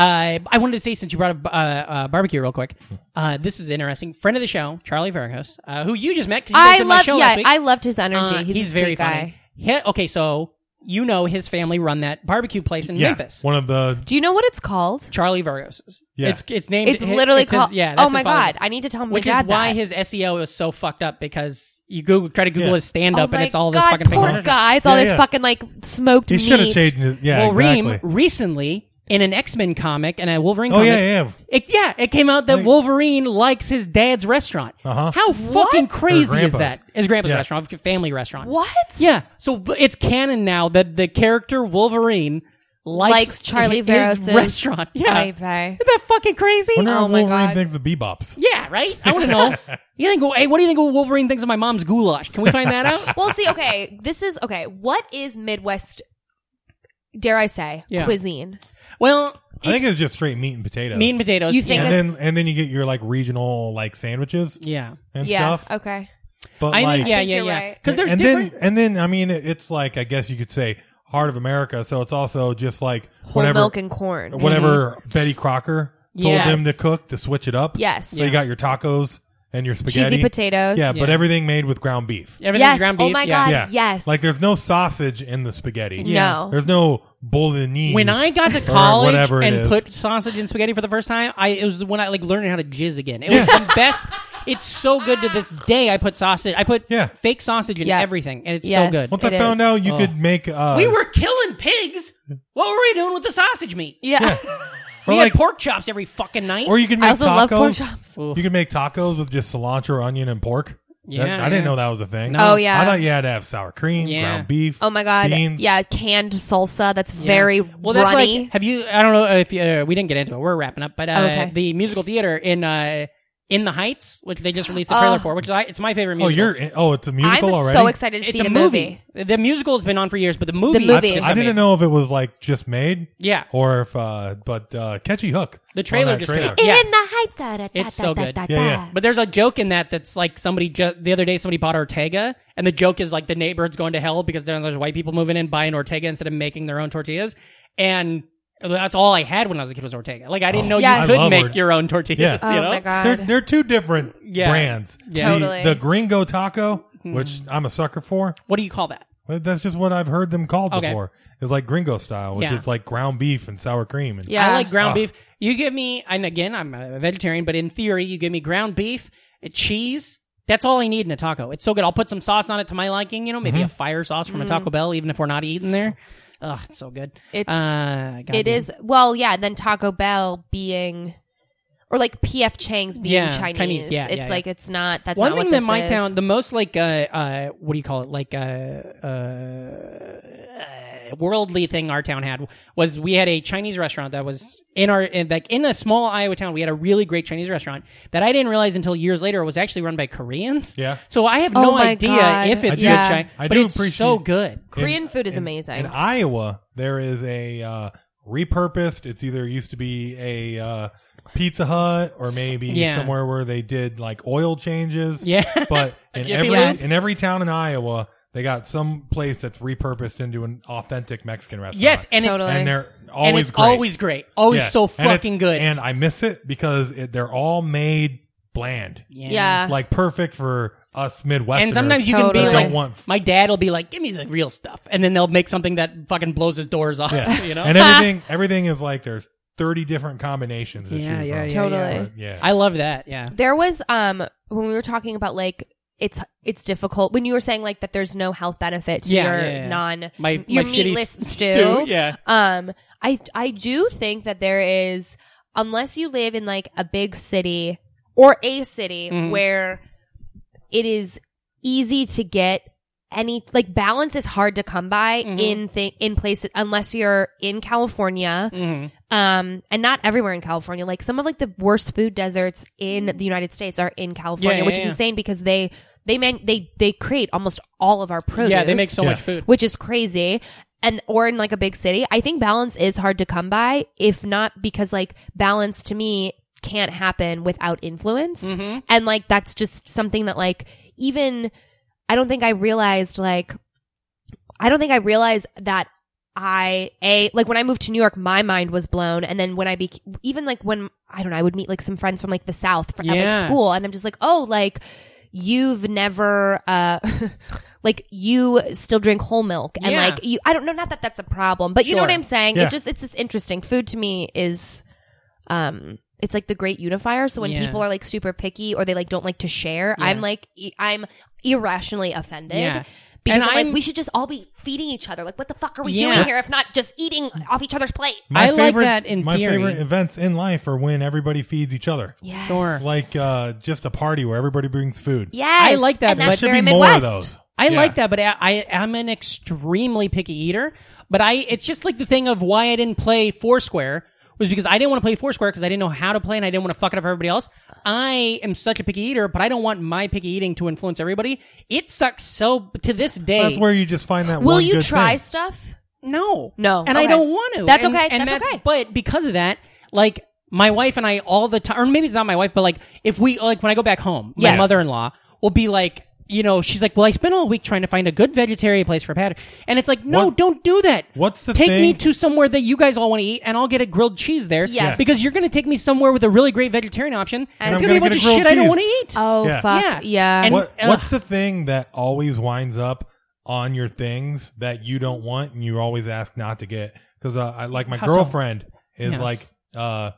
I wanted to say since you brought up uh, uh, barbecue real quick,
Hmm.
uh, this is interesting. Friend of the show, Charlie Vargas, uh, who you just met. 'cause you guys
I
did my
love,
show
yeah,
last week.
I loved his energy.
Uh,
he's, a
very
sweet guy.
funny. He- okay, so you know his family run that barbecue place in
yeah,
Memphis.
one of the
Do you know what it's called?
Charlie Vargas's.
Yeah.
It's it's named.
It's literally
it's his-
called.
yeah. that's
oh
his
my
father's-
god! I need to tell my
Which is
dad
why
that.
his SEO is so fucked up because you Google, try to Google
Yeah.
his stand up
oh
and
my
it's all this
God,
fucking fake
poor
content.
guy. It's all
Yeah,
this
yeah.
fucking like smoked
he
meat.
should have changed it. Yeah,
well, Reem
exactly.
recently in an X Men comic and a Wolverine
Oh
comic.
yeah, yeah.
It, yeah, it came out that Wolverine likes his dad's restaurant.
Uh-huh.
How fucking crazy is
grandpa's.
that? His grandpa's
Yeah.
restaurant, family restaurant.
What?
Yeah. So b- it's canon now that the character Wolverine likes,
Likes Charlie
his
Varos's
restaurant. Yeah.
Ay,
Isn't
vey.
that fucking crazy?
Wonder how
Oh my
Wolverine
God.
thinks of bebops.
Yeah, right? I want to know. you think, hey, what do you think Wolverine thinks of my mom's goulash? Can we find that out?
Well, see, okay, this is okay. What is Midwest? Dare I say
Yeah.
cuisine?
well,
I think
it's
it's just straight meat and potatoes.
meat and potatoes.
You think
yeah.
and then and then you get your like regional like sandwiches
yeah.
and
yeah.
stuff.
Okay.
But
I
like,
think, yeah,
think
yeah,
you're
yeah.
right.
Because there's
and
different.
then and then I mean it- it's like I guess you could say heart of America. So it's also just like
Whole
whatever
milk and corn.
whatever Betty Crocker told
Yes.
them to cook to switch it up.
Yes.
So you got your tacos and your spaghetti,
potatoes.
Yeah, but
Yeah.
everything made with ground beef.
everything's
Yes.
ground beef.
oh my
yeah.
god.
Yeah.
Yes.
Like there's no sausage in the spaghetti.
No.
There's no bolognese.
When I got to
or
college
whatever it
and
is.
put sausage in spaghetti for the first time, I it was when I like learning how to jizz again. It was
Yeah.
the best. It's so good to this day. I put sausage. I put
Yeah.
fake sausage in
Yeah.
everything, and it's so
Yes.
good.
once
It
I found
is.
out you
Oh.
could make uh,
we were killing pigs. What were we doing with the sausage meat?
yeah.
We
Or
had
like-
pork chops every fucking night.
Or you can
I
make
also
tacos.
love pork chops.
Ooh.
You can make tacos with just cilantro, onion, and pork.
Yeah,
That- I didn't
yeah.
know that was a thing.
No. Oh, yeah.
I thought you had to have sour cream,
Yeah.
ground beef.
Oh my god.
beans.
Yeah, canned salsa. That's
Yeah.
very
well. That's
runny.
like have you? I don't know if you, uh, we didn't get into it. We're wrapping up, but uh,
Okay.
the musical theater in uh, in the Heights, which they just released the trailer
Oh.
for, which is, it's my favorite.
Oh,
Musical.
you're in, oh, it's a
I'm
musical already.
so excited to
It's
see
a
the
movie. The musical has been on for years, but the movie.
I,
movie.
I didn't know if it was like just made.
Yeah.
Or if, uh, but uh, catchy hook.
The
on
trailer
that
just
trailer.
came out. Yes.
In the heights. Da, da,
It's
da,
so
da,
good.
da,
Yeah,
da.
yeah.
But there's a joke in that that's like somebody ju- the other day somebody bought Ortega and the joke is like the neighborhood's going to hell because there- there's white people moving in buying Ortega instead of making their own tortillas and that's all I had when I was a kid was Ortega. Like I didn't know
Yes.
you
I
could
Oh, love
make
Ort-
your own tortillas.
Yeah.
You
Oh
know?
my god.
They're, they're two different
Yeah. Hmm.
brands.
Yeah.
The-
Totally.
The, gringo taco, which I'm a sucker for.
What do you call that?
but That's just what I've heard them called
Okay.
before. It's like gringo style, which
Yeah.
is like ground beef and sour cream. And
yeah.
I like ground
Ah.
beef. You give me, and again, I'm a vegetarian, but in theory, you give me ground beef, uh, cheese. That's all I need in a taco. It's so good. I'll put some sauce on it to my liking. You know, maybe a fire sauce from a Taco Bell, even if we're not eating there. Ugh, it's so good.
Mm-hmm. It's-
uh, goddamn.
It is well, yeah. And then Taco Bell being, or like P.F. Chang's being
Yeah,
Chinese.
Chinese, yeah,
it's
yeah,
like it's not. That's
One
not
thing
what
that
this
my
is.
town, the most like, uh, uh, what do you call it? Like, uh, uh, worldly thing our town had was we had a Chinese restaurant that was in our, in, like, in a small Iowa town, we had a really great Chinese restaurant that I didn't realize until years later was actually run by Koreans.
Yeah.
So I have
Oh
no
my
idea
God.
if it's
I do-
good Chi-
I
but
do
it's so
appreciate-
good.
Korean food is
in-
amazing.
In Iowa, there is a uh, repurposed. It's either used to be a uh, Pizza Hut or maybe
Yeah.
somewhere where they did like oil changes.
Yeah.
but in
Jiffy
every
Lubes?
in every town in Iowa, they got some place that's repurposed into an authentic Mexican restaurant.
Yes. And it's,
Totally.
and they're always
and it's
great.
always great. Always
Yeah.
so
And it-
fucking good.
And I miss it because it, they're all made bland,
yeah.
like perfect for us Midwesterners.
And sometimes you can
Totally.
be
don't
like,
want
my dad will be like, "Give me the real stuff," and then they'll make something that fucking blows his doors off. You know?
and everything everything is like there's 30 different combinations that
Yeah,
you
yeah, yeah,
Totally.
yeah.
I love that. Yeah.
There was um when we were talking about like it's it's difficult when you were saying like that there's no health benefit to
Yeah,
your
yeah, yeah.
non
My- my
your
shitty
meatless
stew,
stew.
yeah.
Um I I do think that there is unless you live in like a big city or a city
Mm-hmm.
where it is easy to get any like balance is hard to come by
Mm-hmm.
in thing in places unless you're in California um and not everywhere in california like some of like the worst food deserts in the united states are in california
yeah,
which is
yeah.
insane because they they man they they create almost all of our produce
Yeah, they make so
Yeah.
much food.
which is crazy and or in like a big city i think balance is hard to come by if not because like balance to me can't happen without influence
Mm-hmm.
and like that's just something that like even i don't think i realized like i don't think i realized that I a like when I moved to New York, my mind was blown, and then when I be even like when I don't know, I would meet like some friends from like the South from
Yeah.
like school, and I'm just like, oh, like you've never uh like you still drink whole milk and
Yeah.
like you i don't know not that that's a problem but you know
Sure.
what i'm saying
Yeah.
it's just it's just interesting food to me is um it's like the great unifier so when
Yeah.
people are like super picky or they like don't like to share i'm like i i'm irrationally offended
Yeah.
Because
And
I'm
I'm-
like, we should just all be feeding each other. Like, what the fuck are we
Yeah.
doing here if not just eating off each other's plate?
my
I like
favorite,
that in
my
theory.
favorite events in life are when everybody feeds each other
Yes.
Sure.
like uh just a party where everybody brings food
Yes.
I like that,
And
but-
that's
should
very
be more
Midwest.
of those
I
Yeah.
like that, but I, I am an extremely picky eater. But I, it's just like the thing of why I didn't play Foursquare was because I didn't want to play Foursquare because I didn't know how to play and I didn't want to fuck it up for everybody else. I am such a picky eater, but I don't want my picky eating to influence everybody. It sucks so to this day.
that's where you just find that
Will
one
you
good
try
thing.
stuff?
No.
No.
And I
Okay.
don't want to.
That's
And-
okay.
and
That's okay.
But because of that, like my wife and I all the time, or maybe it's not my wife, but like if we, like when I go back home, my
Yes.
mother-in-law will be like, you know, she's like, well, I spent all week trying to find a good vegetarian place for Patrick. And it's like, no,
What-
don't do that.
what's the
Take me
thing-
to somewhere that you guys all want to eat and I'll get a grilled cheese there.
Yes.
Because you're going to take me somewhere with a really great vegetarian option. And
And
it's going
I'm
to be a
gonna
bunch of
get a
shit
grilled
I don't
cheese.
want to eat.
Oh,
Yeah.
fuck.
Yeah.
Yeah.
And-
what,
ugh.
what's the thing that always winds up on your things that you don't want and you always ask not to get because uh, I, like my
How so?
girlfriend is
Yeah.
like uh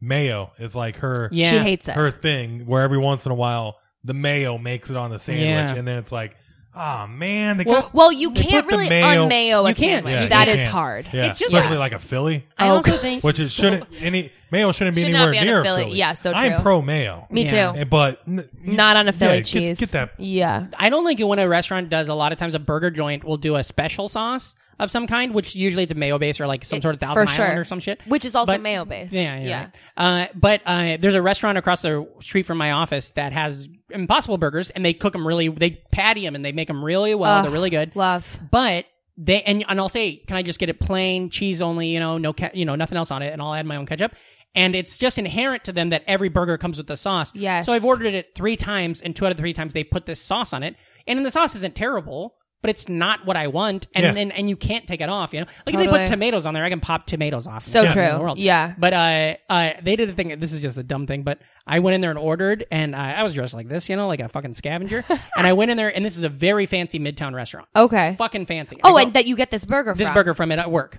mayo is like her
yeah.
Oh, She hates it.
her thing where every once in a while the mayo makes it on the sandwich
Yeah.
and then it's like Oh man, they
Well-
got,
Well, you
They
can't
put the
really
mayo-
unmayo a
You can't.
sandwich.
yeah,
that
you
is
can't.
hard.
Yeah,
It's just
especially
like-
like a Philly.
I
Oh,
also
God.
think
which it
so-
shouldn't any mayo shouldn't be
Should not
anywhere
be on a
near
Philly. Yeah, so
I'm
true.
pro mayo.
Me
Yeah.
too.
Eh, But n-
Not on a Philly
yeah, get-
cheese.
Get that.
Yeah.
I don't think when a restaurant does a lot of times a burger joint will do a special sauce of some kind, which usually it's a mayo base or like some sort of thousand
for
island
sure.
or some shit.
Which is also
But-
mayo based.
Yeah, yeah. yeah. Uh, but uh, there's a restaurant across the street from my office that has Impossible Burgers, and they cook them really. They patty them and they make them really well.
Ugh,
They're really good.
Love.
But they and and I'll say, can I just get it plain cheese only? You know, no, ca- you know, nothing else on it, and I'll add my own ketchup. And it's just inherent to them that every burger comes with the sauce.
Yes.
So I've ordered it three times, and two out of three times they put this sauce on it, and then the sauce isn't terrible. But it's not what I want, and
Yeah.
and, and you can't take it off. You know, like if they
Totally.
put tomatoes on there, I can pop tomatoes off.
So
Yeah.
In the
true.
world.
Yeah.
But uh, uh, they did a thing. This is just a dumb thing, but I went in there and ordered, and uh, I was dressed like this, you know, like a fucking scavenger. and I went in there, and this is a very fancy midtown restaurant.
Okay.
Fucking fancy. I
Oh,
go-
and that you get this burger
this
from.
burger from it at work.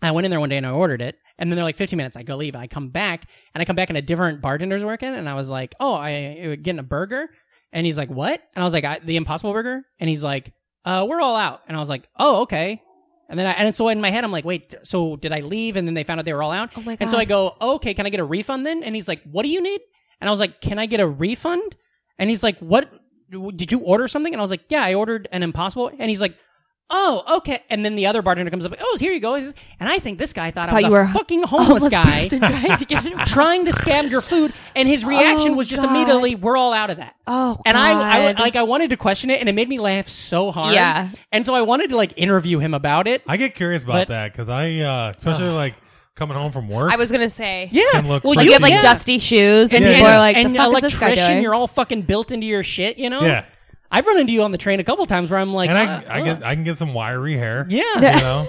I went in there one day and I ordered it, and then they're like 15 minutes. I go leave. I come back, and I come back, and a different bartender's working, and I was like, "Oh, I uh, getting a burger," and he's like, "What?" And I was like, I, "The Impossible Burger," and he's like, "Uh, we're all out," and I was like, "Oh, okay." And then I, and so in my head I'm like, "Wait, so did I leave?" And then they found out they were all out,
Oh my
and so
God.
I go, "Okay, can I get a refund then?" And he's like, "What do you need?" And I was like, "Can I get a refund?" And he's like, "What? Did you order something?" And I was like, "Yeah, I ordered an Impossible," and he's like oh, okay. And then the other bartender comes up, oh, here you go. And I think this guy thought, I
Thought
was
you
a
were a
fucking homeless, guy
person trying to get it.
trying to scam your food. And his reaction
Oh,
was just
God.
immediately, we're all out of that.
Oh,
and I, I,
God.
like, I wanted to question it and it made me laugh so hard.
Yeah.
And so I wanted to like interview him about it.
I get curious about
But-
that because I, uh, especially like coming home from work.
I was gonna say.
yeah.
Can look
well,
like
Like you have like
Yeah.
dusty shoes, and
And,
people
and-
are like,
and
"The fuck is this guy
electrician,
doing?"
you're all fucking built into your shit, you know?
yeah,
I've run into you on the train a couple times where I'm like,
and I,
uh,
I
uh.
get, I can get some wiry hair.
yeah,
you know,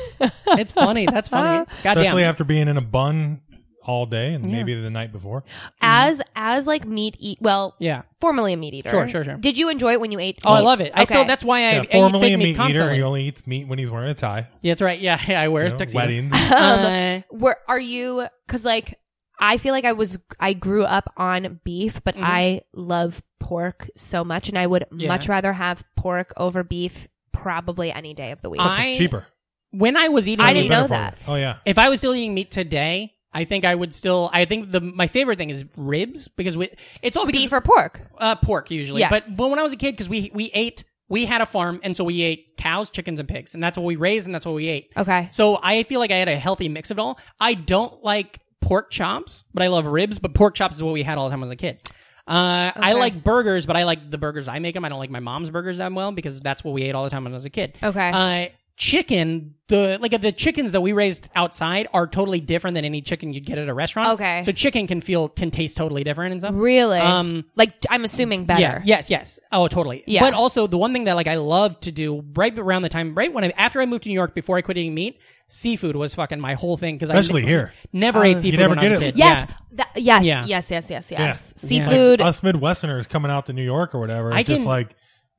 it's funny. That's funny. Goddamn.
especially after being in a bun all day and maybe the night before.
as as like meat eat. Well,
Yeah.
formerly a meat eater.
Sure, sure, sure.
Did you enjoy it when you ate?
Oh, I love it. I
Okay.
still, that's why I,
Yeah,
I eat
formerly
fake
a
meat
meat eater,
constantly.
he only eats meat when he's wearing a tie.
Yeah, that's right. Yeah, I wear
you
a
know,
tuxedo.
weddings.
Uh,
Were are you? Because like I feel like I was I grew up on beef, but I love pork so much, and I would
Mm-hmm. Yeah.
much rather have pork over beef probably any day of the week.
I-
It's cheaper.
when I was eating,
I
meat-
didn't
Better
know
for
that.
you. Oh yeah.
If I was still eating meat today, I think I would still. I think the my favorite thing is ribs because we it's all because
beef or pork?
uh, pork usually.
Yes.
But but when I was a kid, because we we ate we had a farm and so we ate cows, chickens, and pigs, and that's what we raised and that's what we ate.
Okay.
So I feel like I had a healthy mix of it all. I don't like pork chops, but I love ribs. But pork chops is what we had all the time when I was a kid. Uh, I
Okay.
like burgers, but I like the burgers I make them. I don't like my mom's burgers that well because that's what we ate all the time when I was a kid.
Okay.
Uh, chicken, the like the chickens that we raised outside are totally different than any chicken you'd get at a restaurant.
Okay.
So chicken can feel can taste totally different and stuff.
Really?
Um,
like I'm assuming better.
Yeah. Yes. Yes. Oh, totally.
Yeah.
But also the one thing that like I love to do right around the time, right when I after I moved to New York, before I quit eating meat, seafood was fucking my whole thing because
Especially
I ne-
here.
never ate seafood
never
when I was
get
a
it.
kid.
Yes.
Yeah.
That- yes.
Yeah.
Yes. Yes. Yes.
Yeah. Uh,
Yes.
Yeah.
Seafood.
Us Midwesterners coming out to New York or whatever, it's
I
just
can-
like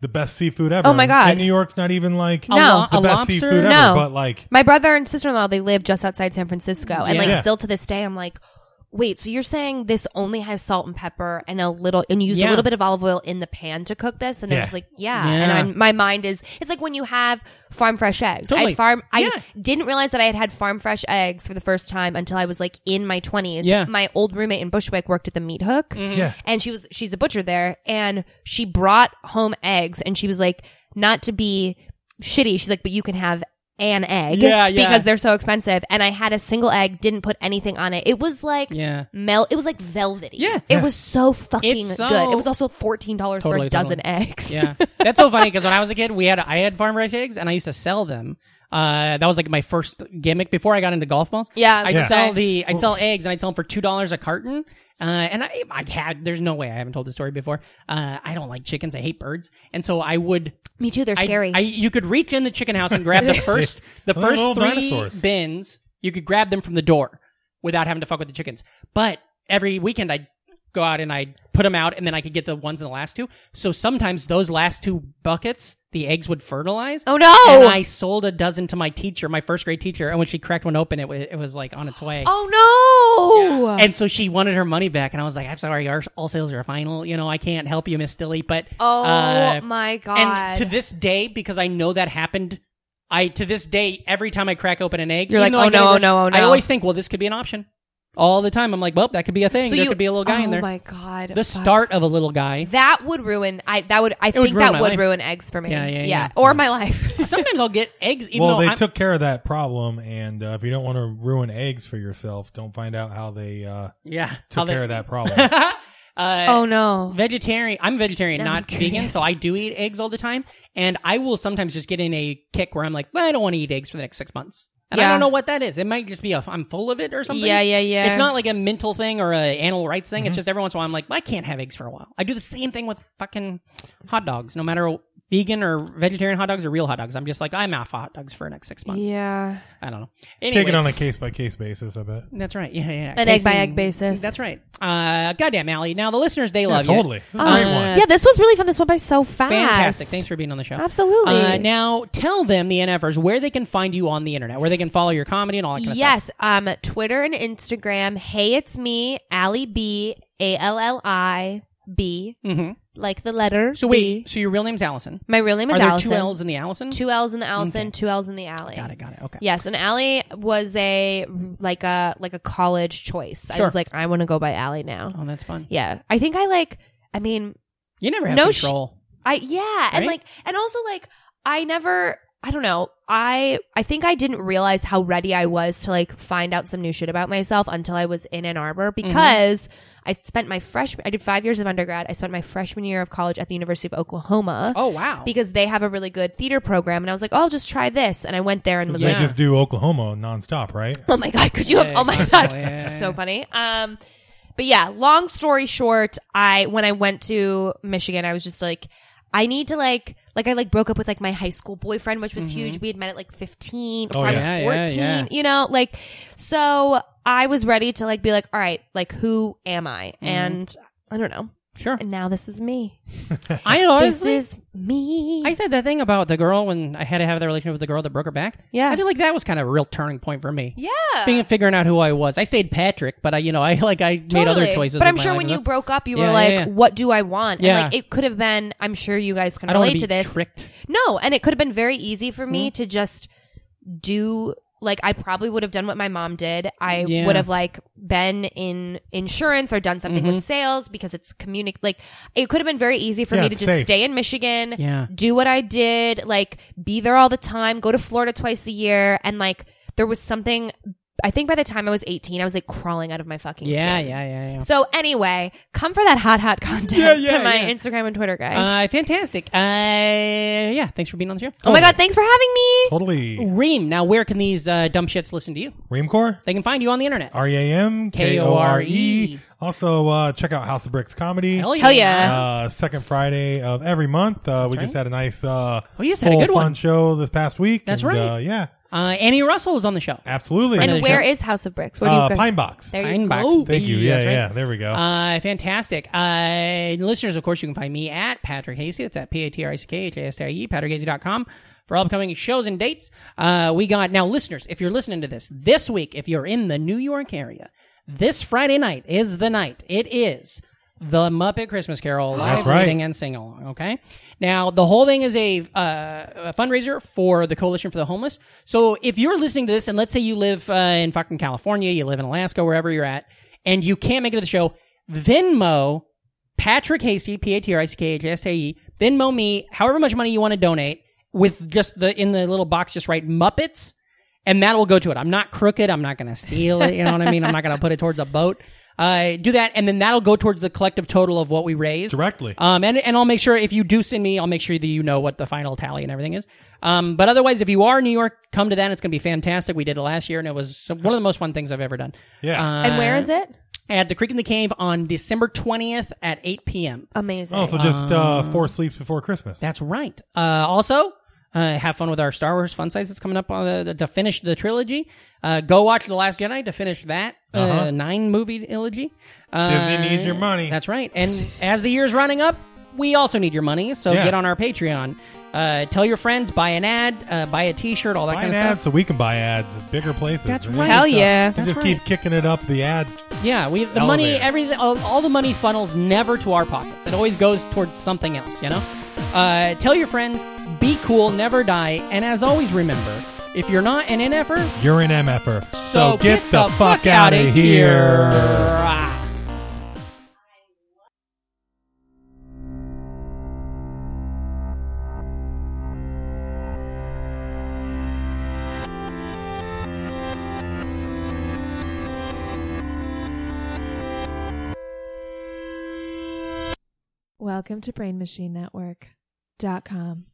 the best seafood ever.
Oh my God.
And New York's not even like
A
No.
lo-
the
a
best
lobster?
seafood ever,
No.
but like
My brother and sister in law they live just outside San Francisco, and
Yeah.
like
Yeah.
still to this day, I'm like, wait, so you're saying this only has salt and pepper and a little, and you use a
Yeah.
little bit of olive oil in the pan to cook this? And they're
Yeah.
just like, yeah.
Yeah.
And I'm, my mind is, it's like when you have farm fresh eggs. I
Totally.
farm,
Yeah.
I didn't realize that I had had farm fresh eggs for the first time until I was like in my 20s.
Yeah. Mm-hmm.
My old roommate in Bushwick worked at the meat hook
yeah.
and she was she's a butcher there and she brought home eggs and she was like not to be shitty she's like but you can have an egg
Yeah, yeah.
because they're so expensive and i had a single egg didn't put anything on it it was like
Yeah.
mel it was like velvety
Yeah.
it was so fucking
It's so-
good it was also $14 for a
Totally,
dozen
totally.
eggs
yeah, that's so funny because when I was a kid, we had I had farm raised eggs and I used to sell them. Uh, that was like my first gimmick before I got into golf balls.
Yeah, I was
I'd
gonna
sell
say.
the I'd sell eggs and I'd sell them for two dollars a carton. Uh, and I, I had, there's no way I haven't told this story before. Uh, I don't like chickens. I hate birds. And so I would,
me too they're
I-
scary
I, you could reach in the chicken house and grab the first the
Little
first three
dinosaurs.
bins. You could grab them from the door without having to fuck with the chickens. But every weekend I'd go out and I'd put them out, and then I could get the ones in the last two. So sometimes those last two buckets, the eggs would fertilize.
Oh, no!
And I sold a dozen to my teacher, my first grade teacher, and when she cracked one open, it was it was like on its way.
Oh no!
And so she wanted her money back, and I was like, "I'm sorry, our, all sales are final. You know, I can't help you, Miss Stilly." But
oh
uh,
my god!
and to this day, because I know that happened, I to this day, every time I crack open an egg,
You're
even
like,
though I get it
"Oh, no,
worse,"
oh, no, oh,
I
no.
always think, well, this could be an option. All the time, I'm like, well, that could be a thing.
So
there
you-
could be a little guy in
oh
there.
my god!
the
fuck.
start of a little guy.
that would ruin. I that would. I
ruin
think that
my
would
life.
ruin eggs for me.
Yeah, yeah, yeah.
or my life.
Sometimes I'll get eggs, even
well,
though
they
I'm,
took care of that problem, and uh, if you don't want to ruin eggs for yourself, don't find out how they uh,
yeah how
took
they-
care of that problem.
uh,
oh no!
vegetarian. I'm vegetarian,
Now I'm
not vegan,
curious.
so I do eat eggs all the time, and I will sometimes just get in a kick where I'm like, well, I don't want to eat eggs for the next six months, and I
Yeah.
don't know what that is. It might just be a I'm full of it or something.
Yeah, yeah, yeah. Mm-hmm.
It's not like a mental thing or a animal rights thing. It's just every once in a while I'm like, I can't have eggs for a while. I do the same thing with fucking hot dogs, no matter vegan or vegetarian hot dogs or real hot dogs. I'm just like, I'm off hot dogs for the next six months.
Yeah.
I don't know. Anyways,
Take it on a case by case basis, I bet.
That's right. Yeah, yeah.
An egg by egg basis.
That's right. Uh, goddamn, Allie. Now the listeners, they love you.
totally. That's a great one.
Uh, yeah, this was really fun. This went by so fast.
Fantastic. Thanks for being on the show.
Absolutely.
Uh, now, tell them, the NFers, where they can find you on the internet, where they can follow your comedy and all that kind of stuff.
Yes, um, Twitter and Instagram. Hey, it's me, Allie B, A L L I B,
Mhm.
like the letter.
So,
B.
wait, so your real name's Allison?
my real name is
Are there
Allison.
two L's in the Allison?
Two L's in the Allison,
Okay.
two L's in the Alley.
Got it, got it. Okay.
Yes, and Allie was a like a like a college choice. I
Sure.
was like, I want to go by Allie now.
Oh, that's fun.
Yeah, I think I like. I mean,
You never have
No sh-
control.
I yeah, and
Right?
like and also like I never I don't know. I I think I didn't realize how ready I was to like find out some new shit about myself until I was in Ann Arbor
Mm-hmm.
because I spent my freshman I did 5 years of undergrad. I spent my freshman year of college at the University of Oklahoma
oh, wow.
because they have a really good theater program and I was like, "Oh, I'll just try this." And I went there and was
They
like,
just do Oklahoma nonstop, right?
Oh my god, could you have
Yeah,
Oh my god,
constantly, yeah, yeah,
so funny. Um but yeah, long story short, I when I went to Michigan, I was just like I need to like like I like broke up with like my high school boyfriend, which was huge. We had met at like 15
Oh,
or I was
Mm-hmm. yeah,
14,
yeah, yeah.
you know, like so I was ready to like be like, "All right, like who am I?"
Mm-hmm.
And I don't know.
sure.
And now this is me.
I
This
honestly,
is me.
I said that thing about the girl when I had to have the relationship with the girl that broke her back.
Yeah.
I feel like that was kind of a real turning point for me.
yeah.
Being figuring out who I was. I stayed Patrick, but I, you know, I like I made other choices.
But
with
I'm
my
sure
life
when
and
you
stuff.
broke up, you
Yeah,
were
yeah,
like,
yeah.
"What do I want?"
Yeah.
And like it could have been. I'm sure you guys can
I don't want
relate
to
to
be Mm-hmm.
this.
tricked.
No, and it could have been very easy for me to just do like I probably would have done what my mom did. I
Yeah.
would have like been in insurance or done something
Mm-hmm.
with sales because it's communic like it could have been very easy for
Yeah,
me to
it's
just
safe.
stay in Michigan,
Yeah.
do what I did, like be there all the time, go to Florida twice a year and like there was something I think by the time I was 18, I was like crawling out of my fucking
Yeah,
skin.
yeah, yeah, yeah.
So anyway, come for that hot, hot content
Yeah, yeah,
to my
yeah.
Instagram and Twitter,
Uh,
guys.
fantastic. Uh, yeah, thanks for being on the show.
oh my god, thanks for having me.
Totally.
Reem, now where can these uh, dumb shits listen to you?
Reamcore?
They can find you on the internet.
R E A M K O R E. Also, uh, check out House of Bricks Comedy.
Hell yeah.
Uh, second Friday of every month. Uh, we just had a nice, uh,
Oh, you just had a
full
good
fun
one.
show this past week.
That's
and,
right.
Uh, yeah,
Uh, Annie Russell is on the show.
absolutely.
Friend
And
Another
where
show.
is House of Bricks? Where do you
uh,
go?
Pine Box.
There you
Pine
go.
Box.
Thank you. Yeah,
That's right.
yeah. There we go.
Uh, fantastic. Uh, listeners, of course, you can find me at Patrick Hasty. It's at P A T R I C K H A S T I E, patrickhasty.com for all upcoming shows and dates. Uh, we got, now, listeners, if you're listening to this, this week, if you're in the New York area, this Friday night is the night. It is the Muppet Christmas Carol live
right.
reading and sing along. Okay. Now, the whole thing is a, uh, a fundraiser for the Coalition for the Homeless. So if you're listening to this, and let's say you live uh, in fucking California, you live in Alaska, wherever you're at, and you can't make it to the show, Venmo Patrick Hasty, P A T R I C K H S T A E, Venmo me however much money you want to donate with just the, in the little box, just write Muppets and that will go to it. I'm not crooked. I'm not going to steal it. You know what I mean? I'm not going to put it towards a boat. Uh, do that, and then that'll go towards the collective total of what we raise
Directly.
Um, and and I'll make sure if you do send me, I'll make sure that you know what the final tally and everything is. Um, but otherwise, if you are in New York, come to that. It's going to be fantastic. We did it last year, and it was some- one of the most fun things I've ever done. Uh,
yeah.
and where is it?
At the Creek in the Cave on December 20th at 8 p.m.
Amazing.
um,
oh, so just uh, four sleeps before Christmas.
That's right. Uh, also, Uh, have fun with our Star Wars fun size that's coming up on the, to finish the trilogy. Uh, go watch The Last Jedi to finish that uh, nine movie trilogy. Uh,
Uh-huh. Disney needs your money.
That's right. And as the year's running up, we also need your money. So
Yeah.
get on our Patreon. Uh, tell your friends, buy an ad, uh, buy a T-shirt, all that
Buy
kind
an
of
ad
stuff.
so we can buy ads at bigger places.
That's
And
right.
Hell
just, uh,
yeah.
and
That's
just keep kicking it up the ad.
Yeah, we the money,
Elevator.
everything, all, all the money funnels never to our pockets. It always goes towards something else. You know. Uh, tell your friends, be cool, never die, and as always, remember if you're not an NFer,
You're an MFer.
so,
get, the, fuck, out
outta
of
here.
here.
Ah.
Welcome to BrainMachineNetwork.com.